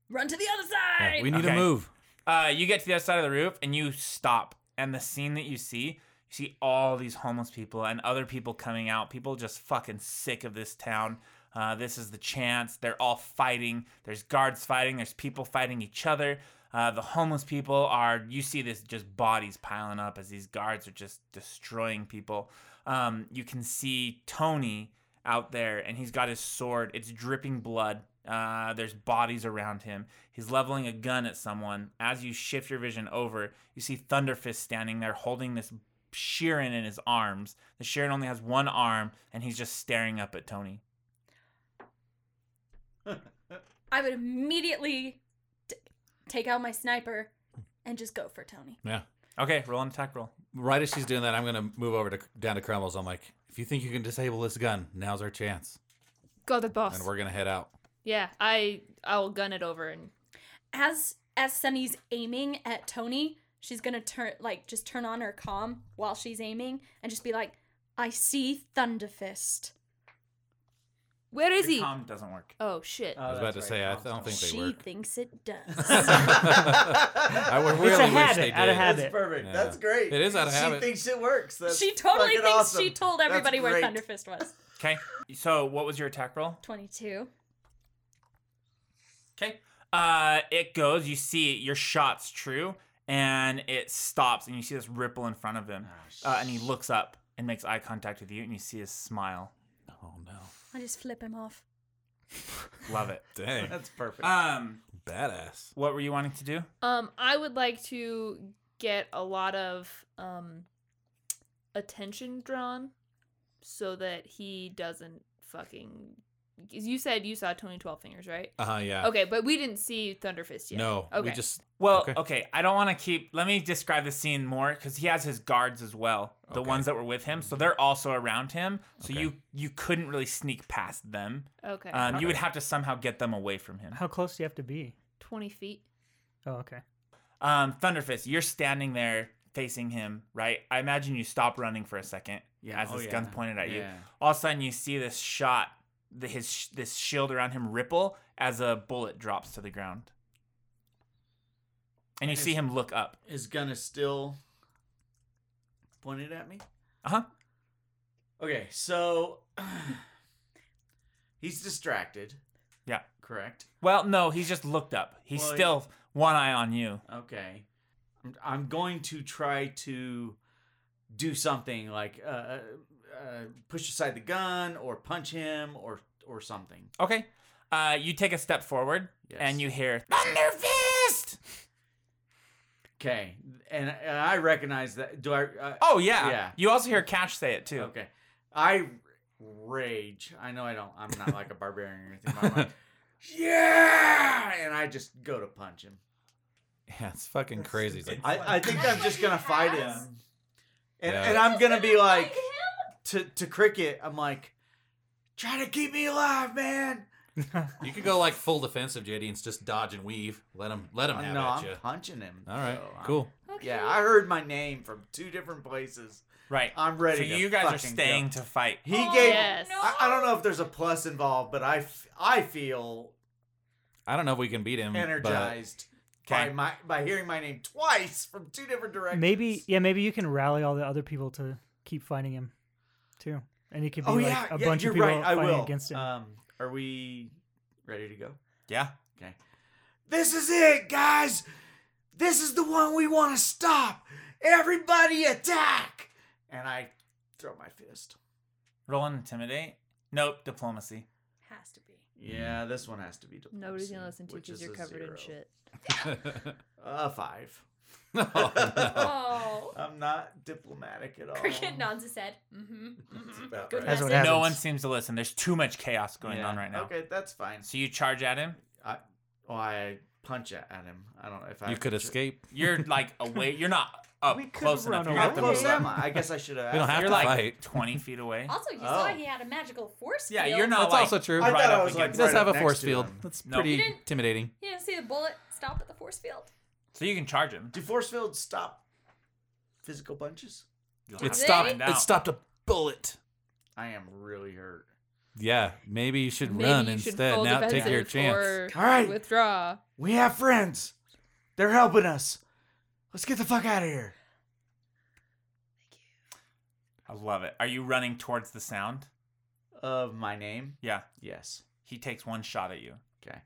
E: Run to the other side.
F: we need to
B: Okay.
F: move.
B: Uh, you get to the other side of the roof and you stop. And the scene that you see, you see all these homeless people and other people coming out. People just fucking sick of this town. Uh, this is the chance. They're all fighting. There's guards fighting. There's people fighting each other. Uh, the homeless people are, you see this just bodies piling up as these guards are just destroying people. Um, you can see Tony out there and he's got his sword. It's dripping blood. Uh, there's bodies around him. He's leveling a gun at someone. As you shift your vision over, you see Thunderfist standing there holding this Sheeran in his arms. The Sheeran only has one arm and he's just staring up at Tony.
E: I would immediately t- take out my sniper and just go for Tony.
F: Yeah.
B: Okay, roll an attack roll.
F: Right as she's doing that, I'm gonna move over to down to Kreml's. I'm like, if you think you can disable this gun, now's our chance,
C: Got it, boss.
F: and we're gonna head out.
C: Yeah, I I'll gun it over and
E: As as Sunny's aiming at Tony, she's gonna turn like just turn on her comm while she's aiming and just be like, "I see Thunderfist."
C: where is he?
B: Your comm doesn't work.
C: Oh shit.
F: I was about to say, I don't think they
E: She
F: work.
E: thinks it does.
F: I would really
G: It's a
F: wish they
G: habit. Out
F: did.
G: of habit.
H: That's perfect.
F: Yeah.
H: That's great.
F: It is out of
H: she
F: habit.
H: thinks it works. That's
E: she totally
H: fucking
E: thinks
H: awesome.
E: she told
H: That's
E: everybody where
H: great.
E: Thunderfist was.
B: Okay, so what was your attack roll?
E: Twenty-two.
B: Okay. Uh, it goes. You see your shot's true, and it stops, and you see this ripple in front of him.
F: Ah,
B: Uh, and he looks up and makes eye contact with you, and you see his smile.
F: Oh no!
E: I just flip him off.
B: Love it.
F: Dang,
H: That's perfect.
B: Um,
F: badass.
B: what were you wanting to do?
C: Um, I would like to get a lot of um attention drawn so that he doesn't fucking. 'cause You said you saw Tony Twelve Fingers, right?
F: Uh huh. Yeah.
C: Okay, but we didn't see Thunderfist yet.
F: No,
C: Okay.
F: we just
B: Well, okay,
F: Okay.
B: I don't want to keep. Let me describe the scene more because he has his guards as well, the
F: Okay. Mm-hmm.
B: ones that were with him. So they're also around him. So
F: Okay.
B: you you couldn't really sneak past them.
C: Okay.
B: Um, You would have to somehow get them away from him.
G: How close do you have to be?
C: Twenty feet.
G: Oh, okay.
B: Um, Thunderfist, you're standing there facing him, right? I imagine you stop running for a second
H: Yeah,
B: as
H: oh
B: this
H: yeah.
B: gun's pointed at you.
H: Yeah.
B: All of a sudden, you see this shot, the, his sh- this shield around him ripple as a bullet drops to the ground, and you
H: And
B: see
H: his-
B: him look up.
H: Is gonna still pointed at me?
B: Uh huh.
H: Okay, so he's distracted.
B: Yeah.
H: Correct.
B: Well, no, he's just looked up. He's
H: Well,
B: still one eye on you.
H: Okay. I'm, I'm going to try to do something like uh, uh, uh, push aside the gun or punch him or or something.
B: Okay. Uh, you take a step forward
H: Yes.
B: and you hear Thunderfist.
H: Okay. And, and I recognize that. Do I? Uh,
B: Oh yeah.
H: Yeah.
B: You also hear Cash say it too.
H: Okay. I rage. I know I don't. I'm not like a barbarian or anything. But I'm like, yeah, and I just go to punch him.
F: yeah, it's fucking crazy. It's like,
H: I, I think I'm just gonna fight him, and,
F: Yeah.
H: and I'm gonna be like to to cricket. I'm like, try to keep me alive, man.
F: you could go like full defensive, JD, and just dodge and weave. Let him, let him have
H: no,
F: at
H: I'm
F: you.
H: punching him.
F: All right,
H: so I'm-
F: cool.
H: Yeah, I heard my name from two different places.
B: Right.
H: I'm ready.
B: So
H: to
B: you guys are
H: fucking go.
B: staying to fight.
H: He
E: Oh,
H: gave.
C: yes.
H: I, I don't know if there's a plus involved, but I, f- I feel
F: I don't know if we can beat him. but-
H: energized by
B: Okay.
H: my by hearing my name twice from two different directions.
G: Maybe yeah, maybe you can rally all the other people to keep fighting him, too, and you could be
H: Oh
G: like
H: yeah,
G: a
H: yeah,
G: bunch
H: you're
G: of people
H: right. I
G: fighting
H: will.
G: against him.
H: Um, are we ready to go?
B: Yeah.
H: This is it, guys. This is the one we want to stop. Everybody attack! And I throw my fist.
B: Roll and intimidate. Nope. Diplomacy.
E: Has to be.
H: Yeah, this one has to be. diplomacy,
C: Nobody's gonna listen to you
H: which
C: because
H: is
C: you're
H: a
C: covered in
H: zero.
C: shit.
H: A five.
F: oh, no.
E: Oh.
H: I'm not diplomatic at all.
E: Cricket nods his head. Mm-hmm.
H: about
E: Good
H: right.
G: That's what
E: message.
G: happens.
B: No one seems to listen. There's too much chaos going
H: Yeah,
B: on right now.
H: Okay, that's fine.
B: So you charge at him.
H: I, well, I punch at at him. I don't know if I
F: You could
H: punch it.
F: escape.
B: You're like away. You're not up
G: We could've
B: close enough.
G: run
B: You're gonna
H: How
B: have to
G: away.
H: close
B: move up.
H: am I? I guess I should have.
F: We don't have
H: asked.
B: You're
F: to
B: like
F: fight.
B: 20 feet away.
E: Also, you
H: Oh.
E: saw he had a magical force
B: Yeah,
E: field.
B: you're not
F: That's
B: like
F: also true.
H: I
B: right
H: thought
B: up
H: I was
B: against
H: like
F: He does
H: right
F: have
H: up
F: a
H: next
F: force
H: to
F: field.
H: them.
F: That's
B: No.
F: pretty
E: You didn't-
F: intimidating.
E: You didn't see the bullet stop at the force field.
B: So you can charge him.
H: Do force fields stop physical punches?
B: You'll have
F: It
B: to
F: stopped.
B: find
F: It
B: out.
F: stopped a bullet.
H: I am really hurt.
F: Yeah, maybe you should
C: Maybe
F: run
C: you should
F: instead.
C: fold
F: Now take your
C: defensive
F: chance.
C: or
H: All right.
C: Withdraw.
H: We have friends. They're helping us. Let's get the fuck out of here.
B: I love it. Are you running towards the sound?
H: Of my name?
B: Yeah.
H: Yes.
B: He takes one shot at you.
H: Okay.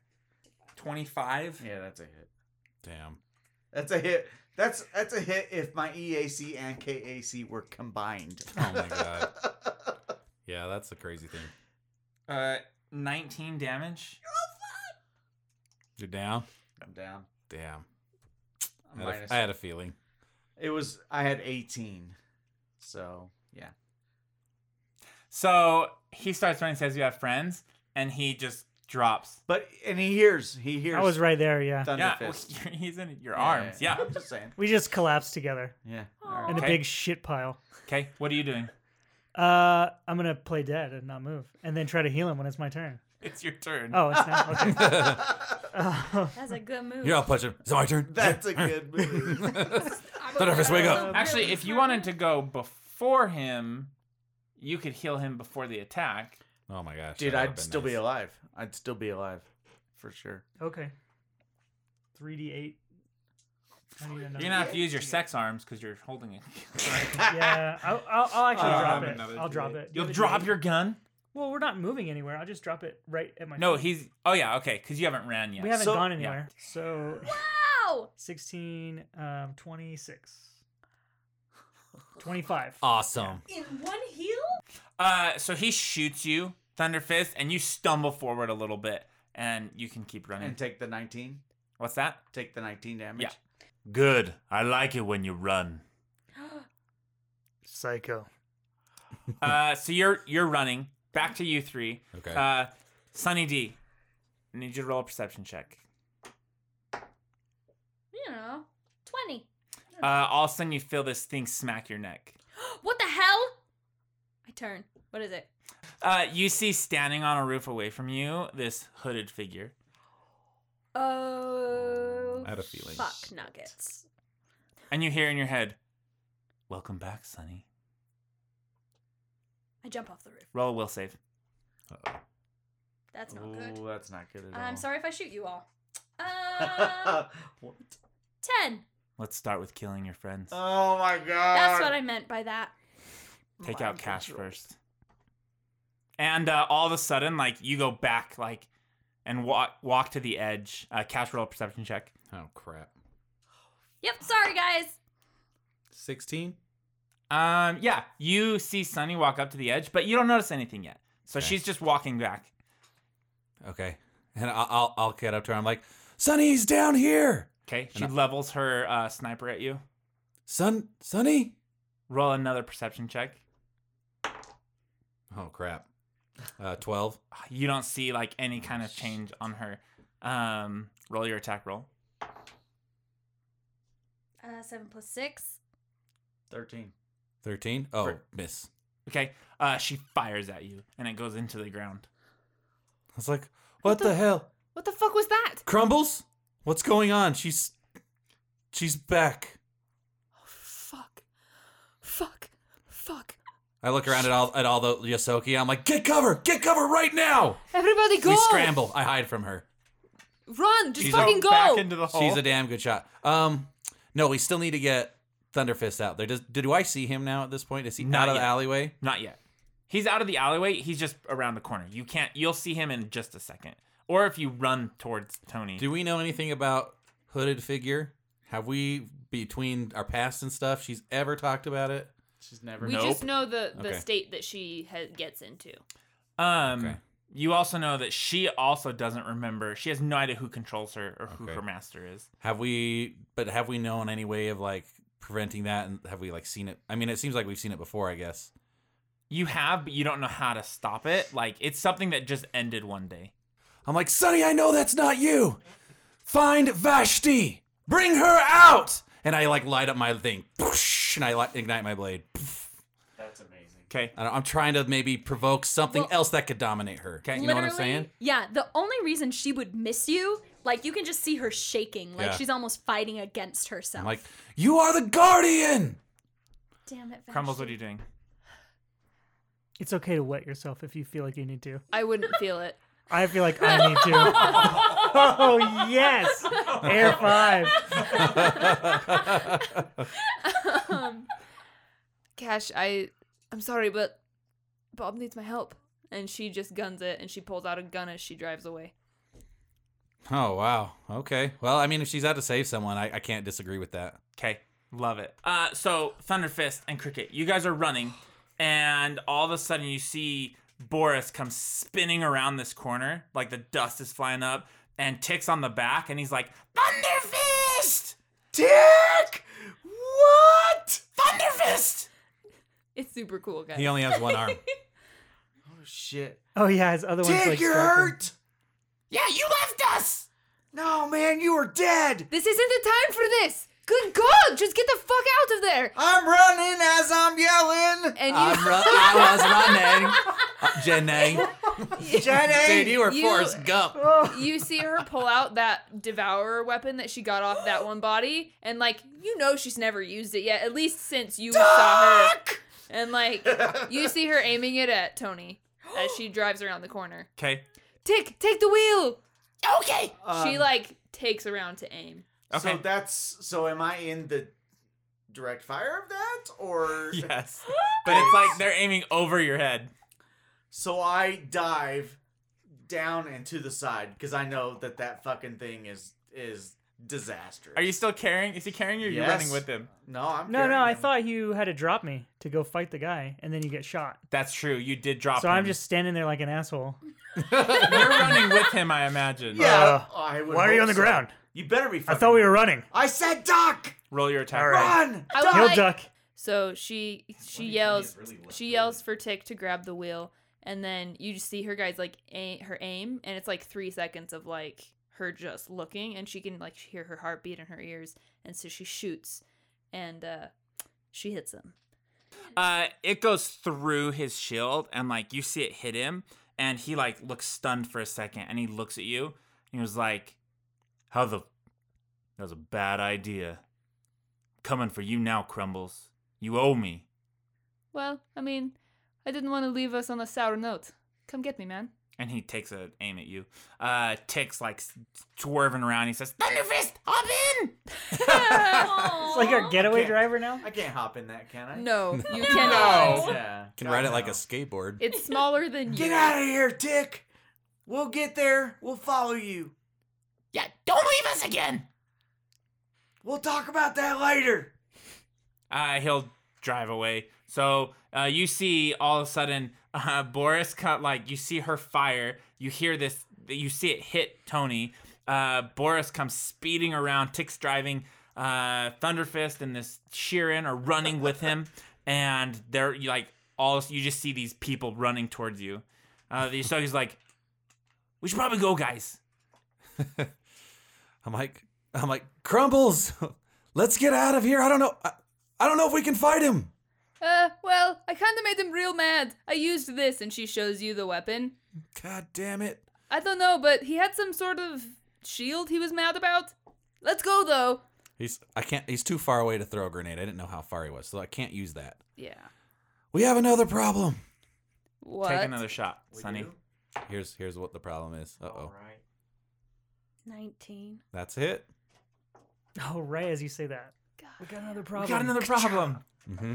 B: 25?
H: Yeah, that's a hit.
F: Damn.
H: That's a hit. That's that's a hit if my EAC and KAC were combined.
F: Oh my god. Yeah, that's the crazy thing.
B: Uh, 19 damage.
F: You're down.
H: I'm down.
F: Damn. I had,
H: Minus.
F: a, I had a feeling.
H: it was I had 18. So, yeah.
B: So he starts running, says you have friends, and he just drops.
H: But and he hears, he hears.
G: I was right there. Yeah,
H: Thunder
B: Yeah, well,
H: fist.
B: he's in your
H: Yeah,
B: arms. Yeah.
H: I'm just saying.
G: we just collapsed together
H: Yeah.
E: Aw.
G: in a
B: Okay.
G: big shit pile.
B: Okay, what are you doing?
G: Uh, I'm gonna play dead and not move, and then try to heal him when it's my turn.
B: It's your turn.
G: Oh, it's not okay. Uh,
E: That's a good move.
F: You're all punching. It's my turn.
H: That's a good move.
E: I'm
F: Thunderfist,
E: gonna
F: wake
E: go
F: up.
E: move.
B: Actually, if you wanted to go before him, you could heal him before the attack.
F: Oh my gosh.
H: Dude,
F: that
H: I'd
F: would've been
H: still be
F: nice.
H: alive. I'd still be alive. For sure.
G: okay. Three D eight.
B: You're gonna have to use your sex arms because you're holding it.
G: Yeah, I'll, I'll, I'll actually
H: Uh,
B: I don't
G: drop
B: have
G: it.
B: Uh, another
G: I'll drop
B: D8.
G: it. Do you
B: You'll
G: have a
B: drop
G: D8?
B: your gun.
G: Well, we're not moving anywhere. I'll just drop it right at my.
B: No,
G: feet.
B: he's. Oh yeah, okay, because you haven't ran yet.
G: We haven't
H: So-
G: gone
B: yeah.
G: anywhere. So
E: Wow!
G: 16, um, 26, 25.
F: Awesome.
E: In one heel?
B: Uh, so he shoots you, Thunderfist, and you stumble forward a little bit, and you can keep running.
H: And take the 19.
B: What's that?
H: Take the 19 damage.
B: Yeah. Good. I like it when you run.
G: Psycho.
B: uh, so you're you're running back to you three.
F: Okay.
B: Uh, Sunny D, I need you to roll a perception check.
E: You know, 20.
B: Uh, all of a sudden you feel this thing smack your neck.
E: What the hell? I turn. What is it?
B: Uh, you see standing on a roof away from you this hooded figure.
E: Oh.
F: I had a feeling.
E: Fuck nuggets.
B: And you hear in your head, Welcome back, Sonny.
E: I jump off the roof.
B: Roll a will save.
E: That's not
H: Ooh,
E: good.
H: that's not good at all.
E: I'm sorry if I shoot you all. Uh,
H: What?
E: 10.
B: Let's start with killing your friends.
H: Oh my god.
E: That's what I meant by that.
B: Take out cash first. And uh, all of a sudden, like, you go back, like, and walk walk to the edge. Uh, cash roll a perception check.
F: oh crap.
E: Yep, sorry guys.
F: Sixteen.
B: Um, yeah, you see Sunny walk up to the edge, but you don't notice anything yet. So
F: Okay.
B: she's just walking back.
F: Okay. And I'll, I'll I'll get up to her. I'm like, Sonny's down here.
B: Okay, she
F: And I-
B: levels her uh, sniper at you.
F: Son, Sonny.
B: Roll another perception check.
F: Oh crap. Uh, twelve. Oh,
B: You don't see like any kind of change on her. Um, roll your attack roll.
E: Uh, 7 plus 6.
H: 13.
F: Thirteen. Oh,
B: For-
F: miss.
B: Okay, uh, she fires at you and it goes into the ground.
F: I was like, what, the, hell?
C: What the fuck was that?
F: Crumbles? What's going on? She's she's back.
C: Oh, Fuck. Fuck. Fuck.
F: I look around at all at all the Yosoki. I'm like, get cover, get cover right now.
C: Everybody go!
F: We scramble. I hide from her.
C: Run! Just
F: She's
C: fucking
B: So Back
C: go!
B: into the hole.
F: She's a damn good shot. Um, no, we still need to get Thunderfist out there. Does did do I see him now at this point? Is he out
B: Not
F: of the
B: yet.
F: alleyway?
B: Not yet. He's out of the alleyway. He's just around the corner. You can't. You'll see him in just a second. Or if you run towards Tony.
F: Do we know anything about hooded figure? Have we between our past and stuff? She's ever talked about it?
H: She's never
C: We just know the, the
F: Okay.
C: state that she ha- gets into.
B: Um,
F: Okay.
B: you also know that she also doesn't remember. She has no idea who controls her or who
F: Okay.
B: her master is.
F: Have we? But have we known any way of like preventing that? And have we like seen it? I mean, it seems like we've seen it before. I guess.
B: You have, but you don't know how to stop it. Like it's something that just ended one day.
F: I'm like, Sonny, I know that's not you. Find Vashti. Bring her out. and I like light up my thing, Poosh, and I like, ignite my blade.
H: That's amazing.
B: Okay.
F: I don't, I'm trying to maybe provoke something
E: Well-
F: else that could dominate her. Okay, you know what I'm
E: Literally,
F: saying?
E: Yeah, the only reason she would miss you, like you can just see her shaking, like
F: Yeah.
E: she's almost fighting against herself.
F: I'm like, you are the guardian.
E: damn it, Vash.
B: Crumbles, what are you doing?
G: It's okay to wet yourself if you feel like you need to.
C: I wouldn't feel it.
G: I feel like I need to. oh yes, air five.
C: um, Cash, I, I'm sorry, but Bob needs my help. And she just guns it, and she pulls out a gun as she drives away.
F: Oh wow. Okay. Well, I mean, if she's out to save someone, I, I can't disagree with that.
B: Okay, love it. Uh, so Thunder Fist and Cricket, you guys are running, and all of a sudden you see Boris come spinning around this corner, like the dust is flying up, and ticks on the back, and he's like, Thunder Fist!
H: Dick! What?
B: Thunder Fist!
C: It's super cool, guys.
F: He only has one arm.
H: Oh, shit.
G: Oh yeah, his other one's
H: Dick,
G: like
H: you're
G: strapped in.
H: hurt!
B: Yeah, you left us!
H: No, man, you are dead!
C: This isn't the time for this. Good God, just get the fuck out of there.
H: I'm running as I'm yelling!
C: And you,
F: I'm ru- I was running, Jenang. Dude,
H: Jenny!
F: you were
C: You-
F: Forrest Gump.
H: Oh.
C: you see her pull out that devourer weapon that she got off that one body, and like you know she's never used it yet, at least since you saw her. And like you see her aiming it at Tony as she drives around the corner.
B: Okay,
C: Tick, take the wheel. Okay. she
H: Um,
C: like takes around to aim.
B: okay.
H: So that's. So am I in the direct fire of that? Or.
B: yes. But it's like they're aiming over your head.
H: So I dive down and to the side because I know that that fucking thing is is disastrous.
B: Are you still carrying? Is he carrying you? Or You're
H: Yes.
B: running with him.
H: No, I'm.
G: No, no,
H: carrying
G: I
H: him.
G: thought you had to drop me to go fight the guy, and then you get shot.
B: That's true. You did drop
G: So
B: him.
G: I'm just standing there like an asshole.
B: You're running with him, I imagine.
H: Yeah. Oh,
G: Uh,
H: I would
G: why are you
H: hope
G: on the
H: so.
G: ground?
H: You better be.
G: I
H: Fucking,
G: thought we were running.
H: I said duck.
B: Roll your attack.
G: All right.
H: Run.
C: I would
G: He'll
C: like-
G: duck.
C: So she she yells she yells for Tick to grab the wheel, and then you just see her guys like aim, her aim, and it's like three seconds of like her just looking, and she can like hear her heartbeat in her ears, and so she shoots, and uh, she hits him.
B: Uh, it goes through his shield, and like you see it hit him, and he like looks stunned for a second, and he looks at you, and he was like, "How the? That was a bad idea. Coming for you now, Crumbles. You owe me."
C: Well, I mean, I didn't want to leave us on a sour note. Come get me, man.
B: And he takes a aim at you. Uh, Tick's like s- swerving around. He says, "Thunder Fist, hop in!"
G: It's like our getaway
H: Okay.
G: driver now.
H: I can't hop in that, can I?
C: No, you
B: No. Oh.
C: cannot.
H: Yeah.
F: Can ride it like a
H: no.
F: skateboard.
C: It's smaller than you.
H: Get out of here, Dick. We'll get there. We'll follow you.
B: Yeah, don't leave us again.
H: We'll talk about that later.
B: uh, he'll drive away. So uh, you see all of a sudden uh, Boris cut like you see her fire. You hear this. You see it hit Tony. Uh, Boris comes speeding around. Tick's driving. Uh, Thunderfist and this Sheeran are running with him, and they're you, like all you just see these people running towards you. Uh, the so he's like, "We should probably go, guys."
F: I'm like, I'm like, crumbles. Let's get out of here. I don't know. I, I don't know if we can fight him.
C: Uh, well, I kind of made him real mad. I used this, and she shows you the weapon.
F: God damn it.
C: I don't know, but he had some sort of shield he was mad about. Let's go though.
F: He's I can't. He's too far away to throw a grenade. I didn't know how far he was, so I can't use that.
C: Yeah.
F: We have another problem.
C: What?
B: Take another shot, Sonny.
F: Here's here's what the problem is. Uh oh.
H: right.
E: Nineteen.
F: That's it.
G: Oh, right as you say that. We got another problem.
B: We got another problem.
F: Mm-hmm.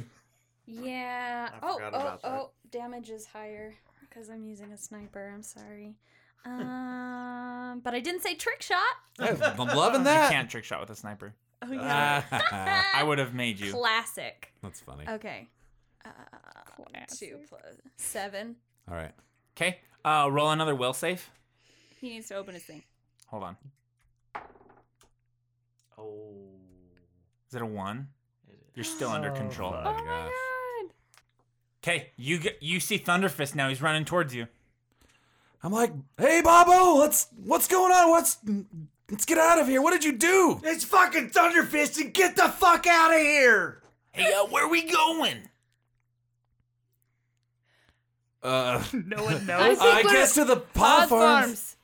E: Yeah.
H: I
E: Oh,
H: forgot
E: oh,
H: about that.
E: oh. Damage is higher because I'm using a sniper. I'm sorry. Um, but I didn't say trick shot.
F: I'm loving
B: You
F: that.
B: can't trick shot with a sniper. Uh,
E: Oh yeah.
F: Ah,
B: I would have made you.
E: Classic.
F: that's funny.
E: Okay. Uh, two plus seven.
F: All right.
B: Okay. Uh, roll another will save.
C: He needs to open his thing.
B: Hold on.
H: Oh.
B: Is it a one? You're still
G: Oh,
B: under control.
G: fuck.
F: my gosh.
B: Okay. You get, you see Thunderfist now. He's running towards you.
F: I'm like, hey, Bobo, let's what's going on? What's Let's get out of here. What did you do?
H: It's fucking Thunderfist and get the fuck out of here.
F: Hey, uh, where are we going? Uh,
G: No one
C: I
G: knows.
C: think
F: I
C: we're
F: guess to the
C: Odd
F: pod farms.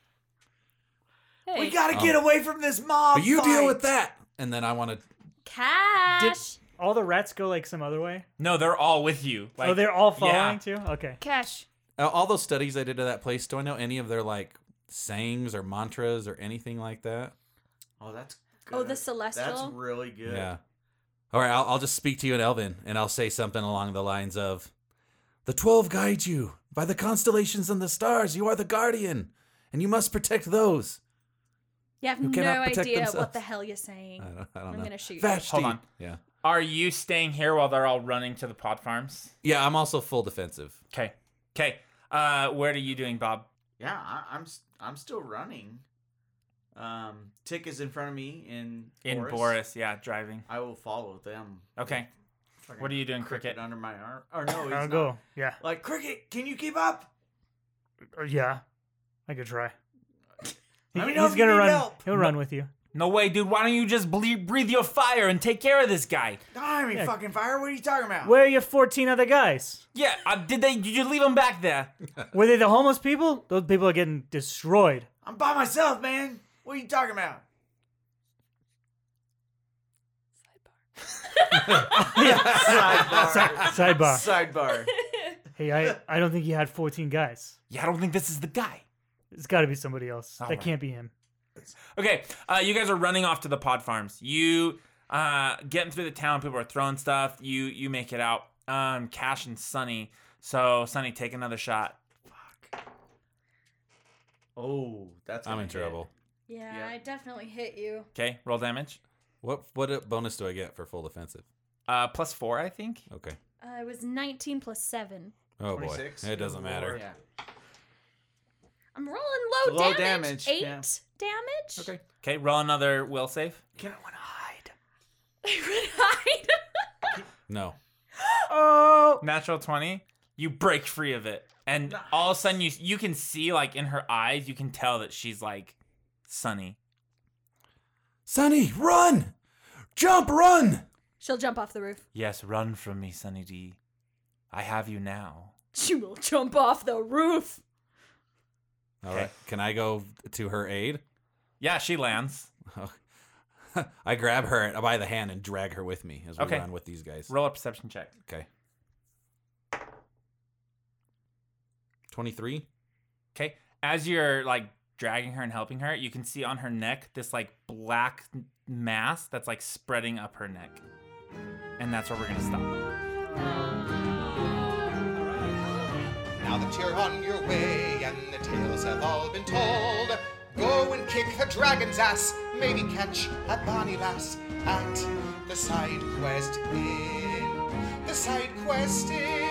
F: Oh.
C: Hey,
H: We gotta get away from this mob.
F: But you deal with
H: fight.
F: that. And then I want to.
E: Cash.
G: all the rats go like some other way.
B: No, they're all with you. Like,
G: oh, they're all following
B: yeah.
G: too. Okay.
C: cash.
F: Uh, all those studies I did of that place, do I know any of their like sayings or mantras or anything like that?
H: Oh, that's. Good.
E: Oh, the
H: That's
E: celestial.
H: really good.
F: Yeah. All right, I'll, I'll just speak to you in Elven, and I'll say something along the lines of The Twelve guide you. By the constellations and the stars, you are the guardian, and you must protect those.
E: you have
F: who
E: no
F: cannot protect
E: idea what
F: themselves.
E: the hell you're saying.
F: I don't, I don't
E: I'm
F: know.
E: gonna shoot you.
F: Vashti.
B: Hold on.
F: Yeah.
B: Are you staying here while they're all running to the pod farms?
F: Yeah, I'm also full defensive.
B: Okay. Okay. Uh, what are you doing, Bob?
H: Yeah, I, I'm. s- I'm still running. Um, Tick is in front of me in
B: In Boris, yeah, driving.
H: I will follow them.
B: Okay. What are you doing, Cricket?
H: under my arm? Or Oh, no, he's
G: I'll
H: not.
G: go. Yeah.
H: Like Cricket, can you keep up?
G: Uh, Yeah. I could try. He,
H: Let me
G: he's
H: know if you
G: gonna
H: need
G: run.
H: help.
G: He'll run with you.
B: No way, dude. Why don't you just ble- breathe your fire and take care of this guy?
H: I mean, fucking fire. What are you talking about?
G: Where are your 14 other guys?
B: Yeah. Uh, did they? Did you leave him back there?
G: Were they the homeless people? Those people are getting destroyed.
H: I'm by myself, man. What are you talking about? Sidebar.
G: Sidebar.
H: Sidebar.
G: hey, I, I don't think he had 14 guys.
B: Yeah, I don't think this is the guy. Oh
G: It's got to be somebody else. that
B: right.
G: can't be him.
B: Okay, uh, you guys are running off to the pod farms. You uh, getting through the town. People are throwing stuff. You you make it out. Um, Cash and Sunny. So Sunny, take another shot.
H: Oh, that's.
F: I'm
H: gonna
F: in
H: hit.
F: trouble.
E: Yeah,
H: Yeah.
E: I definitely hit you.
B: Okay, roll damage.
F: What what uh, bonus do I get for full defensive?
B: Uh, plus four, I think.
F: Okay.
E: Uh, it was 19 plus 7.
F: Oh boy,
H: 26?
F: it doesn't matter.
H: Yeah.
E: I'm rolling low,
H: Low
E: damage.
H: damage,
E: 8
H: yeah.
E: damage? Okay.
B: Okay, roll another will save.
H: Can I want to hide?
E: hide.
F: No.
B: Natural twenty. You break free of it, and all of a sudden you you can see like in her eyes. You can tell that she's like Sunny.
F: Sonny, run! Jump, run!
E: She'll jump off the roof.
B: Yes, run from me, Sunny D. I have you now.
E: She will jump off the roof.
F: All right. Can I go to her aid?
B: Yeah, she lands.
F: I grab her by the hand and drag her with me as we
B: Okay.
F: run with these guys.
B: Roll a perception check.
F: Okay. 23?
B: Okay. As you're like dragging her and helping her, you can see on her neck this like black n- mass that's like spreading up her neck. And that's where we're going to stop.
A: Now that you're on your way and the tales have all been told, go and kick the dragon's ass, maybe catch a bonny lass at the side quest inn. The side quest inn.